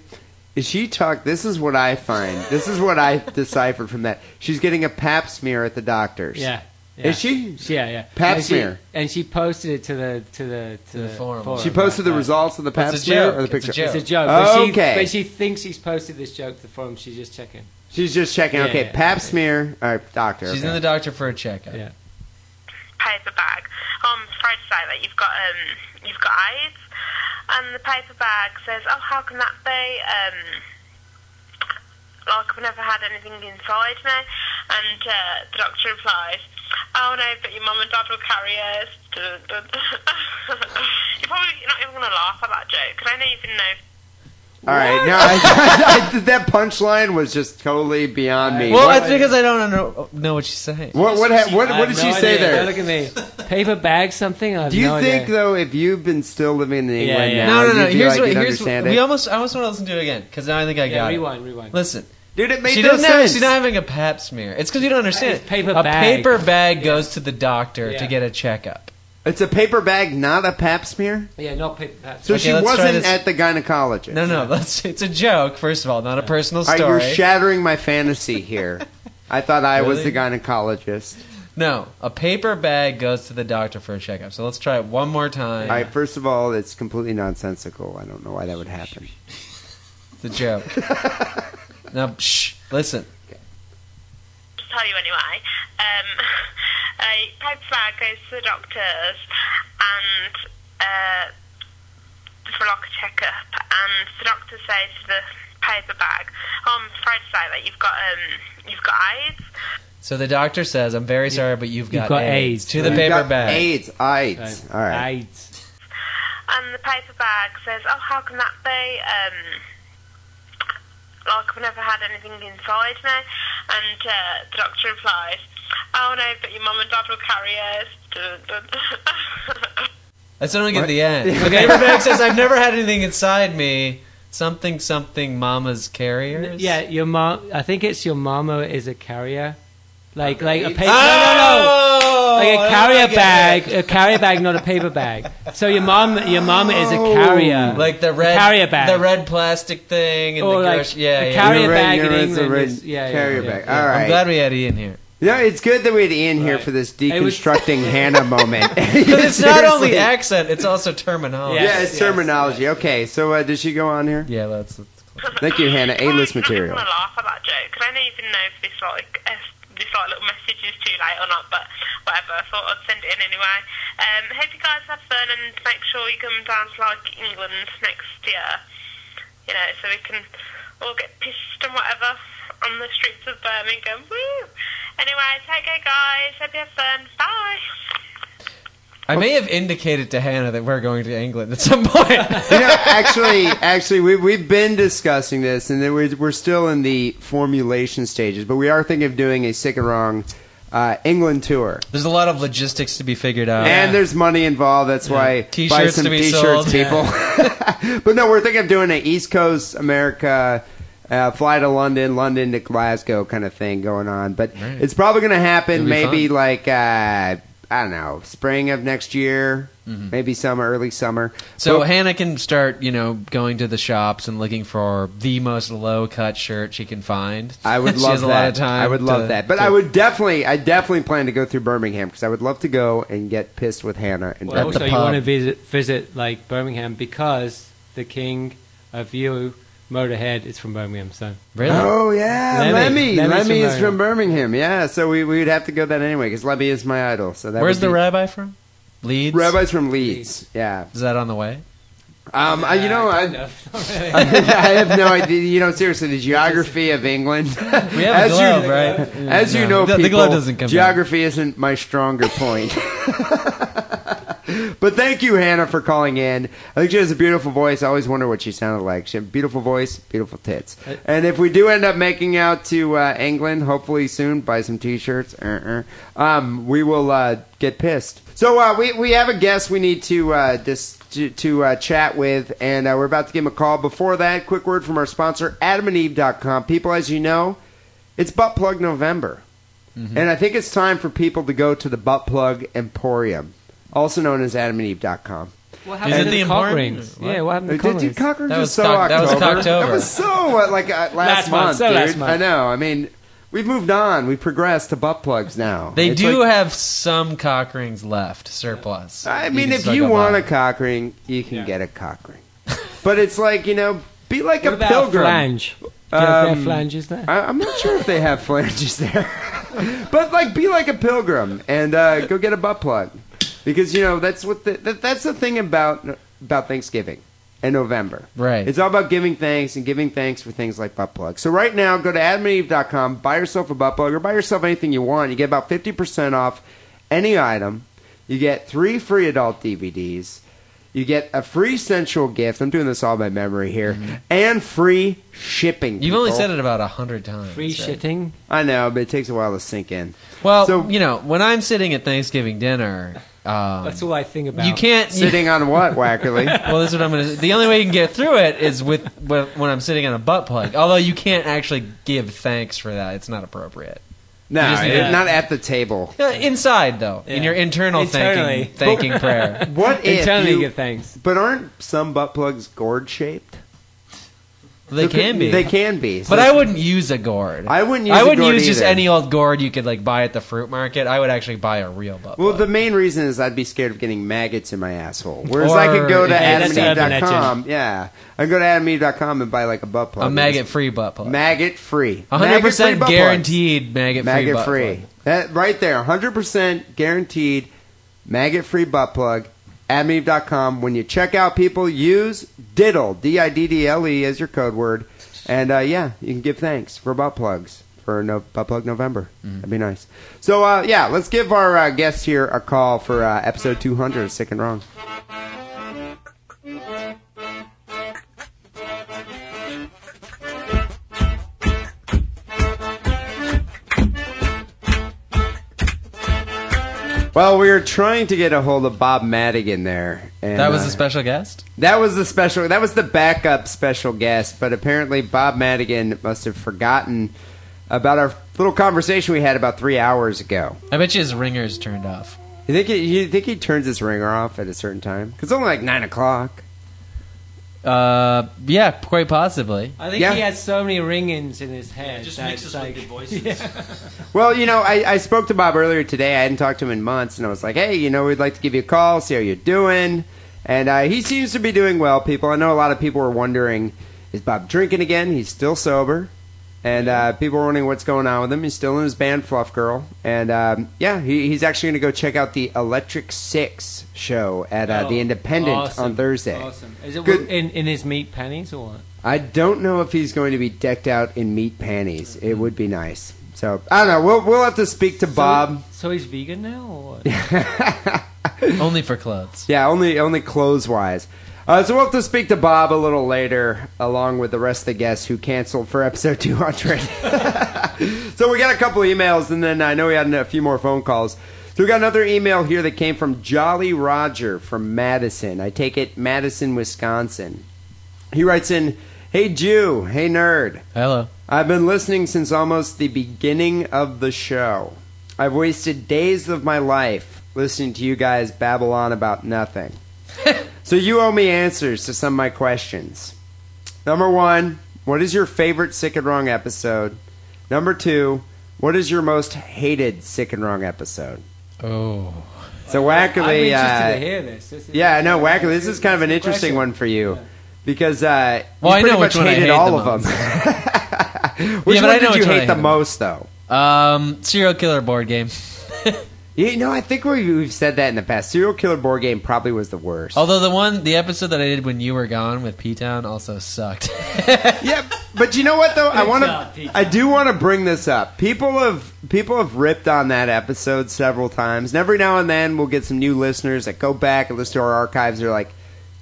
Speaker 6: Is she talk? This is what I find. This is what I deciphered from that. She's getting a pap smear at the doctor's.
Speaker 9: yeah. yeah.
Speaker 6: Is she?
Speaker 9: She- Yeah, yeah.
Speaker 6: Pap
Speaker 9: and she-
Speaker 6: smear.
Speaker 9: and she posted it to the to the to,
Speaker 7: To the forum.
Speaker 6: She posted the
Speaker 9: right, right.
Speaker 6: results of the pap
Speaker 7: It's a
Speaker 6: smear
Speaker 7: joke.
Speaker 6: or the
Speaker 7: It's a
Speaker 6: picture. Oh.
Speaker 7: joke.
Speaker 9: It's a joke. But she,
Speaker 6: Okay.
Speaker 9: But she thinks she's posted this joke to the forum. She's just checking.
Speaker 6: She's just checking.
Speaker 9: Yeah,
Speaker 6: okay,
Speaker 9: yeah,
Speaker 6: pap
Speaker 9: yeah.
Speaker 6: smear. All right, doctor.
Speaker 7: She's
Speaker 6: okay.
Speaker 7: in the doctor for a checkup.
Speaker 9: Yeah.
Speaker 12: paper bag, "Oh, I'm sorry to say that you've got um, you've got AIDS," and the paper bag says, "Oh, how can that be? Um, like I've never had anything inside me," and uh, the doctor replies, Oh no, but your mum and dad will carry us. You're probably not even gonna laugh at that joke, 'cause I don't even know.
Speaker 6: All right, no, I, I, that punchline was just totally beyond me.
Speaker 7: Well,
Speaker 6: What-
Speaker 7: it's because I don't know, know what she's saying.
Speaker 6: What- what hap- what-
Speaker 7: I
Speaker 6: what
Speaker 7: have
Speaker 6: did she
Speaker 7: no
Speaker 6: say
Speaker 7: idea.
Speaker 6: there?
Speaker 9: Don't look at me. Paper bag something? I have
Speaker 6: Do you
Speaker 9: no
Speaker 6: think
Speaker 9: idea.
Speaker 6: though, if you've been still living in England now,
Speaker 7: No, no, no.
Speaker 6: you'd be
Speaker 7: Here's
Speaker 6: like,
Speaker 7: what.
Speaker 6: you'd
Speaker 7: Here's
Speaker 6: understand
Speaker 7: we
Speaker 6: it?
Speaker 7: almost. I almost want to listen to it again because now I think I
Speaker 9: Yeah,
Speaker 7: got
Speaker 9: rewind,
Speaker 7: it.
Speaker 9: rewind.
Speaker 7: Listen,
Speaker 6: dude, it made
Speaker 7: she
Speaker 6: no
Speaker 7: doesn't Have,
Speaker 6: sense.
Speaker 7: she's not having a Pap smear. It's because you don't understand.
Speaker 9: It's
Speaker 7: it.
Speaker 9: paper
Speaker 7: a
Speaker 9: bag.
Speaker 7: paper bag goes to the doctor
Speaker 9: Yeah.
Speaker 7: to get a checkup.
Speaker 6: It's a paper bag, not a pap smear.
Speaker 9: Yeah, not paper bag.
Speaker 6: So
Speaker 7: Okay,
Speaker 6: she
Speaker 7: let's try
Speaker 6: wasn't
Speaker 7: this.
Speaker 6: at the gynecologist.
Speaker 7: No, no. Let's. It's a joke. First of all, not a personal
Speaker 6: All right,
Speaker 7: story.
Speaker 6: you're shattering my fantasy here. I thought I was the
Speaker 7: Really?
Speaker 6: gynecologist.
Speaker 7: no, a paper bag goes to the doctor for a checkup. So let's try it one more time.
Speaker 6: All right, first of all, it's completely nonsensical. I don't know why that would happen.
Speaker 7: It's a joke. now, shh. Listen.
Speaker 12: to tell you anyway. Um, a paper bag goes to the doctors and uh, for like a checkup, and the doctor says to the paper bag, "Oh, I'm afraid to say that you've got um, you've got AIDS."
Speaker 7: So the doctor says, "I'm very sorry, but you've got,
Speaker 9: got AIDS.
Speaker 7: to the
Speaker 9: You
Speaker 7: paper
Speaker 6: got
Speaker 7: bag."
Speaker 6: AIDS, AIDS. All right.
Speaker 9: AIDS.
Speaker 12: And the paper bag says, "Oh, how can that be? Um, like I've never had anything inside now." And uh, the doctor replies, "Oh no, but your mum and dad will carry us."
Speaker 7: That's only at the end.
Speaker 6: Yeah.
Speaker 7: The paper bag says, "I've never had anything inside me." Something, something. Mama's carriers.
Speaker 9: Yeah, your mom. I think it's your mama is a carrier. Like, like a paper.
Speaker 7: Oh,
Speaker 9: no, no, no. Like a
Speaker 7: I
Speaker 9: carrier
Speaker 7: like it.
Speaker 9: bag. A carrier bag, not a paper bag. So your mom, your mama is
Speaker 6: Oh.
Speaker 9: a carrier.
Speaker 7: Like the red
Speaker 9: carrier bag.
Speaker 7: the red plastic thing, and
Speaker 9: Or
Speaker 7: the
Speaker 9: like
Speaker 7: grocery- yeah,
Speaker 9: a
Speaker 7: yeah.
Speaker 9: carrier
Speaker 6: You're right,
Speaker 9: bag
Speaker 6: you're
Speaker 9: in
Speaker 6: right, it's a
Speaker 9: England.
Speaker 6: red
Speaker 9: is, yeah, yeah,
Speaker 6: carrier
Speaker 9: yeah,
Speaker 6: bag.
Speaker 9: yeah.
Speaker 6: All
Speaker 7: I'm
Speaker 6: right.
Speaker 7: glad we had Ian here.
Speaker 6: Yeah, it's good that we had Ian here for this
Speaker 9: It was-
Speaker 6: deconstructing Hannah moment.
Speaker 7: Because it's not only
Speaker 6: Seriously.
Speaker 7: accent; it's also terminology.
Speaker 6: Yeah,
Speaker 9: Yes,
Speaker 6: it's
Speaker 9: yes,
Speaker 6: terminology. Okay, so uh, did she go on here?
Speaker 7: yeah, that's.
Speaker 6: Thank you, Hannah. A-list material.
Speaker 12: I'm not gonna laugh at that joke 'cause I don't even know if this like if this like little message is too late or not, but whatever. I thought I'd send it in anyway. Um, hope you guys have fun and make sure you come down to like England next year. You know, so we can all get pissed and whatever on the streets of Birmingham. Woo! Anyway, take care, guys. Hope you have fun. Bye.
Speaker 7: I may have indicated to Hannah that we're going to England at some point.
Speaker 6: you know, actually, actually, we, we've been discussing this, and then we're, we're still in the formulation stages, but we are thinking of doing a sick and wrong uh, England tour.
Speaker 7: There's a lot of logistics to be figured out.
Speaker 6: And there's money involved. That's why buy
Speaker 7: T-shirts
Speaker 6: some
Speaker 7: to be
Speaker 6: t-shirts,
Speaker 7: sold,
Speaker 6: people. but no, we're thinking of doing an East Coast America uh, fly to London, London to Glasgow kind of thing going on. But
Speaker 7: Right.
Speaker 6: it's probably going to happen
Speaker 7: It'll be
Speaker 6: maybe like uh, I don't know, spring of next year, maybe summer, early summer.
Speaker 7: Mm-hmm. So
Speaker 6: But-
Speaker 7: Hannah can start, you know, going to the shops and looking for the most low cut shirt she can find.
Speaker 6: I would
Speaker 7: she
Speaker 6: love
Speaker 7: has
Speaker 6: that.
Speaker 7: a lot of time.
Speaker 6: I would love
Speaker 7: to-
Speaker 6: that. But
Speaker 7: to-
Speaker 6: I would definitely, I definitely plan to go through Birmingham because I would love to go and get pissed with Hannah and
Speaker 9: Well,
Speaker 6: at the
Speaker 9: also, you
Speaker 6: pub.
Speaker 9: want to visit visit like Birmingham because the king of you, Motorhead, is from Birmingham. So
Speaker 7: really.
Speaker 6: Oh yeah, Lemmy.
Speaker 9: Lemmy.
Speaker 6: Lemmy,
Speaker 9: Lemmy's from
Speaker 6: is from Birmingham. Yeah, so we we'd have to go that anyway because Lemmy is my idol. So that
Speaker 7: Where's
Speaker 6: would
Speaker 7: the
Speaker 6: be-
Speaker 7: rabbi from? Leeds.
Speaker 6: Rabbi's from Leeds. Yeah.
Speaker 7: Is that on the way?
Speaker 6: Um. I- you know,
Speaker 9: kind
Speaker 6: I,
Speaker 9: of. Not really.
Speaker 6: I have no idea. You know, seriously, the geography of England.
Speaker 7: We have
Speaker 6: as
Speaker 7: a globe,
Speaker 6: you,
Speaker 7: right?
Speaker 6: As you
Speaker 7: No.
Speaker 6: know,
Speaker 7: the,
Speaker 6: people,
Speaker 7: the globe doesn't come. back.
Speaker 6: geography isn't my stronger point. but thank you, Hannah, for calling in. I think she has a beautiful voice. I always wonder what she sounded like. She had a beautiful voice, beautiful tits. And if we do end up making out to uh, England, hopefully soon, buy some T-shirts. Uh-uh, um, we will uh, get pissed. So uh, we we have a guest we need to uh, dis- to, to uh, chat with, and uh, we're about to give him a call. Before that, quick word from our sponsor, AdamAndEve.com. People, as you know, it's Butt Plug November. Mm-hmm. And I think it's time for people to go to the Butt Plug Emporium, also known as adamandeve.com.
Speaker 9: What
Speaker 7: Is it
Speaker 9: happened to
Speaker 7: the
Speaker 9: the cock
Speaker 7: important-
Speaker 9: rings?
Speaker 7: what?
Speaker 9: Yeah, what happened to
Speaker 6: Dude,
Speaker 9: the cock
Speaker 6: dude,
Speaker 9: rings?
Speaker 6: cock rings
Speaker 7: That
Speaker 6: is
Speaker 7: was
Speaker 6: so
Speaker 7: cock- that was
Speaker 6: October.
Speaker 7: Cocktober.
Speaker 6: That was so, uh, like, uh, last,
Speaker 9: Last month,
Speaker 6: month,
Speaker 9: so
Speaker 6: dude.
Speaker 9: last month.
Speaker 6: I know. I mean, we've moved on. We've progressed to butt plugs now.
Speaker 7: They
Speaker 6: It's
Speaker 7: do
Speaker 6: like-
Speaker 7: have some cock rings left, surplus.
Speaker 6: I
Speaker 7: You
Speaker 6: mean,
Speaker 7: can
Speaker 6: if
Speaker 7: still
Speaker 6: you
Speaker 7: go
Speaker 6: want
Speaker 7: buy
Speaker 6: a cock ring, you can
Speaker 9: Yeah.
Speaker 6: get a cock ring. but it's like, you know, be like
Speaker 9: What
Speaker 6: a
Speaker 9: about
Speaker 6: pilgrim.
Speaker 9: flange? Do you know if they have
Speaker 6: Um,
Speaker 9: flanges there?
Speaker 6: I, I'm not sure if they have flanges there, but like be like a pilgrim and uh, go get a butt plug because you know that's what the, that, that's the thing about about Thanksgiving. and November.
Speaker 7: Right.
Speaker 6: It's all about giving thanks and giving thanks for things like butt plugs. So right now, go to adamandeve.com, buy yourself a butt plug or buy yourself anything you want. You get about 50% off any item. You get three free adult DVDs. You get a free sensual gift. I'm doing this all by memory here. And free shipping.
Speaker 7: Mm-hmm. You've only
Speaker 6: people.
Speaker 7: said it about a hundred times.
Speaker 6: Free
Speaker 7: right?
Speaker 9: shitting?
Speaker 6: I know, but it takes a while to sink in.
Speaker 7: Well, you know, when I'm sitting at Thanksgiving dinner, um,
Speaker 9: That's all I think about.
Speaker 7: You can't
Speaker 6: Sitting on what, Wackerly?
Speaker 7: well, this is what I'm going to. The only way you can get through it is with when when I'm sitting on a butt plug. Although you can't actually give thanks for that; it's not appropriate.
Speaker 6: No,
Speaker 7: You just need
Speaker 6: it-
Speaker 7: to-
Speaker 6: not at the table.
Speaker 7: Yeah, inside though, in
Speaker 6: Yeah.
Speaker 7: your internal
Speaker 6: Internally.
Speaker 7: thanking thanking prayer.
Speaker 6: What if you,
Speaker 9: thanks?
Speaker 6: But aren't some butt plugs gourd shaped?
Speaker 7: They can be.
Speaker 6: They can be. So
Speaker 7: But I wouldn't use a gourd.
Speaker 6: I wouldn't use
Speaker 7: I
Speaker 6: a
Speaker 7: wouldn't
Speaker 6: gourd
Speaker 7: use just
Speaker 6: either.
Speaker 7: any old gourd you could like buy at the fruit market. I would actually buy a real butt.
Speaker 6: Well, the main reason is I'd be scared of getting maggots in my asshole. Whereas I could go to
Speaker 7: Or- Yeah, that's
Speaker 6: adamandeve.com.
Speaker 7: urban
Speaker 6: Yeah. I can go to adamandeve.com and buy like a butt plug.
Speaker 7: A maggot-free butt plug.
Speaker 6: Maggot free.
Speaker 7: 100% guaranteed maggot-free
Speaker 6: Maggot
Speaker 7: butt
Speaker 6: free. That right there. 100% guaranteed maggot free butt plug. Adamandeve.com. When you check out, people use diddle, D I D D L E, as your code word. And uh, yeah, you can give thanks for butt plugs for no, butt plug November.
Speaker 7: Mm-hmm.
Speaker 6: That'd be nice. So uh, yeah, let's give our uh, guests here a call for uh, episode 200 of Sick and Wrong. Well, we were trying to get a hold of Bob Madigan there. And,
Speaker 7: that was a
Speaker 6: uh,
Speaker 7: special guest.
Speaker 6: That was the special. That was the backup special guest, but apparently Bob Madigan must have forgotten about our little conversation we had about three hours ago.
Speaker 7: I bet you his ringer's turned off.
Speaker 6: You think he, you think he turns his ringer off at a certain time? 'Cause it's only like nine o'clock.
Speaker 7: Uh, yeah, quite possibly.
Speaker 9: I think he has so many ring-ins in his head.
Speaker 8: just
Speaker 9: that
Speaker 8: mixes
Speaker 9: it's
Speaker 8: with
Speaker 9: like,
Speaker 8: the voices.
Speaker 6: Well, you know, I, I spoke to Bob earlier today. I hadn't talked to him in months, and I was like, "Hey, you know, we'd like to give you a call, see how you're doing." And uh, he seems to be doing well. People, I know a lot of people were wondering, "Is Bob drinking again?" He's still sober, and uh, people were wondering what's going on with him. He's still in his band, Fluff Girl, and um, yeah, he, he's actually going to go check out the Electric Six show at uh,
Speaker 9: Oh,
Speaker 6: the Independent on
Speaker 9: awesome,
Speaker 6: Thursday.
Speaker 9: Awesome. Is it
Speaker 6: Good-
Speaker 9: in, in his meat panties or what?
Speaker 6: I don't know if he's going to be decked out in meat panties. It would be nice. So I don't know. We'll we'll have to speak to Bob.
Speaker 9: So he's vegan now or what?
Speaker 7: only for clothes.
Speaker 6: Yeah, only only clothes wise. Uh, so we'll have to speak to Bob a little later, along with the rest of the guests who canceled for episode 200. so we got a couple emails, and then I know we had a few more phone calls. So we got another email here that came from Jolly Roger from Madison. I take it Madison, Wisconsin. He writes in, "Hey Jew, hey nerd.
Speaker 7: Hello.
Speaker 6: I've been listening since almost the beginning of the show. I've wasted days of my life listening to you guys babble on about nothing. so you owe me answers to some of my questions. Number one, what is your favorite Sick and Wrong episode? Number two, what is your most hated Sick and Wrong episode?
Speaker 7: Oh.
Speaker 6: So Wackerly,
Speaker 9: I'm interested
Speaker 6: uh,
Speaker 9: to hear this. This is-
Speaker 6: yeah, I know Wackerly. This is kind of an
Speaker 9: Good
Speaker 6: interesting
Speaker 9: question.
Speaker 6: one for you because uh,
Speaker 7: Well,
Speaker 6: you
Speaker 7: I
Speaker 6: pretty
Speaker 7: know
Speaker 6: much
Speaker 7: which one I
Speaker 6: hated
Speaker 7: hate
Speaker 6: all
Speaker 7: the
Speaker 6: of
Speaker 7: most.
Speaker 6: them. which
Speaker 7: Yeah, but
Speaker 6: one
Speaker 7: I know
Speaker 6: did you
Speaker 7: which one I
Speaker 6: hate the
Speaker 7: hate the
Speaker 6: most, though?
Speaker 7: Um, serial killer board game.
Speaker 6: You know, I think we, we've said that in the past. Serial killer board game probably was the worst.
Speaker 7: Although the one, the episode that I did when you were gone with P Town also sucked.
Speaker 6: But you know what though? I
Speaker 7: Good
Speaker 6: want
Speaker 7: job,
Speaker 6: to. I do want to bring this up. People have people have ripped on that episode several times, and every now and then we'll get some new listeners that go back and listen to our archives. They're like,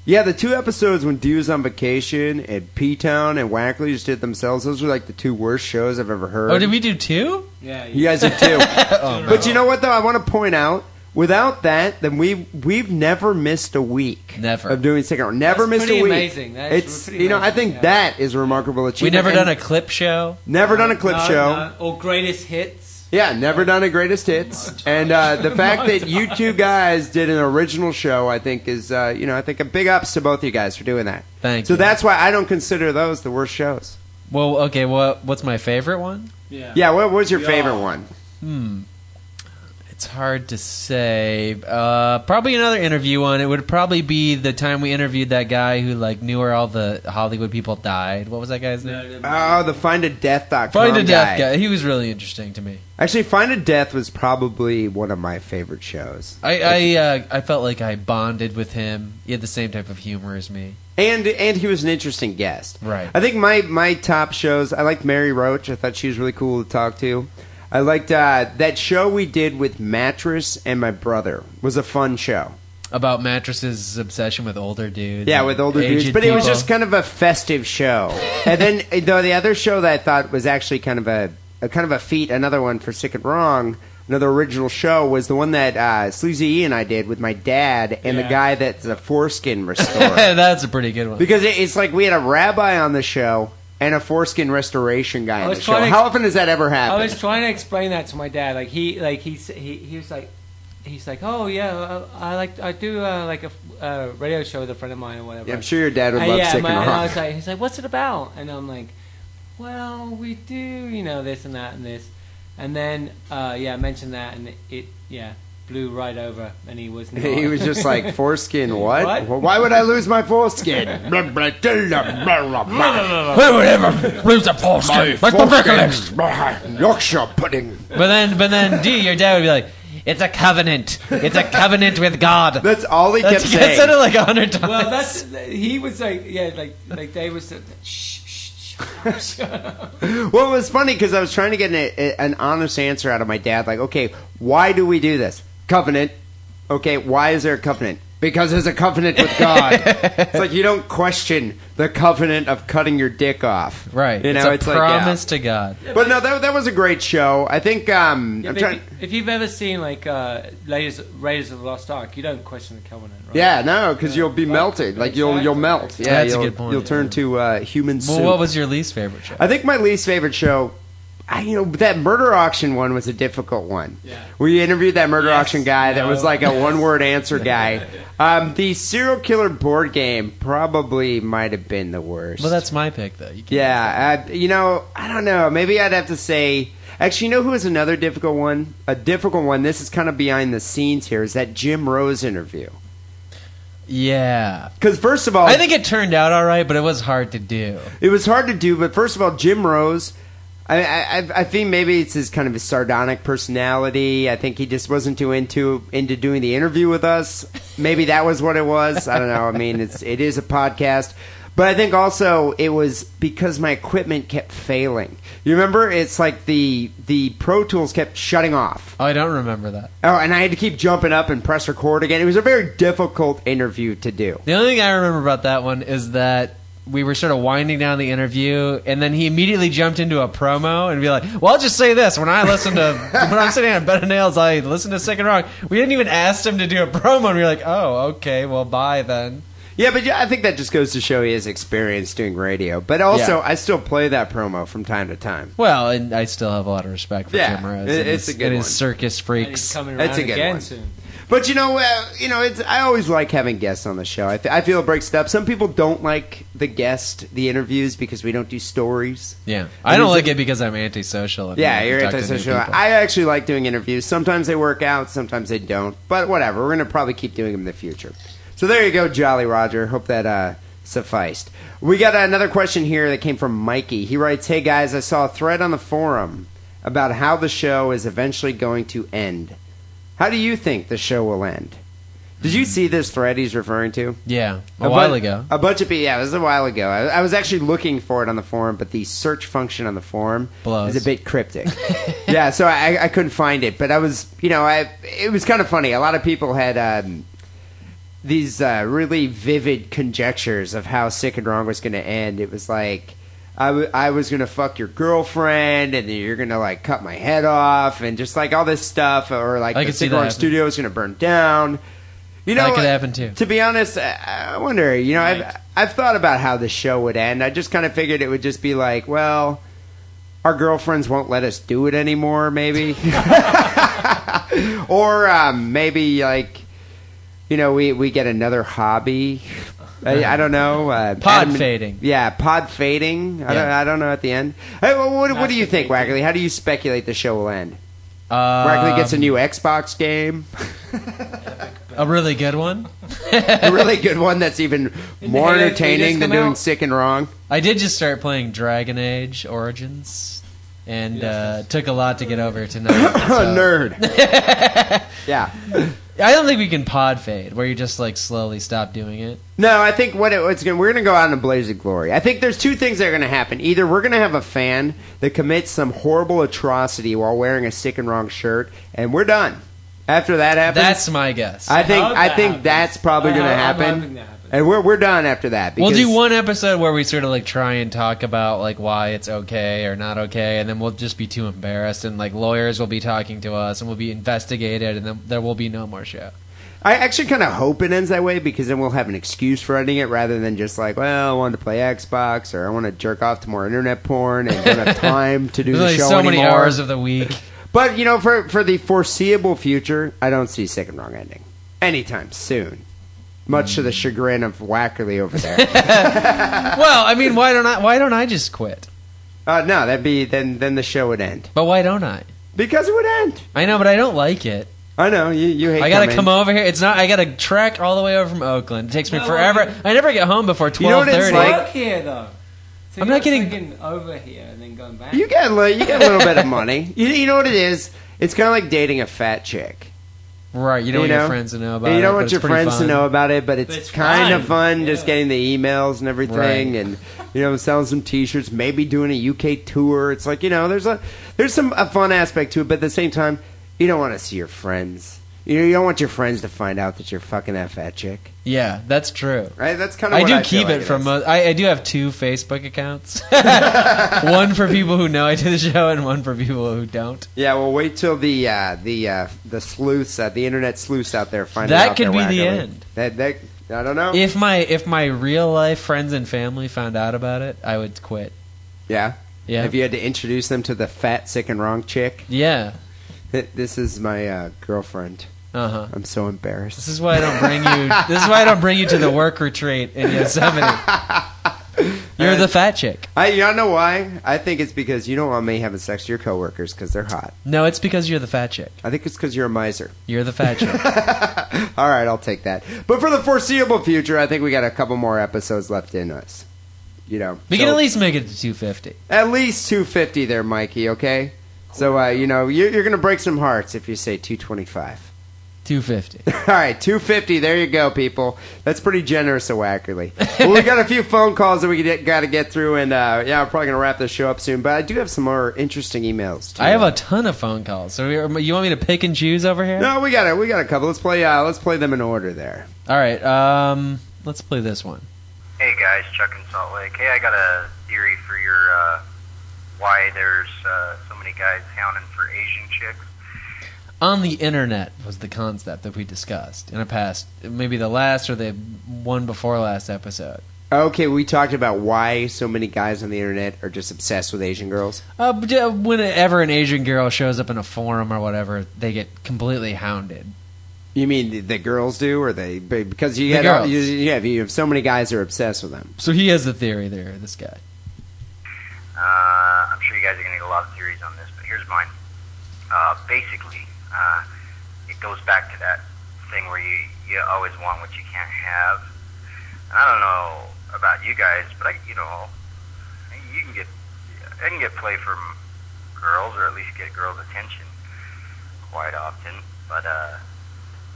Speaker 6: "Yeah, the two episodes when Dew's on vacation and P Town and Wackley just did themselves. Those were like the two worst shows I've ever heard."
Speaker 7: oh, did Oh, we do two?
Speaker 9: Yeah,
Speaker 6: You guys did too. but you know what though? I want to point out. Without that, then we we've never missed a week.
Speaker 7: Never.
Speaker 6: of doing second. round. Never
Speaker 9: That's
Speaker 6: missed
Speaker 9: pretty
Speaker 6: a week.
Speaker 9: amazing. That is
Speaker 6: it's
Speaker 9: pretty
Speaker 6: you know I
Speaker 9: amazing,
Speaker 6: think
Speaker 9: yeah.
Speaker 6: that is a remarkable
Speaker 7: we
Speaker 6: achievement.
Speaker 7: never done
Speaker 6: And-
Speaker 7: a clip show.
Speaker 6: Never done a clip
Speaker 9: No,
Speaker 6: show.
Speaker 9: no. Or greatest hits.
Speaker 6: Yeah, never done a greatest hits. And uh, the fact that you two guys did an original show, I think, is, uh, you know, I think a big ups to both of you guys for doing that.
Speaker 7: Thank
Speaker 6: so
Speaker 7: you.
Speaker 6: that's why I don't consider those the worst shows.
Speaker 7: Well, okay. What what's my favorite one?
Speaker 6: Yeah, what was your favorite one?
Speaker 7: Hmm. It's It's hard to say. Uh, probably another interview one. It would probably be the time we interviewed that guy who like knew where all the Hollywood people died. What was that guy's name?
Speaker 6: Oh, the find a death dot com
Speaker 7: Find a death
Speaker 6: guy.
Speaker 7: guy. He was really interesting to me.
Speaker 6: Actually, Find a Death was probably one of my favorite shows.
Speaker 7: I I, uh, I felt like I bonded with him. He had the same type of humor as me.
Speaker 6: And and he was an interesting guest.
Speaker 7: Right.
Speaker 6: I think my my top shows. I liked Mary Roach. I thought she was really cool to talk to. I liked uh, that show we did with Mattress and my brother was a fun show.
Speaker 7: About mattresses' obsession with older dudes.
Speaker 6: Yeah,
Speaker 7: and
Speaker 6: with older
Speaker 7: aged
Speaker 6: dudes, but it was
Speaker 7: people.
Speaker 6: just kind of a festive show. and then though the other show that I thought was actually kind of a, a kind of a feat, another one for Sick and Wrong, another original show was the one that uh, Sleazy E and I did with my dad and the
Speaker 7: Yeah.
Speaker 6: guy that's a foreskin restorer.
Speaker 7: That's a pretty good one.
Speaker 6: Because it, it's like we had a rabbi on the show and a foreskin restoration guy
Speaker 9: I
Speaker 6: on the
Speaker 9: was
Speaker 6: show.
Speaker 9: trying to-
Speaker 6: How often does that ever
Speaker 9: I
Speaker 6: happen?
Speaker 9: was trying to explain that to my dad. Like he, like he, s- he, he was like, he's like, oh yeah, I, I like, I do uh, like a f- uh, radio show with a friend of mine or whatever.
Speaker 6: Yeah, I'm sure your dad would
Speaker 9: Uh,
Speaker 6: love
Speaker 9: yeah,
Speaker 6: Sick
Speaker 9: my-
Speaker 6: and
Speaker 9: I
Speaker 6: Wrong.
Speaker 9: was like, he's like, what's it about? And I'm like, well, we do, you know, this and that and this, and then uh, yeah, I mentioned that and it, yeah, blew right over, and he was. Not.
Speaker 6: he was just like foreskin. What?
Speaker 9: What?
Speaker 6: Well, Why would I lose my foreskin? Blah, blah, blah, blah, blah.
Speaker 7: Who would ever lose a
Speaker 6: My
Speaker 7: foreskin?
Speaker 6: foreskin. Yorkshire pudding.
Speaker 7: But then, but then, D, your dad would be like, "It's a covenant. It's a covenant with God."
Speaker 6: That's all he
Speaker 7: That's,
Speaker 6: kept
Speaker 7: he
Speaker 6: saying.
Speaker 7: said it like a hundred times.
Speaker 9: Well, that's he was like, yeah, like like they was. Shh, shh, shh.
Speaker 6: Well, it was funny because I was trying to get an, a, an honest answer out of my dad. Like, okay, why do we do this? Covenant. Okay, why is there a covenant? Because there's a covenant with God. it's like you don't question the covenant of cutting your dick off.
Speaker 7: right.
Speaker 6: You
Speaker 7: it's
Speaker 6: know,
Speaker 7: a
Speaker 6: it's like, yeah.
Speaker 7: promise to God.
Speaker 6: But no, that, that was a great show. I think um,
Speaker 9: Yeah,
Speaker 6: I'm
Speaker 9: but
Speaker 6: trying.
Speaker 9: if, you, if you've ever seen like uh, Raiders, Raiders of the Lost Ark, you don't question the covenant, right?
Speaker 6: Yeah, no, because you'll be melted. Like you'll you'll melt. Yeah,
Speaker 7: That's a
Speaker 6: you'll,
Speaker 7: good point.
Speaker 6: You'll turn to uh, human
Speaker 7: Well,
Speaker 6: soup.
Speaker 7: what was your least favorite show?
Speaker 6: I think my least favorite show, I, you know, that murder auction one was a difficult one. Where you interviewed that murder auction guy that was like a one word answer guy. Um, the serial killer board game probably might have been the worst.
Speaker 7: Well, that's my pick though. You can't-
Speaker 6: yeah, I, you know, I don't know. Maybe I'd have to say. Actually, you know who is another difficult one? A difficult one. This is kind of behind the scenes here. Is that Jim Rose interview?
Speaker 7: Yeah.
Speaker 6: Because first of all,
Speaker 7: I think it turned out all right, but it was hard to do.
Speaker 6: It was hard to do, but first of all, Jim Rose. I, I I- I think maybe it's his kind of his sardonic personality. I think he just wasn't too into into doing the interview with us. Maybe that was what it was. I don't know. I mean, it's it is a podcast, but I think also it was because my equipment kept failing. You remember? It's like the the Pro Tools kept shutting off.
Speaker 7: Oh, I don't remember that.
Speaker 6: Oh, and I had to keep jumping up and press record again. It was a very difficult interview to do.
Speaker 7: The only thing I remember about that one is that we were sort of winding down the interview, and then he immediately jumped into a promo and be like, "Well, I'll just say this: when I listen to when I'm sitting on Bed of Nails, I listen to Sick and Wrong. We didn't even ask him to do a promo, and we were like, "Oh, okay, well, bye then."
Speaker 6: Yeah, but yeah, I think that just goes to show his experience doing radio. But also,
Speaker 7: Yeah.
Speaker 6: I still play that promo from time to time.
Speaker 7: Well, and I still have a lot of respect for
Speaker 6: Yeah,
Speaker 7: Jim Rose.
Speaker 6: it-
Speaker 7: and
Speaker 6: it's
Speaker 7: his-
Speaker 6: a good
Speaker 7: and his
Speaker 6: one.
Speaker 7: circus
Speaker 9: It's
Speaker 7: freaks.
Speaker 9: coming around
Speaker 6: That's a good
Speaker 9: again
Speaker 6: one.
Speaker 9: soon.
Speaker 6: But you know, uh, you know, it's I always like having guests on the show. I, fe- I feel it breaks it up. Some people don't like the guest, the interviews because we don't do stories.
Speaker 7: Yeah, I don't like it because I'm antisocial. and
Speaker 6: Yeah,
Speaker 7: I
Speaker 6: you're
Speaker 7: talk to new
Speaker 6: antisocial.
Speaker 7: people.
Speaker 6: I actually like doing interviews. Sometimes they work out, sometimes they don't. But whatever, we're gonna probably keep doing them in the future. So there you go, Jolly Roger. Hope that uh, sufficed. We got another question here that came from Mikey. He writes, "Hey guys, I saw a thread on the forum about how the show is eventually going to end. How do you think the show will end? Did you see this thread he's referring to?
Speaker 7: Yeah, a
Speaker 6: bu-
Speaker 7: while ago.
Speaker 6: A bunch of people. Yeah, it was a while ago. I, I was actually looking for it on the forum, but the search function on the forum
Speaker 7: Blows.
Speaker 6: is a bit cryptic. yeah, so I, I couldn't find it. But I was, you know, I it was kind of funny. A lot of people had um, these uh, really vivid conjectures of how sick and wrong was going to end. It was like. I, w- I was gonna fuck your girlfriend, and then you're gonna like cut my head off, and just like all this stuff, or like
Speaker 7: I
Speaker 6: the
Speaker 7: could see
Speaker 6: Sick and
Speaker 7: that
Speaker 6: Wrong
Speaker 7: happening.
Speaker 6: studio is gonna burn down. You know,
Speaker 7: that could
Speaker 6: uh,
Speaker 7: happen too.
Speaker 6: to be honest, I I wonder. You know, I've
Speaker 7: Right.
Speaker 6: I've thought about how the show would end. I just kind of figured it would just be like, well, our girlfriends won't let us do it anymore, maybe, or um, maybe like, you know, we we get another hobby. I, I don't know. Uh,
Speaker 7: Pod
Speaker 6: Adam-
Speaker 7: fading.
Speaker 6: Yeah, pod fading. I, don't,
Speaker 7: Yeah.
Speaker 6: I don't know at the end. Hey, well, what, what do you think, Wackerly? How do you speculate the show will end?
Speaker 7: Um,
Speaker 6: Rackley gets a new Xbox game.
Speaker 7: a really good one.
Speaker 6: a really good one that's even more
Speaker 7: Hey, they
Speaker 6: entertaining
Speaker 7: just
Speaker 6: than
Speaker 7: come
Speaker 6: doing
Speaker 7: out.
Speaker 6: sick and wrong.
Speaker 7: I did just start playing Dragon Age Origins, and uh, took a lot to get over tonight.
Speaker 6: Nerd. yeah.
Speaker 7: I don't think we can pod fade where you just like slowly stop doing it.
Speaker 6: No, I think what it, what's going we're going to go out in a blaze of glory. I think there's two things that are going to happen. Either we're going to have a fan that commits some horrible atrocity while wearing a sick and wrong shirt, and we're done. After that happens,
Speaker 7: That's my guess.
Speaker 6: I think
Speaker 7: I hope
Speaker 6: I
Speaker 7: that
Speaker 6: think
Speaker 7: happens.
Speaker 6: that's probably
Speaker 7: I
Speaker 6: going to
Speaker 7: hope- I'm
Speaker 6: happen,
Speaker 7: hoping that happens.
Speaker 6: and we're we're done after that. Because
Speaker 7: we'll do one episode where we sort of like try and talk about like why it's okay or not okay, and then we'll just be too embarrassed, and like lawyers will be talking to us, and we'll be investigated, and then there will be no more show.
Speaker 6: I actually kind of hope it ends that way because then we'll have an excuse for ending it rather than just like, well, I wanted to play Xbox or I want to jerk off to more internet porn and don't have time to do
Speaker 7: There's
Speaker 6: the
Speaker 7: only
Speaker 6: show
Speaker 7: so
Speaker 6: anymore.
Speaker 7: many hours of the week.
Speaker 6: But you know, for for the foreseeable future, I don't see sick and wrong ending anytime soon. Much to the chagrin of Wackerly over there.
Speaker 7: well, I mean, why don't I? Why don't I just quit?
Speaker 6: uh, no, that'd be then. Then the show would end
Speaker 7: But why don't I?
Speaker 6: because it would end.
Speaker 7: I know, but I don't like it.
Speaker 6: I know you. You hate.
Speaker 7: I gotta
Speaker 6: coming.
Speaker 7: come over here. It's not. I gotta trek all the way over from Oakland. It takes me
Speaker 9: No,
Speaker 7: forever. I never get home before
Speaker 6: You know
Speaker 7: twelve
Speaker 6: what it's
Speaker 7: thirty.
Speaker 9: Work here though. So
Speaker 7: I'm
Speaker 9: you're
Speaker 7: not getting-
Speaker 9: thinking over here and then going back.
Speaker 6: You get a li- you get a little bit of money. You, you know what it is? It's kind of like dating a fat chick.
Speaker 7: Right. You don't
Speaker 6: You
Speaker 7: want
Speaker 6: know?
Speaker 7: your friends to know about.
Speaker 6: And you
Speaker 7: it,
Speaker 6: don't
Speaker 7: but
Speaker 6: want
Speaker 7: it's
Speaker 6: your
Speaker 7: pretty
Speaker 6: friends to
Speaker 7: fun.
Speaker 6: know about it, but it's,
Speaker 9: But it's
Speaker 6: kind of
Speaker 9: fun.
Speaker 6: fun just getting the emails and everything,
Speaker 7: Right.
Speaker 6: and you know selling some T-shirts, maybe doing a UK tour. It's like you know, there's a there's some a fun aspect to it, but at the same time, you don't want to see your friends. You know, you don't want your friends to find out that you're fucking that fat chick,
Speaker 7: Yeah, that's true.
Speaker 6: right? That's kind of
Speaker 7: I
Speaker 6: what
Speaker 7: do
Speaker 6: I feel
Speaker 7: keep
Speaker 6: like
Speaker 7: it from.
Speaker 6: is.
Speaker 7: mo- I, I do have two Facebook accounts. one for people who know I do the show, and one for people who don't.
Speaker 6: Yeah, well, wait till the uh, the uh, the sleuths, uh, the internet sleuths out there find
Speaker 7: That
Speaker 6: out.
Speaker 7: could
Speaker 6: they're
Speaker 7: be the
Speaker 6: waggling.
Speaker 7: end.
Speaker 6: That, that I don't know.
Speaker 7: If my if my real life friends and family found out about it, I would quit.
Speaker 6: yeah,
Speaker 7: Yeah.
Speaker 6: If you had to introduce them to the fat, sick, and wrong chick,
Speaker 7: Yeah.
Speaker 6: th- this is my uh, girlfriend.
Speaker 7: Uh huh.
Speaker 6: I'm so embarrassed.
Speaker 7: This is why I don't bring you. This is why I don't bring you to the work retreat in Yosemite. You're the fat chick.
Speaker 6: Uh, I y'all know why? I think it's because you don't want me having sex with your coworkers because they're hot.
Speaker 7: No, it's because you're the fat chick.
Speaker 6: I think it's because you're a miser.
Speaker 7: You're the fat chick.
Speaker 6: All right, I'll take that. But for the foreseeable future, I think we got a couple more episodes left in us. You know,
Speaker 7: We can
Speaker 6: so-
Speaker 7: at least make it to 250.
Speaker 6: At least 250 there, Mikey, okay? So, uh, you know, you're, you're going to break some hearts if you say 225.
Speaker 7: 250.
Speaker 6: All right, 250. There you go, people. That's pretty generous of Wackerly. well, we got a few phone calls that we got to get through, and uh, yeah, we're probably going to wrap this show up soon. But I do have some more interesting emails. Too.
Speaker 7: I have a ton of phone calls. So we- you want me to pick and choose over here?
Speaker 6: no. We got it. We got a couple. Let's play. Uh, let's play them in order. There.
Speaker 7: All right. Um, let's play this one.
Speaker 14: Hey guys, Chuck in Salt Lake. Hey, I got a theory for your uh, why there's uh, so many guys hounding for Asian chicks.
Speaker 7: On the internet was the concept that we discussed in a past, maybe the last or the one before last episode.
Speaker 6: Okay, we talked about why so many guys on the internet are just obsessed with Asian girls.
Speaker 7: Uh, but, uh, whenever an Asian girl shows up in a forum or whatever, they get completely hounded.
Speaker 6: You mean the, the girls do, or they because you
Speaker 7: The
Speaker 6: got all-
Speaker 7: girls.
Speaker 6: you, you have you have so many guys that are obsessed with them.
Speaker 7: So he has a theory there, this guy.
Speaker 14: Uh, I'm sure you guys are going to get a lot of theories on this, but here's mine. Uh, basically, uh, it goes back to that thing where you, you always want what you can't have. And I don't know about you guys, but I, you know, you can get I can get play from girls, or at least get girls' attention quite often. But uh,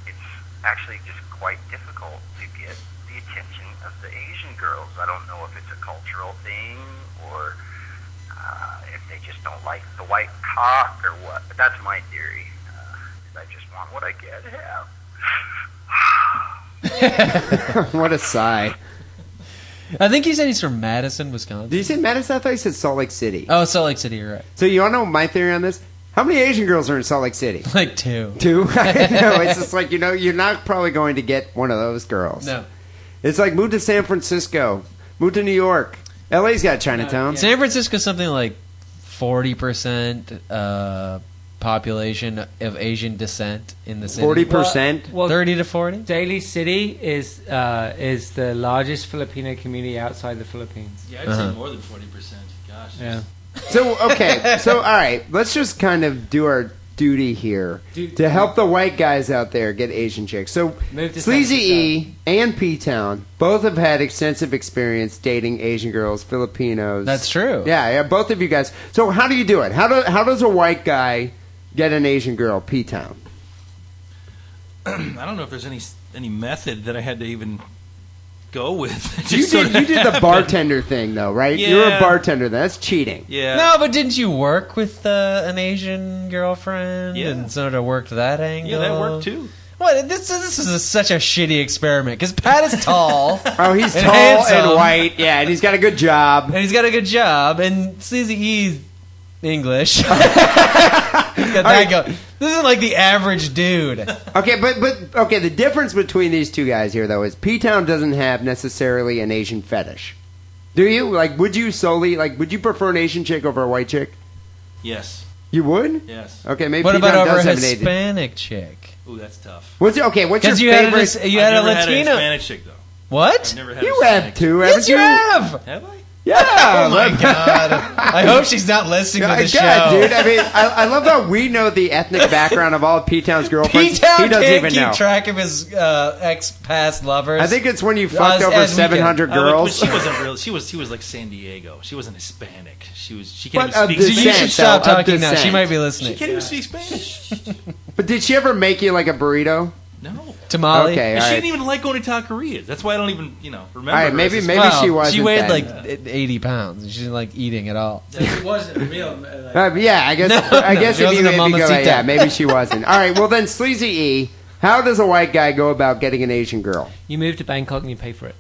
Speaker 14: it's actually just quite difficult to get the attention of the Asian girls. I don't know if it's a cultural thing or uh, if they just don't like the white cock or what. But that's my theory. Uh, is I just want what I can't have.
Speaker 6: what a sigh.
Speaker 7: I think he said he's from Madison, Wisconsin.
Speaker 6: Did you say Madison? I thought you said Salt Lake City.
Speaker 7: Oh, Salt Lake City, you're right.
Speaker 6: So you want to know my theory on this? How many Asian girls are in Salt Lake City?
Speaker 7: Like two.
Speaker 6: Two. I know. It's just like you know, you're not probably going to get one of those girls.
Speaker 7: No.
Speaker 6: It's like move to San Francisco, move to New York. LA's got Chinatown.
Speaker 7: San Francisco's something like 40% uh, population of Asian descent in the city.
Speaker 6: Forty percent.
Speaker 9: Well,
Speaker 7: 30 to 40?
Speaker 9: Daly City is uh, is the largest Filipino community outside the Philippines.
Speaker 8: Yeah, I'd
Speaker 7: Uh-huh.
Speaker 8: say more than forty percent. Gosh.
Speaker 9: Yeah.
Speaker 6: So okay. So all right. Let's just kind of do our duty here
Speaker 9: Dude.
Speaker 6: to help the white guys out there get Asian chicks. So
Speaker 9: Move to
Speaker 6: Sleazy
Speaker 9: Texas,
Speaker 6: E and P Town both have had extensive experience dating Asian girls, Filipinos.
Speaker 7: That's true.
Speaker 6: Yeah, yeah, both of you guys. So how do you do it? How do how does a white guy get an Asian girl, P Town?
Speaker 8: I don't know if there's any any method that I had to even go with. It
Speaker 6: You
Speaker 8: just sorta
Speaker 6: did you did the
Speaker 8: happened.
Speaker 6: bartender thing though, right? You were a
Speaker 8: Yeah.
Speaker 6: bartender. That's cheating.
Speaker 8: Yeah.
Speaker 7: No, but didn't you work with uh, an Asian girlfriend
Speaker 8: Yeah.
Speaker 7: and sort of worked that angle?
Speaker 8: Yeah, that worked too.
Speaker 7: What? This is, this is a, such a shitty experiment because Pat is tall.
Speaker 6: Oh, he's
Speaker 7: and
Speaker 6: tall
Speaker 7: handsome,
Speaker 6: and white. Yeah, and he's got a good job.
Speaker 7: and he's got a good job. And Sleazy E's English. He's got that go. This is like the average dude.
Speaker 6: Okay, but but okay, the difference between these two guys here though is P Town doesn't have necessarily an Asian fetish. Do you? Like would you solely like would you prefer an Asian chick over a white chick?
Speaker 8: Yes.
Speaker 6: You would?
Speaker 8: Yes.
Speaker 6: Okay, maybe
Speaker 7: what
Speaker 6: P
Speaker 7: about
Speaker 6: Town
Speaker 7: over a
Speaker 6: does have an Asian.
Speaker 7: Hispanic chick?
Speaker 8: Ooh, that's tough.
Speaker 6: What's your, okay, what's your
Speaker 7: you had a,
Speaker 6: favorite
Speaker 7: dis- you had
Speaker 8: I've
Speaker 7: a
Speaker 8: never had
Speaker 7: Latino.
Speaker 8: Hispanic chick though.
Speaker 7: what?
Speaker 8: I've never had. a
Speaker 6: You
Speaker 8: Hispanic
Speaker 6: have two, haven't
Speaker 7: Yes, you have.
Speaker 8: Have I?
Speaker 6: Yeah.
Speaker 7: Oh my
Speaker 6: look-
Speaker 7: god! I hope she's not listening to
Speaker 6: God,
Speaker 7: the show.
Speaker 6: dude. I mean, I, I love how we know the ethnic background of all P Town's girlfriends.
Speaker 7: P Town
Speaker 6: he doesn't
Speaker 7: can't
Speaker 6: even
Speaker 7: keep
Speaker 6: know.
Speaker 7: track of his uh, ex past lovers.
Speaker 6: I think it's when you fucked
Speaker 7: Us
Speaker 6: over
Speaker 7: as we can.
Speaker 6: 700
Speaker 8: Oh, but-
Speaker 6: girls.
Speaker 8: but she wasn't real. She was. She was like San Diego. She wasn't Hispanic. She was. She
Speaker 6: But
Speaker 8: can't
Speaker 6: of
Speaker 8: even speak.
Speaker 6: the
Speaker 7: so you
Speaker 6: Descent,
Speaker 7: should stop
Speaker 6: though, of
Speaker 7: talking now. She
Speaker 6: descent.
Speaker 7: might be
Speaker 8: She
Speaker 7: listening.
Speaker 8: can't even speak Spanish.
Speaker 6: But did she ever make you like a burrito?
Speaker 8: No.
Speaker 7: Tamale.
Speaker 6: Okay,
Speaker 8: And
Speaker 6: all
Speaker 8: she
Speaker 6: right.
Speaker 8: didn't even like going to taquerias. That's why I don't even, you know, remember.
Speaker 6: All right,
Speaker 8: her
Speaker 6: maybe-
Speaker 8: as a-
Speaker 6: maybe-
Speaker 7: Well,
Speaker 6: she wasn't
Speaker 7: She weighed
Speaker 6: then.
Speaker 7: like e- 80 pounds. and She didn't like eating at all.
Speaker 9: It wasn't real.
Speaker 6: Uh,
Speaker 9: Like,
Speaker 6: yeah, I guess.
Speaker 7: No,
Speaker 6: I
Speaker 7: no,
Speaker 6: guess
Speaker 7: she
Speaker 6: if you
Speaker 7: wasn't a
Speaker 6: made me go,
Speaker 7: mamacita.
Speaker 6: yeah, maybe she wasn't. All right. Well, then, sleazy E. How does a white guy go about getting an Asian girl?
Speaker 9: you move to Bangkok and you pay for it.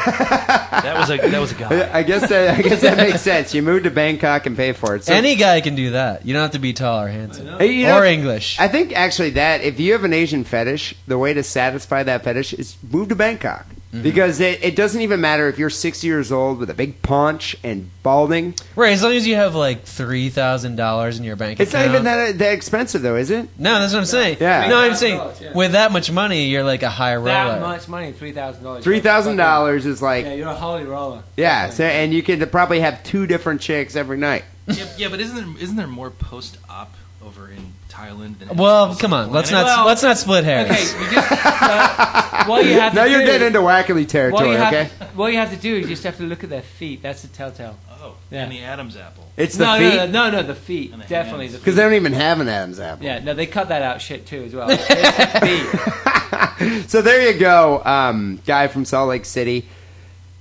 Speaker 8: That was a that was a guy.
Speaker 6: I I guess that I guess that makes sense. You move to Bangkok and pay for it. So,
Speaker 7: Any guy can do that. You don't have to be tall or handsome
Speaker 6: Hey, you know,
Speaker 7: or English.
Speaker 6: I think actually that if you have an Asian fetish, the way to satisfy that fetish is move to Bangkok
Speaker 7: Mm-hmm.
Speaker 6: because it, it doesn't even matter if you're 60 years old with a big paunch and balding.
Speaker 7: right, as long as you have like three thousand dollars in your bank
Speaker 6: It's not
Speaker 7: account.
Speaker 6: even that that expensive though, is it?
Speaker 7: No, that's what I'm saying.
Speaker 6: Yeah.
Speaker 7: No, I'm saying
Speaker 9: $3,000, yeah.
Speaker 7: with that much money, you're like a high roller.
Speaker 9: That much money, three thousand dollars.
Speaker 6: Three thousand dollars is like
Speaker 9: Yeah, you're a holy roller.
Speaker 6: Yeah, so, and you can probably have two different chicks every night.
Speaker 8: yeah, yeah, but isn't there isn't there more post op over in Thailand than
Speaker 7: Well, come on. Let's not
Speaker 9: Well,
Speaker 7: let's not split hairs.
Speaker 9: Okay, you just uh, what you have to
Speaker 6: Now
Speaker 9: do.
Speaker 6: you're getting into wackily
Speaker 9: what
Speaker 6: territory,
Speaker 9: you have,
Speaker 6: okay?
Speaker 9: What you have to do is you just have to look at their feet. That's the telltale.
Speaker 8: Oh,
Speaker 9: Yeah.
Speaker 8: and the Adam's apple.
Speaker 6: It's the
Speaker 9: no,
Speaker 6: feet.
Speaker 9: no, no, no, no, the feet.
Speaker 8: And the
Speaker 9: Definitely
Speaker 8: hands.
Speaker 9: the
Speaker 6: Because
Speaker 9: feet.
Speaker 6: they don't even have an Adam's apple.
Speaker 9: Yeah, no, they cut that out shit too as well. It's the feet.
Speaker 6: So there you go, um, guy from Salt Lake City.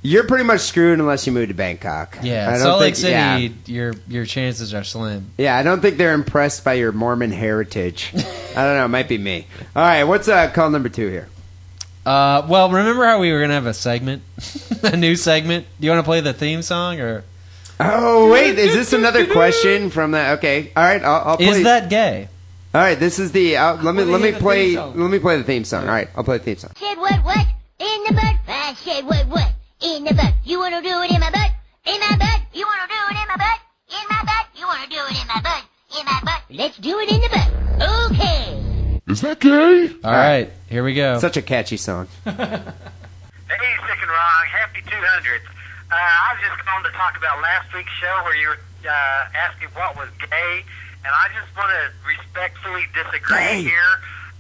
Speaker 6: You're pretty much screwed unless you move to Bangkok. I
Speaker 7: Yeah,
Speaker 6: don't
Speaker 7: Salt Lake
Speaker 6: think-
Speaker 7: City,
Speaker 6: Yeah,
Speaker 7: your your chances are slim.
Speaker 6: Yeah, I don't think they're impressed by your Mormon heritage. I don't know. It might be me. All right, what's uh, call number two here?
Speaker 7: Uh, well, remember how we were gonna have a segment, a new segment? Do you want to play the theme song, or
Speaker 6: Oh wait, is this another question from the? Okay, all right, I'll, I'll play.
Speaker 7: is that gay?
Speaker 6: All right, this is the. Uh, let me
Speaker 9: wanna
Speaker 6: let
Speaker 9: hear
Speaker 6: me
Speaker 9: the
Speaker 6: play.
Speaker 9: theme
Speaker 6: Let
Speaker 9: song.
Speaker 6: me play the theme song. All right, I'll play the theme song.
Speaker 15: Shit, what, what? In the butt? Ah, shit, what, what? In the butt. You wanna do it in my butt? In my butt. You wanna do it in my butt? In my butt. You wanna do it in my butt? In my butt. Let's do it in the butt. Okay.
Speaker 5: Is that gay?
Speaker 7: All right, here we go.
Speaker 6: Such a catchy song.
Speaker 13: Hey, Sick and Wrong, happy 200th. Uh, I was just going to talk about last week's show where you were uh, asking what was gay, and I just want to respectfully disagree here.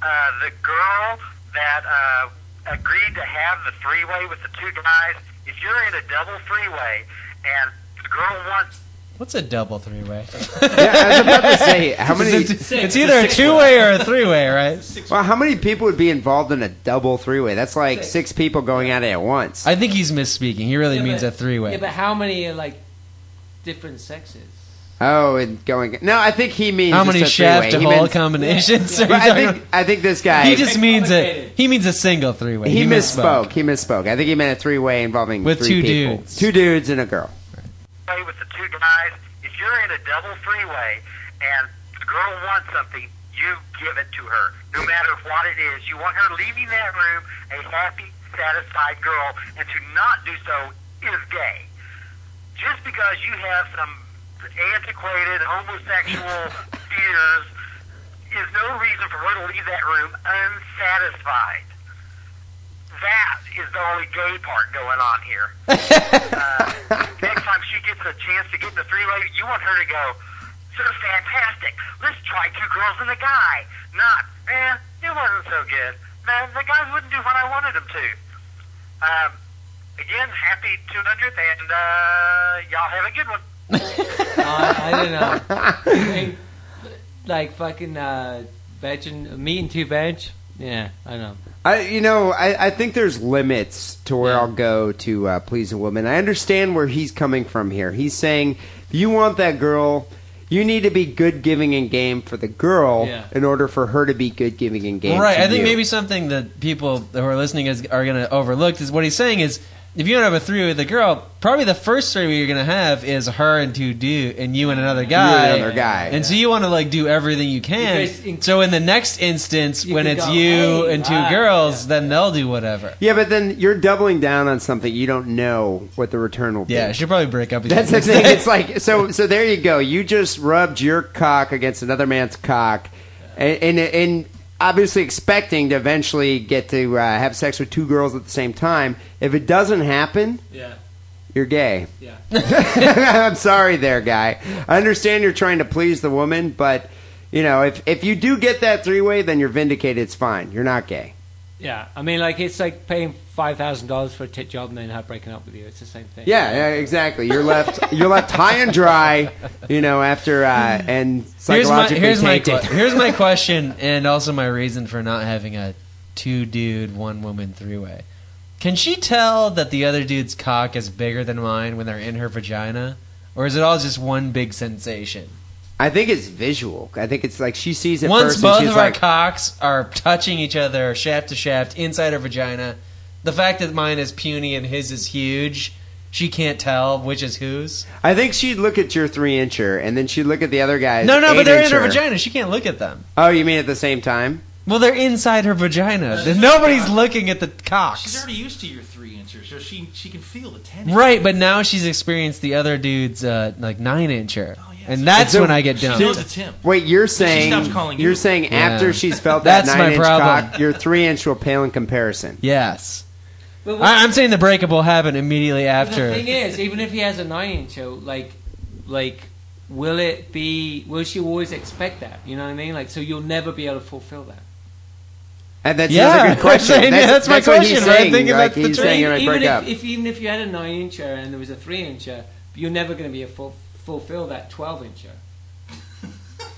Speaker 13: Uh, the girl that uh, agreed to have the three-way with the two guys, if you're in a double three-way and the girl wants
Speaker 7: What's a double three way?
Speaker 6: Yeah, I was about to say how many.
Speaker 7: It's either a two way or a three way, right?
Speaker 6: Well, how many people would be involved in a double three-way? That's like six, people going at it at once.
Speaker 7: I think he's misspeaking. He really
Speaker 9: Yeah,
Speaker 7: means
Speaker 9: but-
Speaker 7: a three
Speaker 9: Yeah,
Speaker 7: way.
Speaker 9: but how many are like different sexes?
Speaker 6: oh, and going. No, I think he means
Speaker 7: how
Speaker 6: just
Speaker 7: many
Speaker 6: a
Speaker 7: shaft to
Speaker 6: three-way. He
Speaker 7: hole
Speaker 6: meant-
Speaker 7: combinations? are
Speaker 6: But
Speaker 7: you
Speaker 6: I
Speaker 7: talking
Speaker 6: think I think this
Speaker 7: about?
Speaker 6: guy
Speaker 7: He just means a
Speaker 9: complicated.
Speaker 7: he means a single three way.
Speaker 6: he misspoke. He misspoke. I think he meant a three-way involving
Speaker 7: With
Speaker 6: three
Speaker 7: two
Speaker 6: people.
Speaker 7: dudes.
Speaker 6: two dudes and a girl.
Speaker 13: play with the two guys. If you're in a double freeway and the girl wants something, you give it to her, no matter what it is. You want her leaving that room a happy, satisfied girl, and to not do so is gay. Just because you have some antiquated homosexual fears is no reason for her to leave that room unsatisfied. That is the only gay part going on here next time she gets a chance to get in the three way, you want her to go, This is fantastic. Let's try two girls and a guy. Not, man, it wasn't so good. Man, the guys wouldn't do what I wanted them to. Um, again, happy 200th, and uh, y'all have a good one.
Speaker 9: I, I don't know. Hey, like fucking uh, veg and meat and two veg. Yeah, I know.
Speaker 6: I, you know, I, I think there's limits to where I'll go to uh, please a woman. I understand where he's coming from here. He's saying if you want that girl, you need to be good giving and game for the girl
Speaker 7: Yeah.
Speaker 6: in order for her to be good giving and game.
Speaker 7: right.
Speaker 6: to
Speaker 7: I think
Speaker 6: you.
Speaker 7: maybe something that people who are listening is, are going to overlook is what he's saying is if you don't have a three with a girl, probably the first three you're going to have is her and two dude and you and another guy.
Speaker 6: and another guy.
Speaker 7: And so you want to like do everything you can.
Speaker 6: Because
Speaker 7: so in the next instance, when
Speaker 6: can
Speaker 7: it's
Speaker 6: go,
Speaker 7: you
Speaker 6: "Hey,
Speaker 7: and two
Speaker 6: ah,
Speaker 7: girls, then they'll do whatever.
Speaker 6: Yeah, but then you're doubling down on something you don't know what the return will be.
Speaker 7: Yeah, she'll probably break up. with you
Speaker 6: That's the
Speaker 7: next
Speaker 6: thing.
Speaker 7: day.
Speaker 6: It's like so. So there you go. You just rubbed your cock against another man's cock, and and, and obviously expecting to eventually get to uh, have sex with two girls at the same time. If it doesn't happen,
Speaker 9: Yeah.
Speaker 6: you're gay. Yeah. I'm sorry, there, guy. I understand you're trying to please the woman, but you know if if you do get that three way, then you're vindicated. It's fine. You're not gay.
Speaker 9: Yeah, I mean, like it's like paying five thousand dollars for a tit job and then her breaking up with you. It's the same thing.
Speaker 6: Yeah, yeah, exactly. You're left you're left high and dry, you know, after uh, and
Speaker 7: here's my
Speaker 6: psychologically
Speaker 7: here's my,
Speaker 6: tainted.
Speaker 7: que- here's my question and also my reason for not having a two dude one woman three way. Can she tell that the other dude's cock is bigger than mine when they're in her vagina, or is it all just one big sensation?
Speaker 6: I think it's visual. I think it's like she sees it
Speaker 7: Once
Speaker 6: first
Speaker 7: both
Speaker 6: and she's
Speaker 7: of
Speaker 6: like,
Speaker 7: our cocks are touching each other shaft to shaft inside her vagina, the fact that mine is puny and his is huge, she can't tell which is whose.
Speaker 6: I think she'd look at your three incher and then she'd look at the other guy's.
Speaker 7: No, no, but they're in her
Speaker 6: eight-incher.
Speaker 7: vagina. She can't look at them.
Speaker 6: Oh, you mean at the same time?
Speaker 7: Well, they're inside her vagina. Nobody's looking at the cocks.
Speaker 8: She's already used to your three inches, so she she can feel the tension.
Speaker 7: Right, but now she's experienced the other dude's uh, like nine incher, and that's
Speaker 6: So-
Speaker 7: when I get dumb.
Speaker 6: Wait, you're saying
Speaker 7: stops calling
Speaker 6: you're
Speaker 7: you.
Speaker 6: saying
Speaker 7: Yeah.
Speaker 6: after she's felt that
Speaker 7: That's my
Speaker 6: nine inch
Speaker 7: problem.
Speaker 6: cock, your three inch will pale in comparison.
Speaker 7: Yes,
Speaker 9: But what-
Speaker 7: I, I'm saying the breakup will happen immediately
Speaker 9: The
Speaker 7: after.
Speaker 9: thing is, even if he has a nine inch, oh, like, like, will it be? Will she always expect that? You know what I mean? Like, so you'll never be able to fulfill that.
Speaker 6: And that's
Speaker 7: Yeah,
Speaker 6: another
Speaker 7: I'm
Speaker 6: good question.
Speaker 7: saying, yeah, that's my
Speaker 6: what he's
Speaker 7: question, right? I
Speaker 6: saying,
Speaker 7: think
Speaker 6: like,
Speaker 7: that's the
Speaker 6: he's saying you're
Speaker 9: even,
Speaker 6: gonna break
Speaker 9: if,
Speaker 6: up.
Speaker 9: if- even if you had a nine incher and there was a three incher, you're never going to be able to ful- fulfill that twelve incher.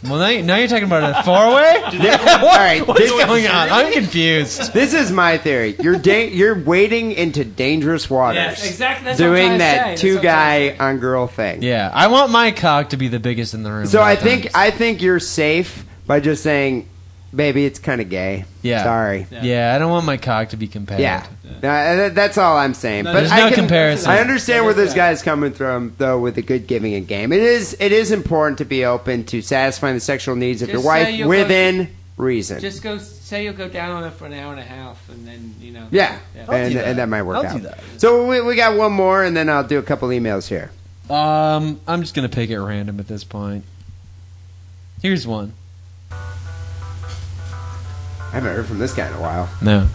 Speaker 7: well, now, you, now you're talking about a four way.
Speaker 6: Yeah, all right,
Speaker 7: what's
Speaker 6: this-
Speaker 7: going on? I'm confused.
Speaker 6: This is my theory. You're da- you're wading into dangerous waters.
Speaker 7: Yes, exactly.
Speaker 9: That's what I'm
Speaker 6: doing
Speaker 9: trying to say.
Speaker 6: that
Speaker 9: That's
Speaker 6: two
Speaker 9: what I'm trying
Speaker 6: guy on girl thing.
Speaker 7: Yeah, I want my cock to be the biggest in the room.
Speaker 6: So
Speaker 7: at all
Speaker 6: I think
Speaker 7: times.
Speaker 6: I think you're safe by just saying, "Baby, it's kind of gay."
Speaker 7: Yeah.
Speaker 6: Sorry.
Speaker 7: Yeah. I don't want my cock to be compared.
Speaker 6: Yeah, Uh, that- that's all I'm saying.
Speaker 7: No,
Speaker 6: but
Speaker 7: there's
Speaker 6: I
Speaker 7: no
Speaker 6: can-
Speaker 7: comparison.
Speaker 6: I understand where this guy's coming from, though, with the good giving and game. It is it is important to be open to satisfying the sexual needs of
Speaker 9: Just
Speaker 6: your
Speaker 9: say
Speaker 6: wife
Speaker 9: you're
Speaker 6: within reason.
Speaker 9: Just go say you'll go down on her for an hour and a half, and then you know.
Speaker 6: yeah,
Speaker 9: I'll
Speaker 6: and,
Speaker 9: do
Speaker 6: and that might work
Speaker 9: I'll
Speaker 6: out.
Speaker 9: do
Speaker 6: So we, we got one more, and then I'll do a couple emails here.
Speaker 7: Um, I'm just gonna pick at random at this point. Here's one.
Speaker 6: I haven't heard from this guy in a while.
Speaker 7: No.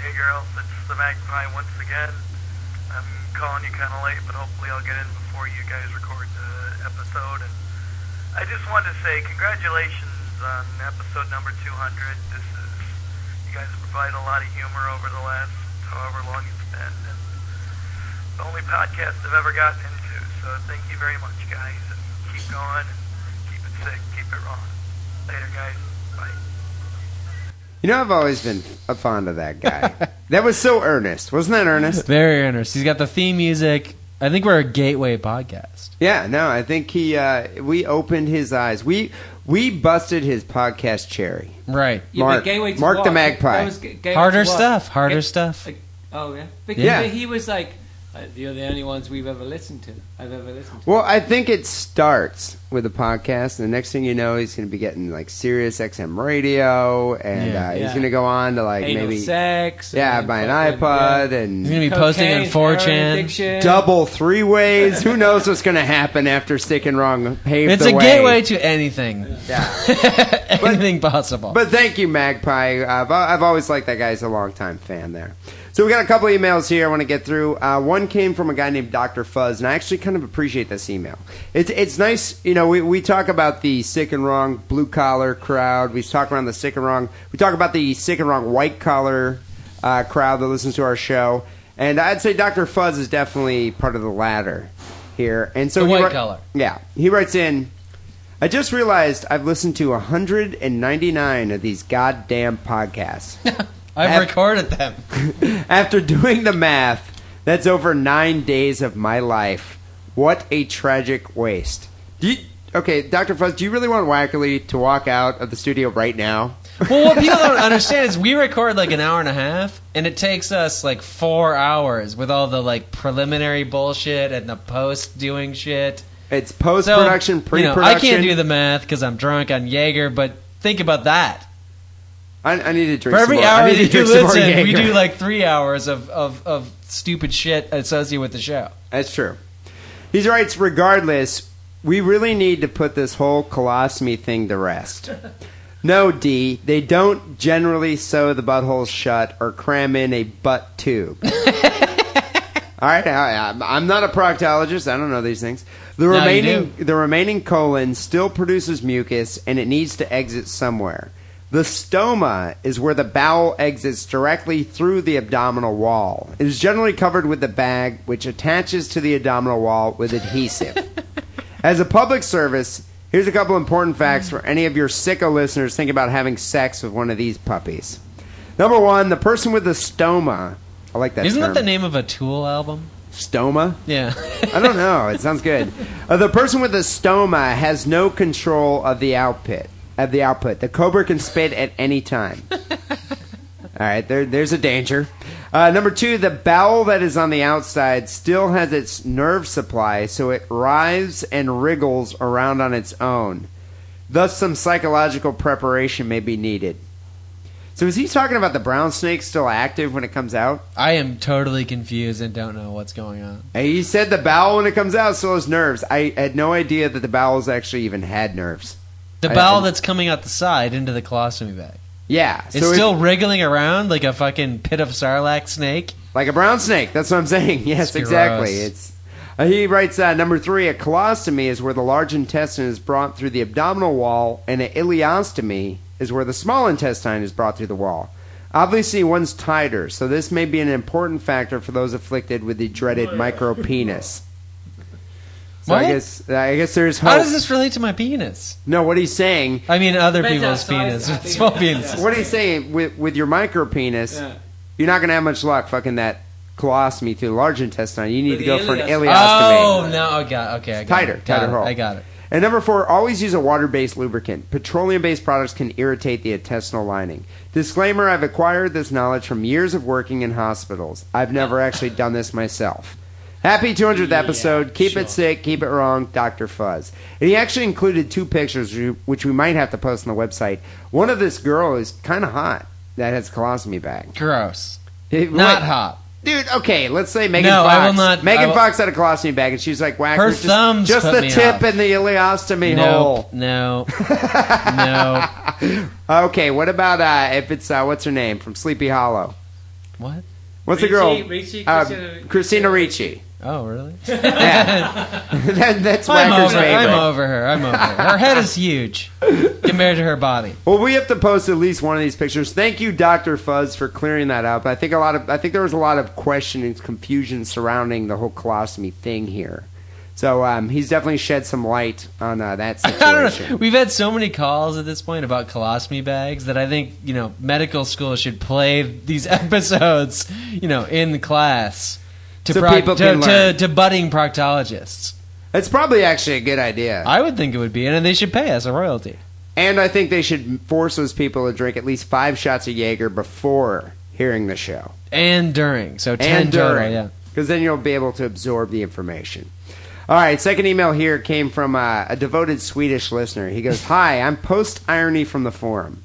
Speaker 13: Hey girls, it's the Magpie once again. I'm calling you kind of late, but hopefully I'll get in before you guys record the episode. And I just wanted to say congratulations on episode number 200. This is you guys provide a lot of humor over the last however long it's been, and the only podcast I've ever gotten into. So thank you very much, guys, and keep going and keep it sick, keep it wrong. Later, guys. Bye.
Speaker 6: You know, I've always been uh, fond of that guy. that was so earnest, wasn't that earnest?
Speaker 7: Very earnest. He's got the theme music. I think we're a gateway podcast.
Speaker 6: Yeah, no, I think he. Uh, we opened his eyes. We we busted his podcast cherry.
Speaker 7: Right.
Speaker 9: Yeah,
Speaker 6: Mark,
Speaker 9: but gateway to
Speaker 6: Mark
Speaker 9: what?
Speaker 6: the Magpie.
Speaker 9: That was ga- gateway
Speaker 7: Harder
Speaker 9: to what?
Speaker 7: stuff, harder
Speaker 9: Ga-
Speaker 7: stuff.
Speaker 9: like- oh yeah, because
Speaker 6: Yeah.
Speaker 9: he was like, uh, "You're the only ones we've ever listened to. I've ever listened to."
Speaker 6: well, I think it starts with a podcast, and the next thing you know, he's going to be getting like Sirius XM radio, and
Speaker 9: Yeah.
Speaker 6: uh,
Speaker 9: Yeah.
Speaker 6: he's going to go on to like
Speaker 9: Anal
Speaker 6: maybe
Speaker 9: sex
Speaker 6: Yeah,
Speaker 9: and
Speaker 6: buy an
Speaker 9: fucking,
Speaker 6: iPod,
Speaker 9: yeah.
Speaker 6: and
Speaker 7: He's gonna be posting on
Speaker 9: Cocaine,
Speaker 7: 4chan.
Speaker 9: heroin addiction.
Speaker 6: double three ways. Who knows what's going to happen after Sick and Wrong paved
Speaker 7: It's
Speaker 6: the
Speaker 7: a
Speaker 6: way.
Speaker 7: gateway to anything. anything possible.
Speaker 6: But thank you, Magpie. I've, I've always liked that guy. He's a long time fan there. So we got a couple emails here I want to get through. Uh, one came from a guy named Dr. Fuzz, and I actually kind of appreciate this email. It's it's nice, you know. We, we talk about the sick and wrong blue collar crowd. We talk around the sick and wrong. We talk about the sick and wrong white collar uh, crowd that listens to our show, and I'd say Dr. Fuzz is definitely part of the latter here. And so
Speaker 7: The
Speaker 6: he
Speaker 7: white
Speaker 6: wri-
Speaker 7: collar.
Speaker 6: yeah, he writes in. I just realized I've listened to 199 of these goddamn podcasts.
Speaker 7: I've
Speaker 6: Ab-
Speaker 7: recorded them.
Speaker 6: After doing the math, that's over nine days of my life. What a tragic waste. Do you, okay, Dr. Fuzz, do you really want Wackerly to walk out of the studio right now?
Speaker 7: Well, what people don't understand is we record like an hour and a half, and it takes us like four hours with all the like preliminary bullshit and the post doing shit.
Speaker 6: It's post-production,
Speaker 7: I
Speaker 6: pre-production.
Speaker 7: can't do the math because I'm drunk on Jaeger, but think about that.
Speaker 6: I, I need to drink
Speaker 7: For every
Speaker 6: some more. I
Speaker 7: hour
Speaker 6: need to
Speaker 7: that you
Speaker 6: drink some more
Speaker 7: listen, we
Speaker 6: Jaeger.
Speaker 7: do like three hours of, of, of stupid shit associated with the show.
Speaker 6: That's true. He writes, regardless, we really need to put this whole colostomy thing to rest. No, D, they don't generally sew the butthole shut or cram in a butt tube. All right, I, I'm- I'm not a proctologist. I don't know these things. The
Speaker 7: No, you
Speaker 6: remaining the remaining colon still produces mucus, and it needs to exit somewhere. The stoma is where the bowel exits directly through the abdominal wall. It is generally covered with the bag, which attaches to the abdominal wall with adhesive. As a public service, here's a couple important facts for any of your sicko listeners thinking about having sex with one of these puppies. Number one, the person with the stoma. I like that.
Speaker 7: Isn't
Speaker 6: term.
Speaker 7: that the name of a Tool album?
Speaker 6: Stoma?
Speaker 7: Yeah.
Speaker 6: I don't know. It sounds good. Uh, the person with the stoma has no control of the output. Of the output, the cobra can spit at any time. All right, there, there's a danger. Uh, number two, the bowel that is on the outside still has its nerve supply, so it writhes and wriggles around on its own. Thus, some psychological preparation may be needed. So, is he talking about the brown snake still active when it comes out?
Speaker 7: I am totally confused and don't know what's going on.
Speaker 6: Hey, He said the bowel when it comes out still has nerves. I had no idea that the bowels actually even had nerves.
Speaker 7: The
Speaker 6: I-
Speaker 7: bowel
Speaker 6: I-
Speaker 7: that's coming out the side into the colostomy bag.
Speaker 6: yeah,
Speaker 7: It's still wriggling around like a fucking pit of sarlacc snake.
Speaker 6: like a brown snake. That's what I'm saying. Yes,
Speaker 7: It's
Speaker 6: exactly.
Speaker 7: gross.
Speaker 6: It's uh, he writes uh, number three. A colostomy is where the large intestine is brought through the abdominal wall, and an ileostomy is where the small intestine is brought through the wall. Obviously, one's tighter, so this may be an important factor for those afflicted with the dreaded micropenis. So I
Speaker 7: What?
Speaker 6: guess I guess there's hope.
Speaker 7: How does this relate to my penis?
Speaker 6: no, what he's saying
Speaker 7: I mean, other
Speaker 6: Depends
Speaker 7: people's
Speaker 6: how size-
Speaker 7: penis.
Speaker 6: I
Speaker 7: but Small penis.
Speaker 6: What are you saying with with your micro penis? You're not gonna have much luck fucking that colostomy through the large intestine. You need to
Speaker 7: The
Speaker 6: go for an
Speaker 7: ileostomy.
Speaker 6: ileostomy.
Speaker 7: Oh no! I got okay. I got
Speaker 6: tighter,
Speaker 7: it. Got
Speaker 6: tighter
Speaker 7: it.
Speaker 6: hole.
Speaker 7: I got it.
Speaker 6: And number four, always use a water-based lubricant. Petroleum-based products can irritate the intestinal lining. Disclaimer: I've acquired this knowledge from years of working in hospitals. I've never actually done this myself. Happy 200th episode. keep it sick, keep it wrong, Dr. Fuzz. And he actually included two pictures, which we- which we might have to post on the website. One of this girl is kind of hot that has a colostomy bag.
Speaker 7: Gross.
Speaker 6: It-
Speaker 7: Not
Speaker 6: what-
Speaker 7: hot.
Speaker 6: Dude, okay, let's say Megan
Speaker 7: No,
Speaker 6: Fox.
Speaker 7: I will not-
Speaker 6: Megan
Speaker 7: I will-
Speaker 6: Fox had a colostomy bag, and she's like, "Whack
Speaker 7: Her
Speaker 6: just,
Speaker 7: thumbs
Speaker 6: just
Speaker 7: put
Speaker 6: the
Speaker 7: me
Speaker 6: tip
Speaker 7: off.
Speaker 6: and the ileostomy
Speaker 7: No.
Speaker 6: hole."
Speaker 7: No. no.
Speaker 6: Okay, what about uh, if it's uh, what's her name from Sleepy Hollow?
Speaker 7: What?
Speaker 6: What's the
Speaker 9: Ricci-
Speaker 6: girl?
Speaker 9: Ricci,
Speaker 6: Uh,
Speaker 9: Christina-
Speaker 6: Christina Ricci.
Speaker 7: Oh really?
Speaker 6: Yeah. That- that's
Speaker 7: I'm
Speaker 6: Wacker's
Speaker 7: over, I'm
Speaker 6: favorite.
Speaker 7: over her. I'm over her. Her head is huge compared to her body.
Speaker 6: Well, we have to post at least one of these pictures. Thank you, Doctor Fuzz, for clearing that up. I think a lot of I think there was a lot of question and confusion surrounding the whole colostomy thing here. So um, he's definitely shed some light on uh, that situation.
Speaker 7: I don't know. We've had so many calls at this point about colostomy bags that I think you know medical school should play these episodes, you know, in the class to
Speaker 6: So
Speaker 7: proc-
Speaker 6: people
Speaker 7: to,
Speaker 6: can learn.
Speaker 7: to, to budding proctologists.
Speaker 6: That's probably actually a good idea.
Speaker 7: I would think it would be, and they should pay us a royalty.
Speaker 6: And I think they should force those people to drink at least five shots of Jaeger before hearing the show.
Speaker 7: and during. So ten
Speaker 6: and during.
Speaker 7: total, yeah.
Speaker 6: Because then you'll be able to absorb the information. All right, second email here came from uh, a devoted Swedish listener. He goes, Hi, I'm Post Irony from the forum.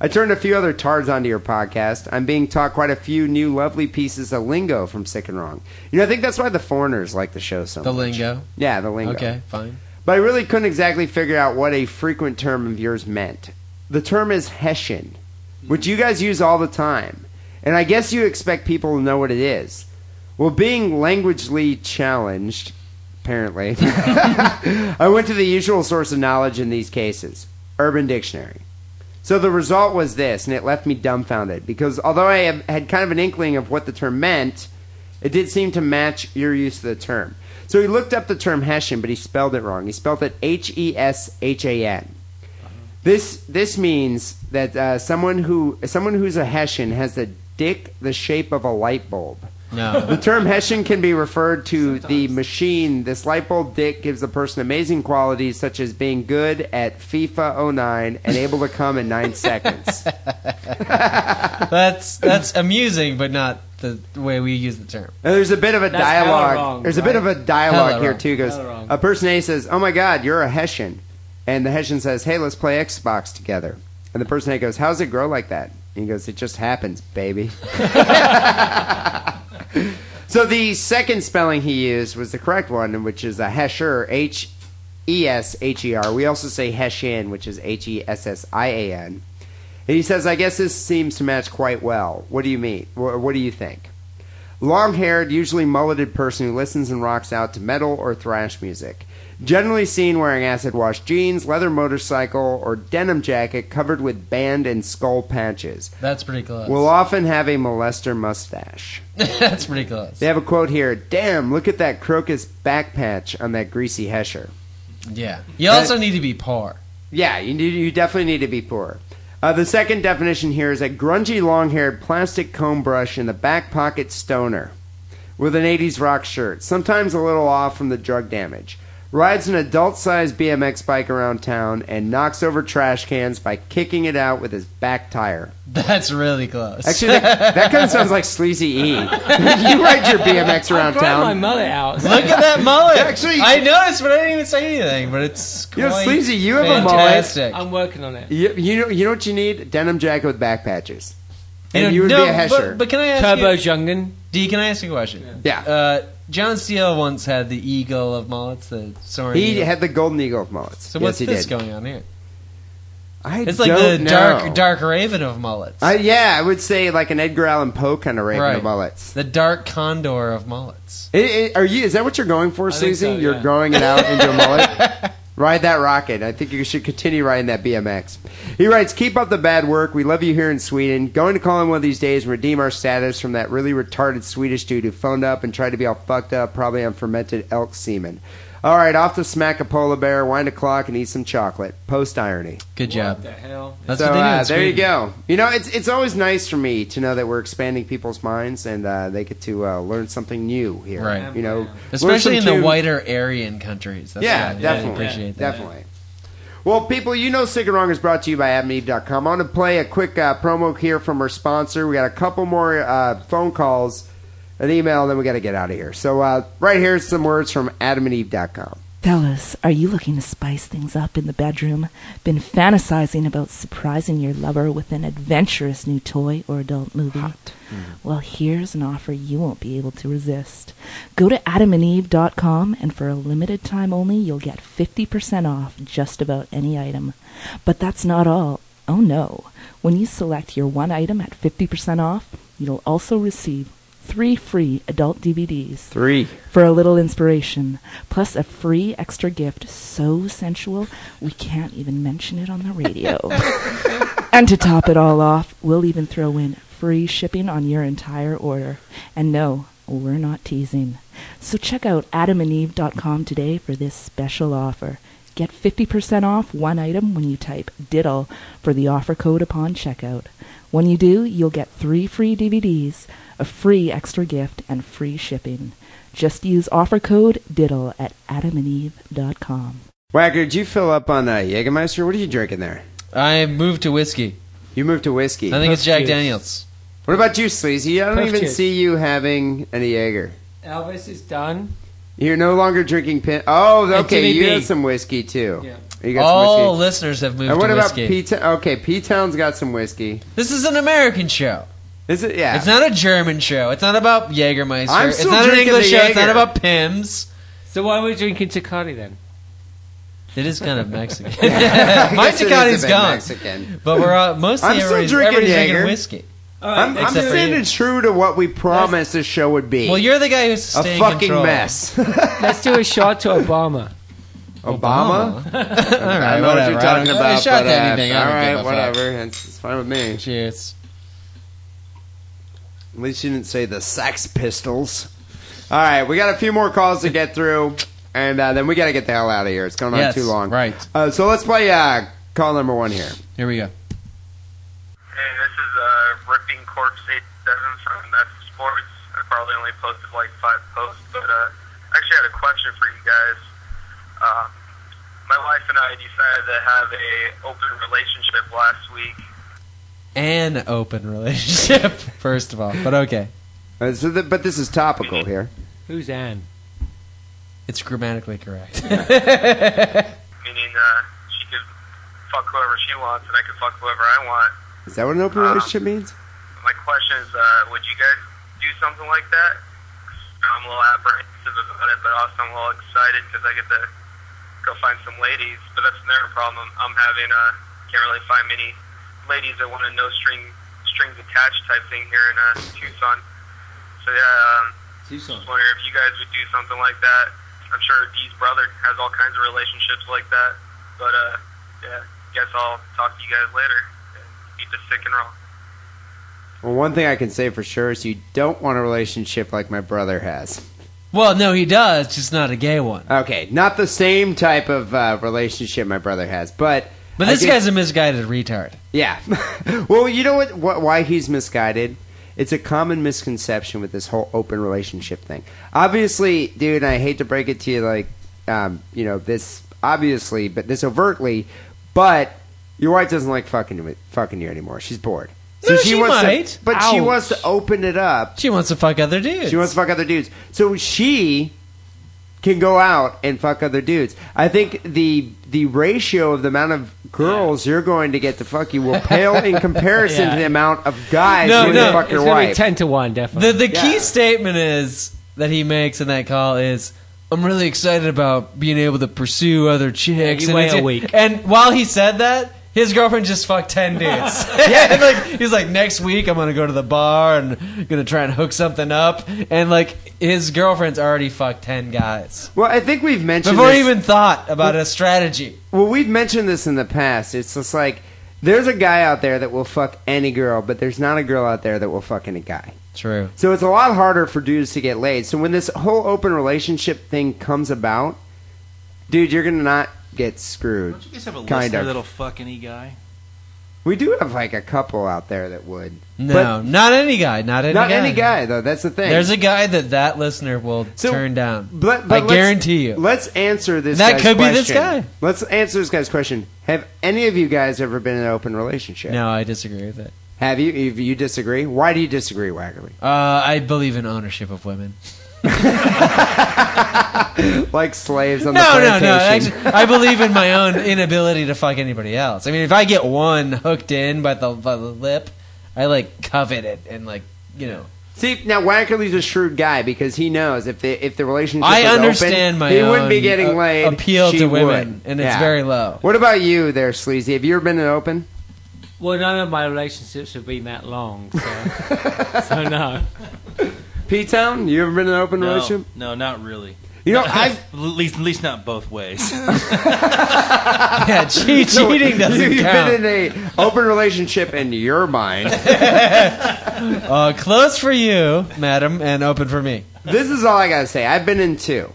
Speaker 6: I turned a few other tards onto your podcast. I'm being taught quite a few new lovely pieces of lingo from Sick and Wrong. You know, I think that's why the foreigners like the show so
Speaker 7: The
Speaker 6: much.
Speaker 7: lingo.
Speaker 6: Yeah, the lingo.
Speaker 7: Okay, fine.
Speaker 6: But I really couldn't exactly figure out what a frequent term of yours meant. The term is Hessian, which you guys use all the time. And I guess you expect people to know what it is. Well, being languagely challenged, apparently, I went to the usual source of knowledge in these cases Urban Dictionary. So the result was this, and it left me dumbfounded because although I have- had kind of an inkling of what the term meant, it did seem to match your use of the term. So he looked up the term Hessian, but he spelled it wrong. He spelled it H E S H A N. This this means that uh, someone who someone who's a Hessian has a dick the shape of a light bulb.
Speaker 7: No.
Speaker 6: The term Hessian can be referred to the machine. This light bulb dick gives a person amazing qualities such as being good at FIFA 09 and able to come in nine seconds.
Speaker 7: that's that's amusing, but not the way we use the term.
Speaker 6: And there's a bit of a
Speaker 7: That's hella
Speaker 6: dialogue.
Speaker 7: wrong,
Speaker 6: there's a
Speaker 7: right?
Speaker 6: bit of a dialogue
Speaker 7: Hella
Speaker 6: here
Speaker 7: wrong.
Speaker 6: too. Goes
Speaker 7: Hella wrong.
Speaker 6: a person A says, "Oh my God, you're a Hessian," and the Hessian says, "Hey, let's play Xbox together." And the person A goes, "How's it grow like that?" And he goes, "It just happens, baby." so the second spelling he used was the correct one, which is a Hesher, H E S H E R. We also say Hessian, which is H E S S I A N. And he says, I guess this seems to match quite well. What do you mean? Wh- What do you think? Long haired, usually mulleted person who listens and rocks out to metal or thrash music. Generally seen wearing acid wash jeans, leather motorcycle, or denim jacket covered with band and skull patches.
Speaker 7: That's pretty close.
Speaker 6: Will often have a molester mustache.
Speaker 7: that's pretty close.
Speaker 6: They have a quote here Damn, look at that crocus back patch on that greasy Hesher.
Speaker 7: Yeah. You
Speaker 6: That-
Speaker 7: also need to be poor.
Speaker 6: Yeah, you need, you definitely need to be poor. Uh, the second definition here is a grungy, long-haired plastic comb brush in the back pocket stoner with an 80s rock shirt, sometimes a little off from the drug damage. Rides an adult-sized BMX bike around town and knocks over trash cans by kicking it out with his back tire.
Speaker 7: That's really close.
Speaker 6: Actually, that, that kind of sounds like sleazy E. you ride your BMX around
Speaker 7: growing
Speaker 6: town.
Speaker 7: my mullet
Speaker 9: out.
Speaker 7: Look at that mullet.
Speaker 6: Actually,
Speaker 7: I noticed, but I didn't even say anything. But it's
Speaker 6: You know,
Speaker 7: quite
Speaker 6: Sleazy, you have a mullet.
Speaker 7: fantastic.
Speaker 9: I'm working on it.
Speaker 6: You, you know, you know what you need? Denim jacket with back patches, and
Speaker 7: know,
Speaker 6: you would
Speaker 7: no,
Speaker 6: be a hesher.
Speaker 7: But, but can I ask
Speaker 9: Turbo
Speaker 7: you,
Speaker 9: Jungen.
Speaker 7: D? Can I ask you a question?
Speaker 6: Yeah.
Speaker 7: Uh, John Steele once had the eagle of mullets. The sorry.
Speaker 6: He had the golden eagle of mullets.
Speaker 7: So
Speaker 6: yes,
Speaker 7: what's
Speaker 6: he
Speaker 7: this
Speaker 6: did.
Speaker 7: going on here?
Speaker 6: I
Speaker 7: It's like
Speaker 6: don't
Speaker 7: the
Speaker 6: know.
Speaker 7: dark dark raven of mullets.
Speaker 6: I, Uh, yeah, I would say like an Edgar Allan Poe kind of raven
Speaker 7: Right.
Speaker 6: of mullets.
Speaker 7: the dark condor of mullets.
Speaker 6: It, it- are you? Is that what you're going for,
Speaker 7: think
Speaker 6: Susie?
Speaker 7: so,
Speaker 6: you're
Speaker 7: yeah.
Speaker 6: growing it out into a mullet. Ride that rocket. I think you should continue riding that BMX. He writes, "Keep up the bad work. We love you here in Sweden. Going to call in one of these days and redeem our status from that really retarded Swedish dude who phoned up and tried to be all fucked up, probably on fermented elk semen." All right, off to smack a polar bear, wind a clock, and eat some chocolate. Post irony.
Speaker 7: Good job.
Speaker 9: What the hell?
Speaker 7: That's
Speaker 6: so
Speaker 7: what they do. in
Speaker 6: uh, there you
Speaker 7: Sweden.
Speaker 6: go. You know, it's it's always nice for me to know that we're expanding people's minds and uh, they get to uh, learn something new here.
Speaker 7: Right.
Speaker 6: You know,
Speaker 7: Especially
Speaker 6: learn
Speaker 7: in the
Speaker 6: some tunes.
Speaker 7: whiter Aryan countries. That's
Speaker 6: yeah,
Speaker 7: what I
Speaker 6: definitely,
Speaker 7: Really appreciate that.
Speaker 6: definitely. Well, people, you know, Sick and Wrong is brought to you by AdamandEve.com. I want to play a quick uh, promo here from our sponsor. We got a couple more uh, phone calls, an email, then we got to get out of here. So, uh, right here is some words from AdamandEve.com.
Speaker 16: Fellas, are you looking to spice things up in the bedroom? Been fantasizing about surprising your lover with an adventurous new toy or adult movie? Well, here's an offer you won't be able to resist. Go to adamandeve.com, and for a limited time only, you'll get 50% off just about any item. But that's not all. Oh no. When you select your one item at 50% off, you'll also receive three free adult DVDs
Speaker 6: Three.
Speaker 16: for a little inspiration, plus a free extra gift so sensual we can't even mention it on the radio. and to top it all off, we'll even throw in free shipping on your entire order. And no, we're not teasing. So check out adamandeve.com today for this special offer. Get 50% off one item when you type diddle for the offer code upon checkout. When you do, you'll get three free DVDs, a free extra gift, and free shipping. Just use offer code diddle at adamandeve.com.
Speaker 6: Wagger, did you fill up on uh, Jägermeister? What are you drinking there?
Speaker 7: I moved to whiskey.
Speaker 6: You moved to whiskey.
Speaker 7: I think it's
Speaker 6: Puff
Speaker 7: Jack
Speaker 6: juice.
Speaker 7: Daniels.
Speaker 6: What about you, Sleazy? I don't
Speaker 9: Puff
Speaker 6: even
Speaker 9: juice.
Speaker 6: see you having any Jaeger.
Speaker 9: Elvis is done.
Speaker 6: You're no longer drinking pin. Oh,
Speaker 9: And
Speaker 6: okay.
Speaker 9: Jimmy
Speaker 6: You
Speaker 9: B.
Speaker 6: had some whiskey too. Yeah. You got some
Speaker 7: All
Speaker 6: whiskey.
Speaker 7: listeners have moved
Speaker 6: and what
Speaker 7: to
Speaker 6: about
Speaker 7: whiskey.
Speaker 6: P? Okay, P Town's got some whiskey.
Speaker 7: This is an American show.
Speaker 6: Is it? Yeah.
Speaker 7: It's not a German show. It's not about Jägermeister.
Speaker 6: I'm
Speaker 7: it's
Speaker 6: still
Speaker 7: not an
Speaker 6: drinking the
Speaker 7: English show. It's not
Speaker 6: Jaeger.
Speaker 7: about Pims.
Speaker 9: So why are we drinking Tecate then?
Speaker 7: It is kind of Mexican.
Speaker 9: Yeah, I
Speaker 7: My
Speaker 9: guess it is a
Speaker 7: Ducati's
Speaker 9: bit
Speaker 7: gone.
Speaker 9: Mexican.
Speaker 7: But we're all, mostly
Speaker 9: I'm still
Speaker 7: everybody's,
Speaker 9: drinking
Speaker 7: everybody's
Speaker 9: Jaeger.
Speaker 7: whiskey.
Speaker 6: I'm, I'm
Speaker 7: Except for you.
Speaker 6: standing true to what we promised this show would be.
Speaker 7: Well, you're the guy who's
Speaker 6: a
Speaker 7: staying in
Speaker 6: fucking
Speaker 7: control.
Speaker 6: mess.
Speaker 9: Let's do a shot to Obama.
Speaker 6: Obama? I
Speaker 7: All
Speaker 6: don't
Speaker 7: right,
Speaker 6: know what
Speaker 7: whatever.
Speaker 6: you're
Speaker 7: I don't
Speaker 6: talking
Speaker 7: give a
Speaker 6: about. but,
Speaker 7: shot to
Speaker 6: uh,
Speaker 7: anything. I
Speaker 6: all
Speaker 7: don't give
Speaker 6: right,
Speaker 7: a fuck.
Speaker 6: whatever. It's, it's fine with me. Cheers. At least you didn't say the Sex Pistols. All right, we got a few more calls to get through, and uh, then we got to get the hell out of here. It's going on
Speaker 7: Yes,
Speaker 6: too long. Right. Uh, so let's play uh, call number one here.
Speaker 7: Here we go.
Speaker 13: Hey, this is uh, Ripping Corpse 87 from That's Sports. I probably only posted like five posts, but uh, I actually had a question for you guys. Uh, my wife and I decided to have a open relationship last week.
Speaker 7: An open relationship, first of all. But okay.
Speaker 6: Uh, so th- but this is topical here.
Speaker 9: Who's Anne?
Speaker 7: It's grammatically correct.
Speaker 13: Meaning, uh, she could fuck whoever she wants, and I could fuck whoever I want.
Speaker 6: Is that what an open relationship means?
Speaker 13: My question is, uh, would you guys do something like that? 'Cause I'm a little apprehensive about it, but also I'm a little excited because I get to go find some ladies. But that's another problem I'm having. Uh, can't really find many ladies that want a no string strings attached type thing here in uh, Tucson. So yeah, um,
Speaker 9: Tucson.
Speaker 13: just wondering if you guys would do something like that. I'm sure Dee's brother has all kinds of relationships like that. But uh, yeah, guess I'll talk to you guys later. Keep it sick and wrong.
Speaker 6: Well, one thing I can say for sure is you don't want a relationship like my brother has.
Speaker 7: well, no, he does, just not a gay one.
Speaker 6: Okay, not the same type of uh, relationship my brother has, but
Speaker 7: But
Speaker 6: I
Speaker 7: this
Speaker 6: guess-
Speaker 7: guy's a misguided retard.
Speaker 6: Yeah. well, you know what, what? Why he's misguided? It's a common misconception with this whole open relationship thing. Obviously, dude, I hate to break it to you, like, um, you know, this obviously, but this overtly, but your wife doesn't like fucking with- fucking you anymore. She's bored.
Speaker 7: No, she
Speaker 6: wants to-
Speaker 7: might.
Speaker 6: but she
Speaker 7: Ouch.
Speaker 6: wants to open it up.
Speaker 7: She wants to fuck other dudes.
Speaker 6: She wants to fuck other dudes. So she can go out and fuck other dudes. I think the the ratio of the amount of girls you're going to get to fuck you will pale in comparison
Speaker 9: Yeah.
Speaker 6: to the amount of guys
Speaker 7: No,
Speaker 6: you
Speaker 7: no.
Speaker 6: fuck your
Speaker 9: it's gonna be
Speaker 6: wife.
Speaker 9: ten to one, definitely.
Speaker 7: The the key statement is that he makes in that call is I'm really excited about being able to pursue other chicks.
Speaker 9: you
Speaker 7: and
Speaker 9: wait
Speaker 7: it's-
Speaker 9: a week.
Speaker 7: And while he said that, his girlfriend just fucked ten dudes. yeah, like he's like, next week I'm gonna go to the bar and gonna try and hook something up. And like his girlfriend's already fucked ten guys
Speaker 6: well, I think we've mentioned
Speaker 7: before he
Speaker 6: this-
Speaker 7: even thought about a strategy.
Speaker 6: Well, we've mentioned this in the past. It's just like there's a guy out there that will fuck any girl, but there's not a girl out there that will fuck any guy.
Speaker 7: True.
Speaker 6: So it's a lot harder for dudes to get laid. So when this whole open relationship thing comes about, dude, you're gonna not get screwed.
Speaker 8: You guys have a
Speaker 6: kind
Speaker 8: listener
Speaker 6: of.
Speaker 8: that'll fuck any guy.
Speaker 6: We do have like a couple out there that would.
Speaker 7: No,
Speaker 6: But
Speaker 7: not any guy. Not any.
Speaker 6: not
Speaker 7: guy.
Speaker 6: any guy though. That's the thing.
Speaker 7: There's a guy that that listener will turn down.
Speaker 6: But, but
Speaker 7: I
Speaker 6: let's-
Speaker 7: guarantee you.
Speaker 6: Let's answer this.
Speaker 7: That
Speaker 6: guy's
Speaker 7: could be this
Speaker 6: question.
Speaker 7: guy.
Speaker 6: Let's answer this guy's question. Have any of you guys ever been in an open relationship?
Speaker 7: No, I disagree with it.
Speaker 6: Have you? If you disagree, why do you disagree, Waggerly?
Speaker 7: Uh, I believe in ownership of women.
Speaker 6: Like slaves on
Speaker 7: no,
Speaker 6: the
Speaker 7: no,
Speaker 6: plantation.
Speaker 7: no. Actually, I believe in my own inability to fuck anybody else. I mean, if I get one hooked in by the, by the lip, I like covet it and like you know.
Speaker 6: See now, Wackerly's a shrewd guy because he knows if the if the relationship
Speaker 7: I
Speaker 6: was open,
Speaker 7: understand my
Speaker 6: he wouldn't be
Speaker 7: own
Speaker 6: getting
Speaker 7: a-
Speaker 6: laid.
Speaker 7: appeal
Speaker 6: she
Speaker 7: to women,
Speaker 6: would.
Speaker 7: and it's
Speaker 6: Yeah.
Speaker 7: very low.
Speaker 6: What about you, there, sleazy? Have you ever been in an open?
Speaker 9: Well, none of my relationships have been that long, so, so no.
Speaker 6: P Town, you ever been in an open
Speaker 8: No,
Speaker 6: relationship?
Speaker 8: no, not really.
Speaker 6: You know, I've
Speaker 8: at least, at least not both ways.
Speaker 7: Yeah, che-
Speaker 6: No,
Speaker 7: cheating doesn't
Speaker 6: you, have
Speaker 7: count.
Speaker 6: been in a open relationship in your mind.
Speaker 7: Uh, close for you, madam, and open for me.
Speaker 6: this is all I gotta say. I've been in two,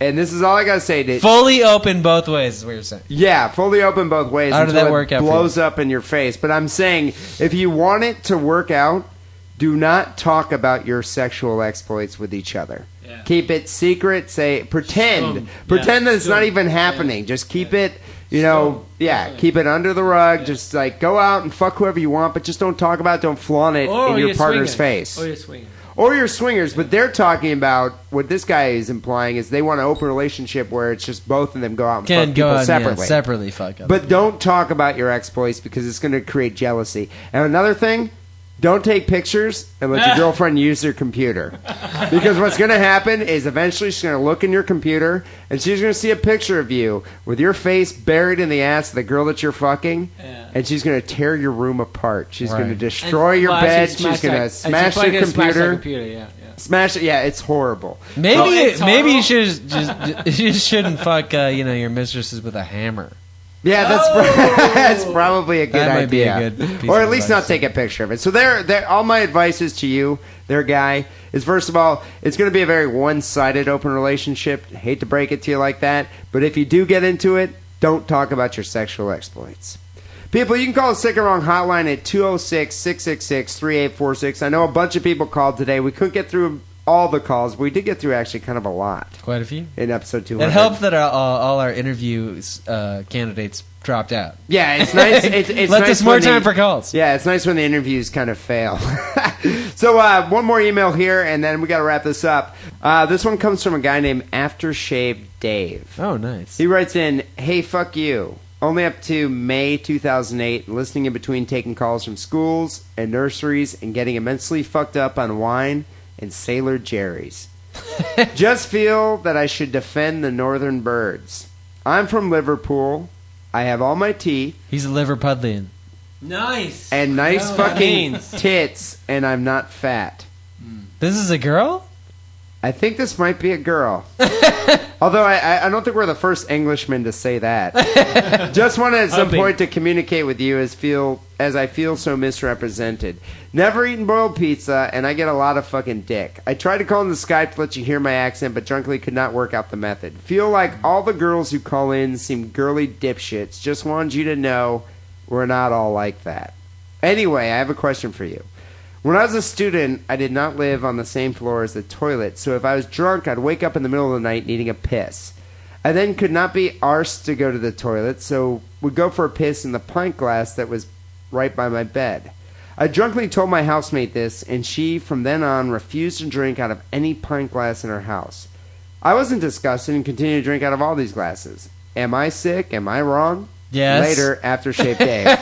Speaker 6: and this is all I gotta say. To,
Speaker 7: Fully open both ways is what you're saying.
Speaker 6: yeah, fully open both ways.
Speaker 7: How did
Speaker 6: until
Speaker 7: that
Speaker 6: it
Speaker 7: work out for
Speaker 6: Blows up in your face. But I'm saying, if you want it to work out, do not talk about your sexual exploits with each other. Keep it secret. Say pretend,
Speaker 9: Shum.
Speaker 6: pretend
Speaker 9: Yeah.
Speaker 6: that it's not
Speaker 9: Shum.
Speaker 6: even happening. Just keep it. You know, yeah, keep it under the rug. Just like go out and fuck whoever you want, but just don't talk about it. Don't flaunt Oh, it Oh,
Speaker 9: Or
Speaker 6: in your
Speaker 9: you're
Speaker 6: partner's
Speaker 9: swingers.
Speaker 6: face
Speaker 9: Or you're swingers.
Speaker 6: or your swingers, but they're talking about what this guy is implying is they want an open relationship where it's just both of them go out and
Speaker 7: Can
Speaker 6: Um, fuck
Speaker 7: go
Speaker 6: people
Speaker 7: out and, yeah,
Speaker 6: separately.
Speaker 7: separately fuck up.
Speaker 6: But don't talk about your exploits because it's going to create jealousy. And another thing, Don't take pictures and let your girlfriend use your computer. Because what's going to happen is eventually she's going to look in your computer and she's going to see a picture of you with your face buried in the ass of the girl that you're fucking. And she's going to tear your room apart. She's going to
Speaker 7: Right.
Speaker 6: destroy your
Speaker 9: Well,
Speaker 6: bed.
Speaker 9: she
Speaker 6: She's
Speaker 9: smashed
Speaker 6: going
Speaker 9: our-
Speaker 6: to
Speaker 9: and she's
Speaker 6: smash your
Speaker 9: probably gonna
Speaker 6: computer.
Speaker 9: smash our computer, yeah,
Speaker 6: Smash it. Yeah, it's horrible.
Speaker 7: Maybe
Speaker 6: Oh, it's
Speaker 7: maybe you should just you shouldn't fuck uh, you know your mistresses with a hammer.
Speaker 6: Yeah, that's pro- that's
Speaker 9: Oh!
Speaker 6: probably a good
Speaker 7: That might be
Speaker 6: idea,
Speaker 7: a good piece
Speaker 6: or
Speaker 7: of
Speaker 6: at least
Speaker 7: advice.
Speaker 6: not take a picture of it. So there, there. All my advice is to you, there, guy, is first of all, it's going to be a very one-sided open relationship. Hate to break it to you like that, but if you do get into it, don't talk about your sexual exploits. People, you can call the Sick and Wrong hotline at 206 666 3846. I know a bunch of people called today. We couldn't get through all the calls, but we did get through actually kind of a lot
Speaker 7: Quite a few.
Speaker 6: in episode 200.
Speaker 7: It helped that our, all, all our interviews uh, candidates dropped out.
Speaker 6: Yeah, it's nice. It's, it's
Speaker 7: Left
Speaker 6: nice
Speaker 7: us more
Speaker 6: when the-
Speaker 7: time for calls.
Speaker 6: Yeah, it's nice when the interviews kind of fail. so uh, one more email here, and then we got to wrap this up. Uh, this one comes from a guy named Aftershave Dave.
Speaker 7: Oh, nice.
Speaker 6: He writes in, "Hey, fuck you." Only up to May 2008, listening in between taking calls from schools and nurseries and getting immensely fucked up on wine and Sailor Jerry's. Just feel that I should defend the northern birds. I'm from Liverpool. I have all my teeth
Speaker 7: He's a Liverpudlian.
Speaker 9: Nice.
Speaker 6: and nice
Speaker 7: Oh,
Speaker 9: Know what that
Speaker 6: fucking
Speaker 9: means.
Speaker 6: tits, and I'm not fat.
Speaker 7: Hmm. This is a girl?
Speaker 6: I think this might be a girl. Although I- I, I don't think we're the first Englishmen to say that. Just wanted at some
Speaker 7: Hoping.
Speaker 6: point to communicate with you as feel as I feel so misrepresented. Never eaten boiled pizza, and I get a lot of fucking dick. I tried to call in the Skype to let you hear my accent, but drunkenly could not work out the method. Feel like all the girls who call in seem girly dipshits. Just wanted you to know we're not all like that. Anyway, I have a question for you. When I was a student, I did not live on the same floor as the toilet, so if I was drunk, I'd wake up in the middle of the night needing a piss. I then could not be arsed to go to the toilet, so would go for a piss in the pint glass that was right by my bed. I drunkenly told my housemate this, and she, from then on, refused to drink out of any pint glass in her house. I wasn't disgusted and continued to drink out of all these glasses. Am I sick? Am I wrong?
Speaker 7: Yes.
Speaker 6: Later, after Shape Dave.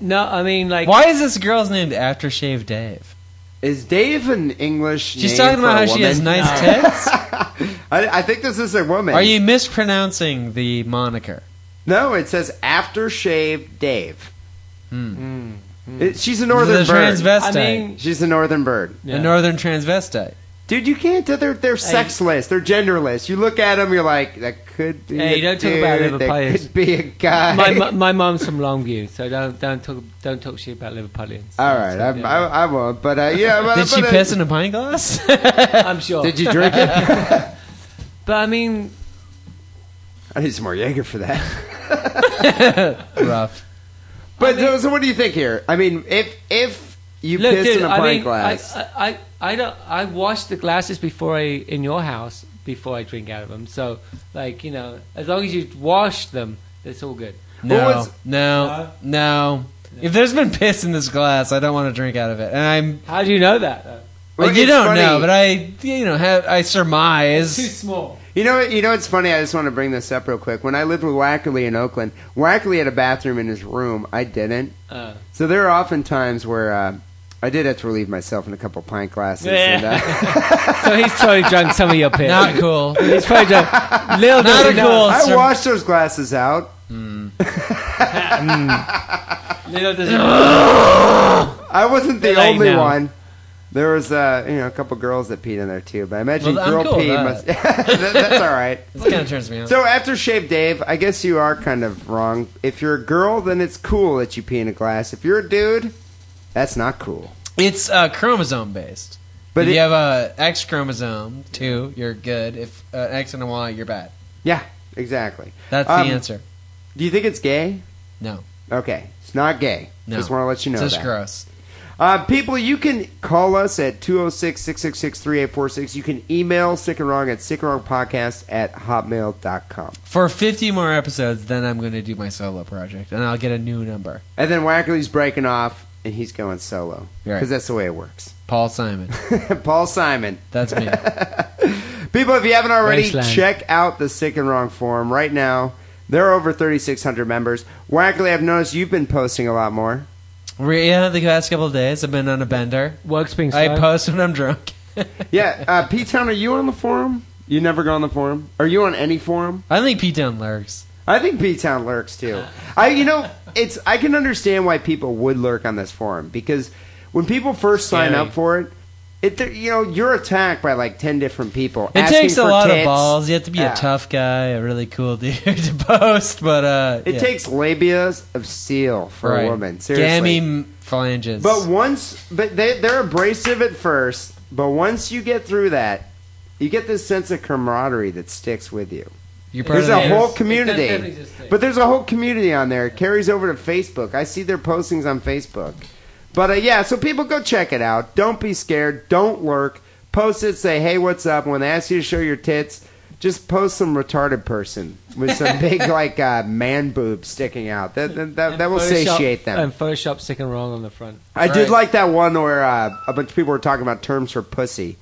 Speaker 9: No, I mean like.
Speaker 7: Why is this girl's named Aftershave Dave?
Speaker 6: Is Dave an English?
Speaker 7: She's
Speaker 6: name
Speaker 7: talking
Speaker 6: for
Speaker 7: about
Speaker 6: a
Speaker 7: how she has
Speaker 6: woman?
Speaker 7: nice tits.
Speaker 6: I, I think this is a woman.
Speaker 7: Are you mispronouncing the moniker?
Speaker 6: No, it says after shave Dave.
Speaker 7: Hmm.
Speaker 6: Hmm.
Speaker 9: Hmm.
Speaker 6: It- she's a northern
Speaker 7: The
Speaker 6: bird.
Speaker 7: transvestite. I mean-
Speaker 6: she's a northern bird.
Speaker 7: A northern transvestite.
Speaker 6: Dude, you can't. They're they're sexless. They're genderless. You look at them, you're like, that could be.
Speaker 9: Hey,
Speaker 6: a
Speaker 9: don't talk about
Speaker 6: dude, That
Speaker 9: Liverpudlians.
Speaker 6: could be a guy.
Speaker 9: My mu- my mom's from Longview, so don't don't talk don't talk shit about Liverpudlians.
Speaker 6: All right, I'm, I, I won't. But uh, yeah, but,
Speaker 7: Did she
Speaker 6: but, uh,
Speaker 7: piss in a pint glass?
Speaker 9: I'm sure.
Speaker 6: Did you drink it? I
Speaker 9: But I mean,
Speaker 6: need some more Jaeger for that.
Speaker 7: Rough.
Speaker 6: But so, so, what do you think here? I mean, if if you
Speaker 9: look,
Speaker 6: piss
Speaker 9: dude,
Speaker 6: in a
Speaker 9: I
Speaker 6: pint
Speaker 9: mean,
Speaker 6: glass,
Speaker 9: I, I, I, I don't. I wash the glasses before I in your house before I drink out of them. So like you know, as long as you wash them, it's all good.
Speaker 7: No, no, no. If there's been piss in this glass, I don't want to drink out of it. And I'm.
Speaker 9: How do you know that? Though?
Speaker 6: Well,
Speaker 7: you
Speaker 6: it's
Speaker 7: don't
Speaker 6: funny.
Speaker 7: know, but I, you know, have, I surmise.
Speaker 9: Too small.
Speaker 6: You know, you know, it's funny. I just want to bring this up real quick. When I lived with Wackerly in Oakland, Wackerly had a bathroom in his room. I didn't.
Speaker 9: Uh,
Speaker 6: So there are often times where uh, I did have to relieve myself in a couple pint glasses.
Speaker 9: Yeah.
Speaker 6: And, uh,
Speaker 9: so he's totally drunk some of your piss.
Speaker 7: Not cool.
Speaker 9: He's probably drunk. Little Hmm.
Speaker 7: Not
Speaker 9: does he
Speaker 7: a
Speaker 9: know.
Speaker 7: cool-
Speaker 6: I
Speaker 7: sir.
Speaker 6: washed those glasses out.
Speaker 9: Little does he know.
Speaker 6: I wasn't the
Speaker 9: Good night
Speaker 6: only
Speaker 9: now.
Speaker 6: one. There was, uh, you know, a couple girls that peed in there too. But I imagine
Speaker 7: Well, I'm
Speaker 6: girl
Speaker 7: cool with
Speaker 6: pee
Speaker 7: that.
Speaker 6: must. that, that's all right.
Speaker 7: This kind of turns me on.
Speaker 6: So after shave, Dave, I guess you are kind of wrong. If you're a girl, then it's cool that you pee in a glass. If you're a dude, that's not cool.
Speaker 7: It's uh, chromosome based.
Speaker 6: But
Speaker 7: But if
Speaker 6: it-
Speaker 7: you have a X chromosome two, you're good. If uh, X and a Y, you're bad.
Speaker 6: Yeah, exactly.
Speaker 7: That's
Speaker 6: Um,
Speaker 7: the answer.
Speaker 6: Do you think it's gay?
Speaker 7: No,
Speaker 6: Okay, it's not gay.
Speaker 7: no.
Speaker 6: Just want to let you know
Speaker 7: Just
Speaker 6: that.
Speaker 7: gross.
Speaker 6: Uh, people, you can call us at 206-666-3846. You can email Sick and Wrong at sickandwrongpodcast at hotmail.com.
Speaker 7: For 50 more episodes, then I'm going to do my solo project, and I'll get a new number.
Speaker 6: And then Wackerly's breaking off, and he's going solo.
Speaker 7: Right.
Speaker 6: Because that's the way it works.
Speaker 7: Paul Simon.
Speaker 6: Paul Simon.
Speaker 7: That's me.
Speaker 6: People, if you haven't already,
Speaker 9: Wasteland.
Speaker 6: check out the Sick and Wrong forum right now. There are over 3,600 members. Wackerly, I've noticed you've been posting a lot more.
Speaker 7: Re- Yeah, the past couple of days I've been on a bender.
Speaker 9: Work's being
Speaker 7: I
Speaker 9: slow.
Speaker 7: post when I'm drunk.
Speaker 6: yeah, uh, P Town, are you on the forum? You never go on the forum? Are you on any forum?
Speaker 7: I think P Town lurks.
Speaker 6: I think P Town lurks too. I, you know, it's I can understand why people would lurk on this forum because when people first sign
Speaker 7: Scary.
Speaker 6: up for it, it you know you're attacked by like ten different people.
Speaker 7: It
Speaker 6: asking
Speaker 7: takes a
Speaker 6: for
Speaker 7: lot of
Speaker 6: tits.
Speaker 7: balls. You have to be
Speaker 6: Yeah.
Speaker 7: a tough guy, a really cool dude to post, but uh
Speaker 6: It
Speaker 7: yeah.
Speaker 6: takes labias of steel for
Speaker 7: Right.
Speaker 6: a woman. Seriously.
Speaker 7: Gammy phalanges.
Speaker 6: But once, but they they're abrasive at first. But once you get through that, you get this sense of camaraderie that sticks with you.
Speaker 7: You're part
Speaker 6: there's
Speaker 7: of
Speaker 6: a
Speaker 7: the-
Speaker 6: whole
Speaker 9: It does definitely
Speaker 6: community,
Speaker 9: just stick.
Speaker 6: but there's a whole community on there. It carries over to Facebook. I see their postings on Facebook. But uh, yeah, so people go check it out. Don't be scared. Don't lurk. Post it. Say hey, what's up? When they ask you to show your tits, just post some retarded person with some big like uh, man boob sticking out. That that, that, that will
Speaker 9: Photoshop-
Speaker 6: satiate them.
Speaker 9: And Photoshop sick and wrong on the front.
Speaker 6: I did like that one where uh, a bunch of people were talking about terms for pussy.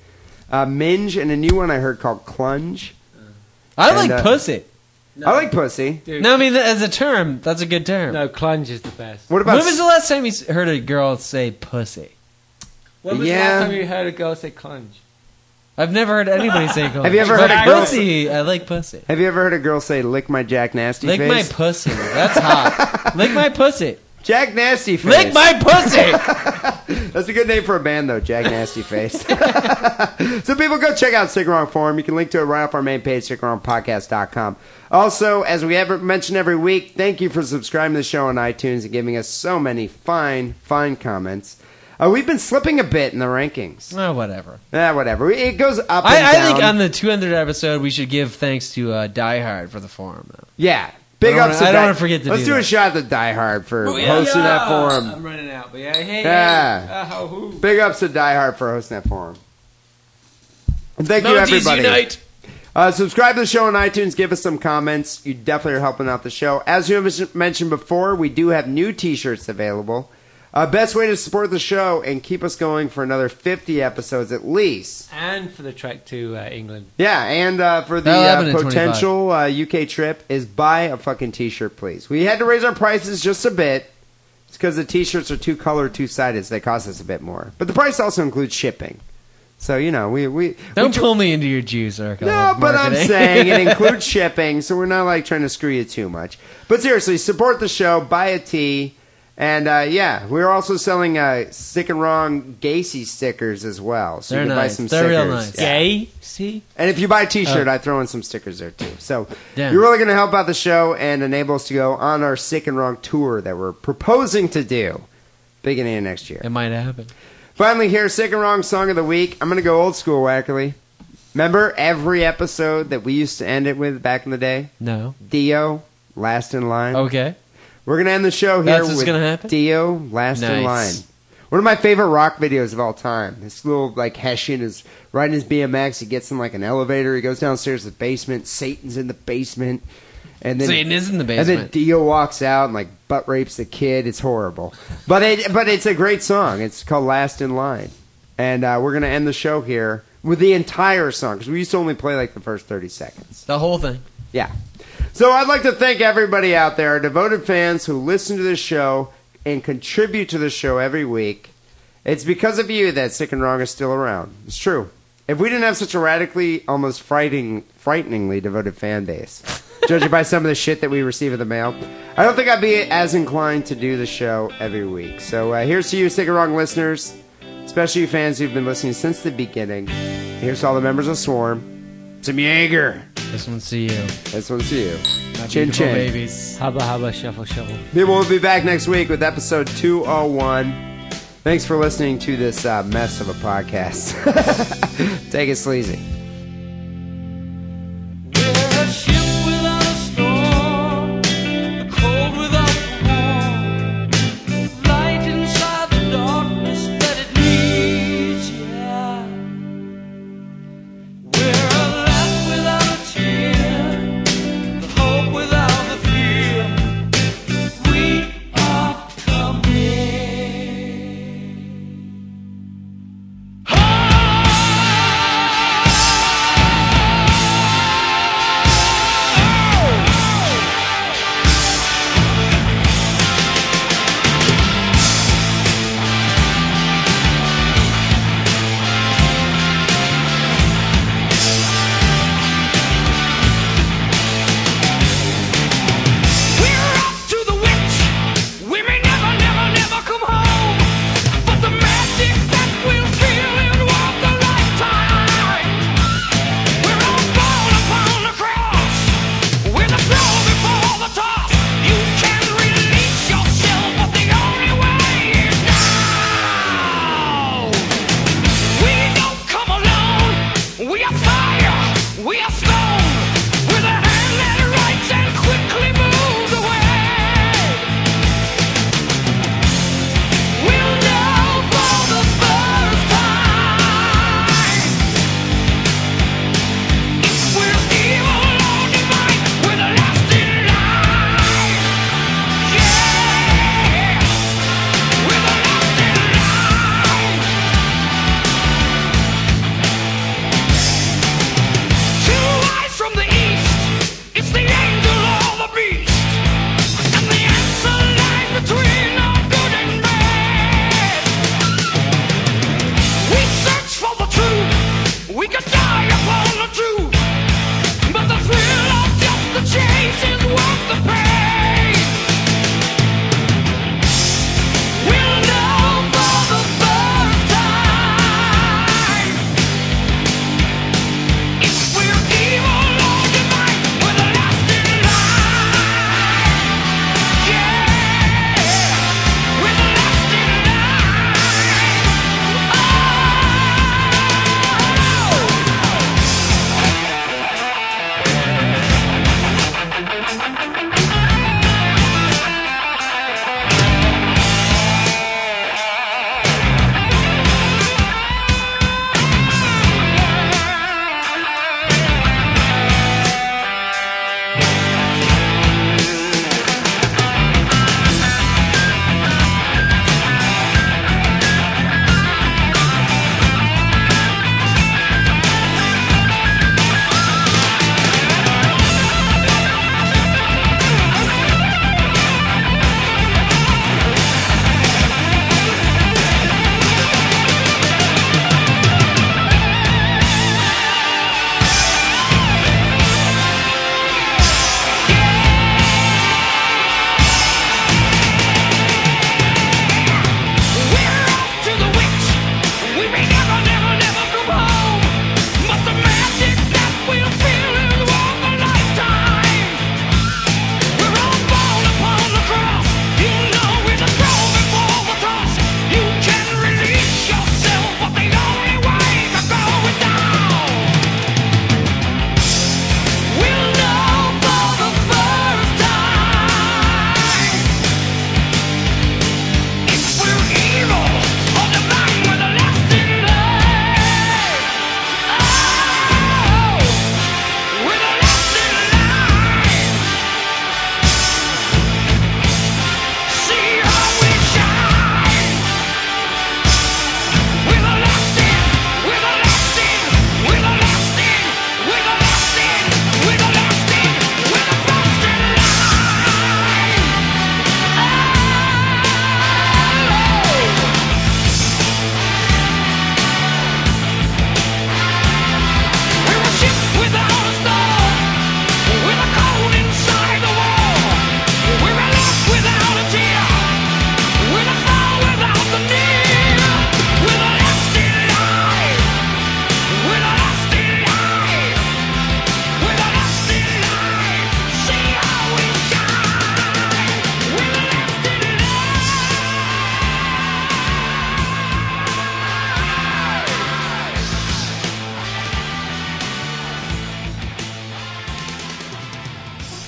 Speaker 6: Uh, minge and a new one I heard called clunge.
Speaker 7: I
Speaker 6: And,
Speaker 7: like
Speaker 6: uh,
Speaker 7: pussy.
Speaker 6: I like pussy.
Speaker 7: No, I mean th- as a term, that's a good term.
Speaker 9: No, clunge is the best.
Speaker 6: What about
Speaker 7: when was the last time you s- heard a girl say pussy?
Speaker 9: When was
Speaker 6: Yeah.
Speaker 9: the last time you heard a girl say clunge?
Speaker 7: I've never heard anybody say girl.
Speaker 6: Have you ever
Speaker 7: But
Speaker 6: heard a girl-
Speaker 7: pussy? I like pussy.
Speaker 6: Have you ever heard a girl say "lick my Jack Nasty
Speaker 7: Lick
Speaker 6: face"?
Speaker 7: my pussy. That's hot. Lick my pussy.
Speaker 6: Jack Nasty face.
Speaker 7: Lick my pussy.
Speaker 6: That's a good name for a band, though. Jack Nasty Face. so people go check out Stick Around Forum. You can link to it right off our main page, stickaroundpodcast.com. Also, as we ever mention every week, thank you for subscribing to the show on iTunes and giving us so many fine, fine comments. Uh, we've been slipping a bit in the rankings.
Speaker 7: oh, whatever.
Speaker 6: Ah, whatever. We- It goes up.
Speaker 7: I,
Speaker 6: and
Speaker 7: I think
Speaker 6: down.
Speaker 7: on the 200 episode, we should give thanks to uh, Die Hard for the forum. Though.
Speaker 6: yeah. Big
Speaker 7: I don't
Speaker 6: ups.
Speaker 7: wanna-
Speaker 6: to
Speaker 7: I don't
Speaker 6: that.
Speaker 7: wanna forget to
Speaker 6: Let's
Speaker 7: do
Speaker 6: do, a
Speaker 7: that.
Speaker 6: shot to Die Hard for
Speaker 9: Booyah!
Speaker 6: hosting that forum.
Speaker 9: Oh, I'm running out, but yeah, hey,
Speaker 6: Yeah.
Speaker 9: hey, ah, hoo.
Speaker 6: Big ups to Die Hard for hosting that forum. And Thank you,
Speaker 7: Mounties
Speaker 6: everybody.
Speaker 7: unite.
Speaker 6: Uh, subscribe to the show on iTunes. Give us some comments. You definitely are helping out the show. As you have mentioned before, we do have new T-shirts available. Uh, best way to support the show and keep us going for another 50 episodes at least.
Speaker 9: and for the trek to uh, England.
Speaker 6: Yeah, and uh, for the
Speaker 7: That'll happen
Speaker 6: uh,
Speaker 7: in 25.
Speaker 6: potential uh, UK trip is buy a fucking T-shirt, please. We had to raise our prices just a bit. It's because the T-shirts are two color, two sided. So they cost us a bit more, but the price also includes shipping. So you know, we we we
Speaker 7: Don't
Speaker 6: tr-
Speaker 7: pull me into your juice, Eric. I
Speaker 6: no,
Speaker 7: love
Speaker 6: but I'm
Speaker 7: marketing.
Speaker 6: saying it includes shipping, so we're not like trying to screw you too much. But seriously, support the show, buy a tee, and uh, yeah, we're also selling uh, Sick and Wrong Gacy stickers as well. So
Speaker 7: They're
Speaker 6: you can
Speaker 7: nice.
Speaker 6: buy some
Speaker 7: They're
Speaker 6: stickers.
Speaker 7: real nice. Uh,
Speaker 6: Yeah.
Speaker 9: Gay, see?
Speaker 6: And if you buy a T-shirt, I throw in some stickers there too. So
Speaker 7: Damn.
Speaker 6: you're really going to help out the show and enable us to go on our Sick and Wrong tour that we're proposing to do beginning of next year.
Speaker 7: it might happen.
Speaker 6: Finally, here, sick and wrong song of the week. I'm gonna go old school, Wackerly. Remember every episode that we used to end it with back in the day?
Speaker 7: No.
Speaker 6: Dio, Last in Line.
Speaker 7: Okay.
Speaker 6: We're gonna end the show here
Speaker 7: That's what's
Speaker 6: with
Speaker 7: gonna happen?
Speaker 6: Dio, Last in Line.
Speaker 7: Nice.
Speaker 6: One of my favorite rock videos of all time. This little like Hessian is riding his BMX. He gets in like an elevator. He goes downstairs to the basement. Satan's in the basement, and then
Speaker 7: Satan is in the
Speaker 6: and then
Speaker 7: basement.
Speaker 6: Dio walks out and like butt rapes the kid. It's horrible, but it but it's a great song. It's called Last in Line, and uh, we're gonna end the show here with the entire song because we used to only play like the first thirty seconds.
Speaker 7: The whole thing.
Speaker 6: Yeah. So I'd like to thank everybody out there, our devoted fans who listen to this show and contribute to the show every week. It's because of you that Sick and Wrong is still around. It's true. If we didn't have such a radically, almost frightening, frighteningly devoted fan base, judging by some of the shit that we receive in the mail, I don't think I'd be as inclined to do the show every week. So uh, here's to you, Sick and Wrong listeners, especially you fans who've been listening since the beginning. Here's to all the members of Swarm. Some Jaeger.
Speaker 7: This one's to you.
Speaker 6: This one's to you.
Speaker 7: My
Speaker 6: Chin
Speaker 7: beautiful
Speaker 6: chin.
Speaker 7: babies.
Speaker 9: Hubba hubba shuffle shuffle.
Speaker 6: People will be back next week with episode 201. Thanks for listening to this uh, mess of a podcast. Take it sleazy.
Speaker 4: We're a ship without a storm, cold without warm, light inside the darkness that it needs. Yeah, we're a laugh without a tear, the hope without the fear. We are coming. We could die upon the truth, but the thrill of just the chase is worth the pain. We'll know for the first time if we're evil or divine. We're the last in line. Yeah, we're the last in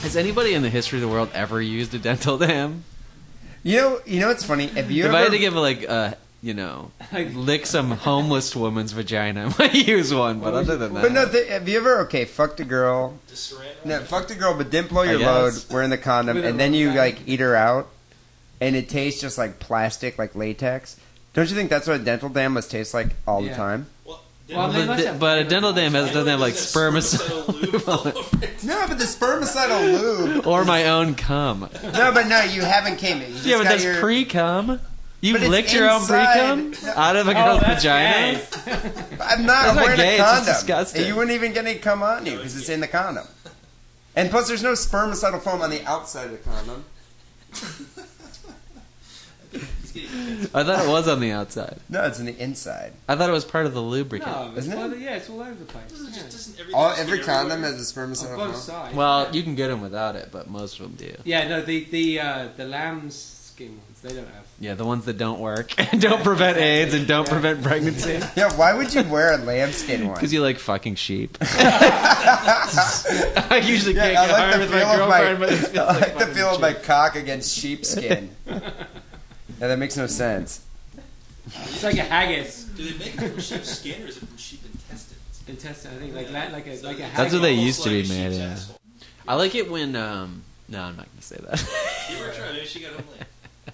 Speaker 7: Has anybody in the history of the world ever used a dental dam?
Speaker 6: You know, you know what's funny? Have you
Speaker 7: if
Speaker 6: ever
Speaker 7: I had to give like a you know lick some homeless woman's vagina, I might use one. But other than that,
Speaker 6: But no, th- have you ever okay? Fucked a girl. No, fucked a girl, but didn't blow
Speaker 7: I
Speaker 6: your load.
Speaker 7: guess.
Speaker 6: We're in the condom,
Speaker 7: With a
Speaker 6: and then
Speaker 7: load
Speaker 6: you
Speaker 7: back.
Speaker 6: like eat her out, and it tastes just like plastic, like latex. Don't you think that's what a dental dam must taste like all the
Speaker 7: Yeah.
Speaker 6: time?
Speaker 7: Well, but, the- but a dental dam has doesn't have like spermicide
Speaker 6: No, but the spermicidal lube.
Speaker 7: or my own cum.
Speaker 6: No, but no, you haven't came. You just
Speaker 7: Yeah, but
Speaker 6: got
Speaker 7: that's
Speaker 6: your-
Speaker 7: pre cum. You
Speaker 6: But it's
Speaker 7: licked your own pre cum
Speaker 6: inside.
Speaker 7: out of a
Speaker 6: Oh,
Speaker 7: girl's
Speaker 6: that's
Speaker 7: vagina.
Speaker 6: I'm not
Speaker 7: That's not
Speaker 6: wearing a
Speaker 7: gay, it's just
Speaker 6: condom.
Speaker 7: disgusting.
Speaker 6: And you wouldn't even get any cum on you because it's in the condom. And plus, there's no spermicidal foam on the outside of the condom.
Speaker 7: I thought it was on the outside.
Speaker 6: No, it's in the inside.
Speaker 7: I thought it was part of the lubricant.
Speaker 9: No, it's
Speaker 6: Isn't it?
Speaker 9: all- yeah, it's all over the place. Yeah.
Speaker 6: All, every condom has a spermicidal
Speaker 9: On both
Speaker 6: foam.
Speaker 9: sides.
Speaker 7: Well, you can get them without it, but most of them do.
Speaker 9: yeah, no, the the uh, the lamb's skin ones they don't have.
Speaker 7: Yeah, the ones that don't work and don't prevent AIDS and don't prevent pregnancy.
Speaker 6: Yeah, why would you wear a lambskin one?
Speaker 7: Because you like fucking sheep. I usually
Speaker 6: Yeah,
Speaker 7: can't
Speaker 6: I
Speaker 7: get
Speaker 6: like
Speaker 7: hard
Speaker 6: the
Speaker 7: with my
Speaker 6: feel of my-
Speaker 7: girlfriend, but it feels
Speaker 6: I
Speaker 7: like,
Speaker 6: like the
Speaker 7: fucking
Speaker 6: feel of
Speaker 7: sheep.
Speaker 6: my cock against sheepskin. yeah, that makes no sense.
Speaker 9: It's like a haggis.
Speaker 8: Do they make it from sheep skin or is it from sheep intestines?
Speaker 9: Intestine, I think, like la- like a like a.
Speaker 7: That's what
Speaker 9: haggis.
Speaker 7: they used to be made. Yeah. I like it when. Um, no, I'm not gonna say that.
Speaker 8: You were trying. Maybe she got home late.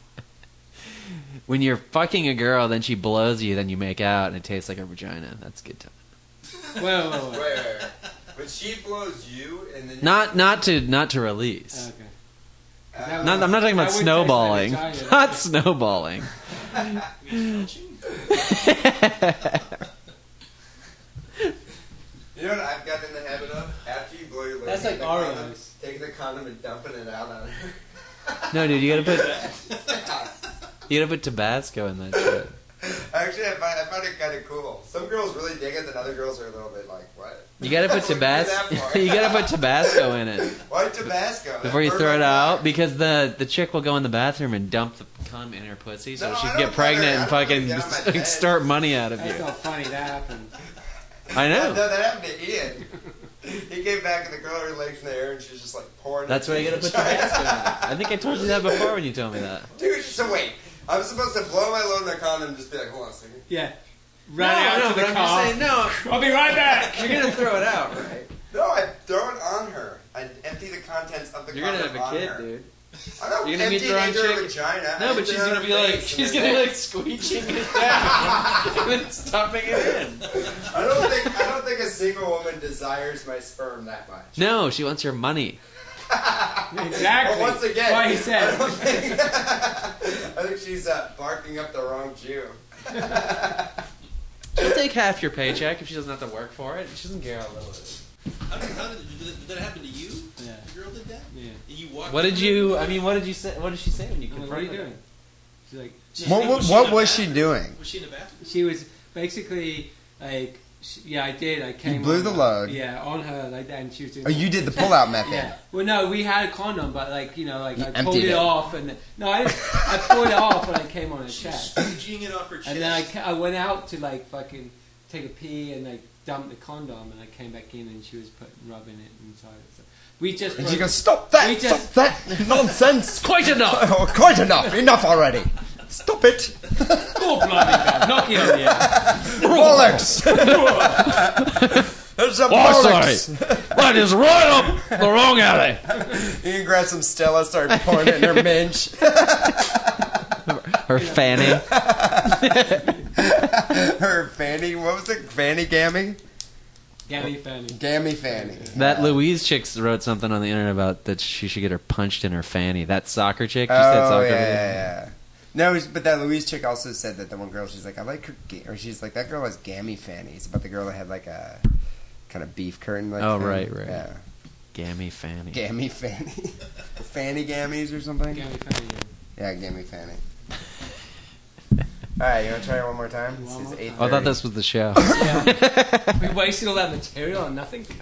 Speaker 7: when you're fucking a girl, then she blows you, then you make out, and it tastes like her vagina. That's good time.
Speaker 9: Whoa, whoa, whoa.
Speaker 6: But she blows you, and then
Speaker 7: Not, not to, not to release.
Speaker 9: Okay. Is that
Speaker 7: Not,
Speaker 9: what-
Speaker 7: I'm not talking about
Speaker 9: that would taste like
Speaker 7: snowballing.
Speaker 9: vagina.
Speaker 7: Not snowballing.
Speaker 6: You know what I've got in the habit of? After you blow your load,
Speaker 9: That's like
Speaker 6: taking the
Speaker 9: Oreos.
Speaker 6: condom- Taking the condom and dumping it out on her.
Speaker 7: No, dude, you gotta put you gotta put Tabasco in that shit.
Speaker 6: Actually, I find, I find it kind of cool. Some girls really dig it, and other girls are a little bit like, what?
Speaker 7: You gotta put
Speaker 6: Where'd you get that
Speaker 7: Tabasco.
Speaker 6: part?
Speaker 7: you gotta put Tabasco in it
Speaker 6: Why Tabasco?
Speaker 7: before you
Speaker 6: That
Speaker 7: throw
Speaker 6: burned
Speaker 7: it
Speaker 6: my-
Speaker 7: out because the the chick will go in the bathroom and dump the cum in her pussy so
Speaker 6: No,
Speaker 7: she
Speaker 6: I
Speaker 7: can
Speaker 6: don't
Speaker 7: get
Speaker 6: let her-
Speaker 7: pregnant
Speaker 6: I
Speaker 7: and
Speaker 6: don't let her
Speaker 7: fucking
Speaker 6: down my
Speaker 7: s-
Speaker 6: bed.
Speaker 7: extort money out of
Speaker 9: That's
Speaker 7: you.
Speaker 9: how funny that happened.
Speaker 7: I
Speaker 6: No,
Speaker 7: know.
Speaker 6: that happened to Ian. He came back and the girl had her legs in the air and she was just like pouring.
Speaker 7: That's
Speaker 6: it
Speaker 7: why you
Speaker 6: into
Speaker 7: gotta put
Speaker 6: the vagina.
Speaker 7: Tabasco in it. I think I told you that before when you told me that.
Speaker 6: Dude, so wait. I'm supposed to blow my load in a condom and just be like, hold on a second.
Speaker 9: Yeah.
Speaker 7: Run No, out no, to the but I'm just car. saying, no.
Speaker 9: I'll be right back.
Speaker 7: You're gonna throw it out, right?
Speaker 6: No, I throw it on her. I empty the contents of the
Speaker 7: You're gonna
Speaker 6: condom
Speaker 7: have a
Speaker 6: on
Speaker 7: kid,
Speaker 6: her.
Speaker 7: dude.
Speaker 6: I don't
Speaker 7: You're gonna
Speaker 6: empty
Speaker 7: meet the
Speaker 6: it
Speaker 7: wrong
Speaker 6: into her
Speaker 7: chick.
Speaker 6: vagina. I
Speaker 7: No, but
Speaker 6: empty
Speaker 7: she's
Speaker 6: it on
Speaker 7: gonna
Speaker 6: her
Speaker 7: be like,
Speaker 6: face and
Speaker 7: she's
Speaker 6: her
Speaker 7: gonna be like
Speaker 6: dick.
Speaker 7: squeezing it down and then stuffing it in.
Speaker 6: I don't think I don't think a single woman desires my sperm that much.
Speaker 7: No, she wants your money.
Speaker 9: Exactly.
Speaker 6: But once again,
Speaker 9: Why he
Speaker 6: I,
Speaker 9: said.
Speaker 6: don't think, I think she's uh, barking up the wrong Jew.
Speaker 7: She'll take half your paycheck if she doesn't have to work for it. She doesn't care how little it is.
Speaker 8: How did, how did, did that happen to you?
Speaker 9: Yeah.
Speaker 8: The girl did that.
Speaker 9: Yeah.
Speaker 8: And you walked.
Speaker 7: What did you? I mean, what did you say? What did she say when you
Speaker 9: I'm like,
Speaker 7: confronted
Speaker 9: what are you
Speaker 7: her?
Speaker 9: doing? She's like,
Speaker 6: What, what, what was she doing?
Speaker 8: Was she in the bathroom?
Speaker 9: she was basically like, sh yeah, I did. I came.
Speaker 6: blew
Speaker 9: on
Speaker 6: the
Speaker 9: her.
Speaker 6: load.
Speaker 9: Yeah, on her like that, and she was doing.
Speaker 6: Oh, you did the pull-out method.
Speaker 9: Yeah. Well, no, we had a condom, but like you know, like
Speaker 6: You
Speaker 9: I pulled
Speaker 6: emptied
Speaker 9: it,
Speaker 6: it.
Speaker 9: off, and no, I I pulled it off, and I came on her chest,
Speaker 8: Squeegeeing it off her chest.
Speaker 9: and then I, ca- I went out to like fucking take a pee and like dump the condom, and I came back in, and she was putting rubbing it inside. It. So we just
Speaker 17: And
Speaker 9: broke-
Speaker 17: she goes, stop that!
Speaker 9: We just
Speaker 17: Stop that nonsense!
Speaker 7: Quite enough!
Speaker 17: oh, quite enough! Enough already! Stop it!
Speaker 9: Go bloody god! Knock it on the
Speaker 17: Bollocks! There's a
Speaker 6: Oh,
Speaker 17: bollocks!
Speaker 7: That is right up the wrong alley.
Speaker 6: You can grab some Stella, start pouring it in her minge.
Speaker 7: Her fanny.
Speaker 6: her fanny. What was it? Fanny gammy.
Speaker 9: Gammy fanny.
Speaker 6: Gammy fanny.
Speaker 7: That Louise chick wrote something on the internet about that she should get her punched in her fanny. That soccer chick, just that
Speaker 6: Oh
Speaker 7: soccer
Speaker 6: yeah, yeah,
Speaker 7: video.
Speaker 6: yeah. No, it's- but that Louise chick also said that the one girl, she's like, I like her, ga-, or she's like, that girl has gammy fannies. About the girl that had like a kind of beef curtain. Like
Speaker 7: Oh
Speaker 6: thing.
Speaker 7: right, right.
Speaker 6: Yeah,
Speaker 7: Gammy fanny.
Speaker 6: gammy fanny, fanny gammies or something.
Speaker 9: Gammy fanny.
Speaker 6: Yeah, gammy fanny. All right, you want to try it one more time? This is
Speaker 9: more time.
Speaker 6: eight.
Speaker 7: Oh, I thought this was the show.
Speaker 9: We wasted all that material on nothing.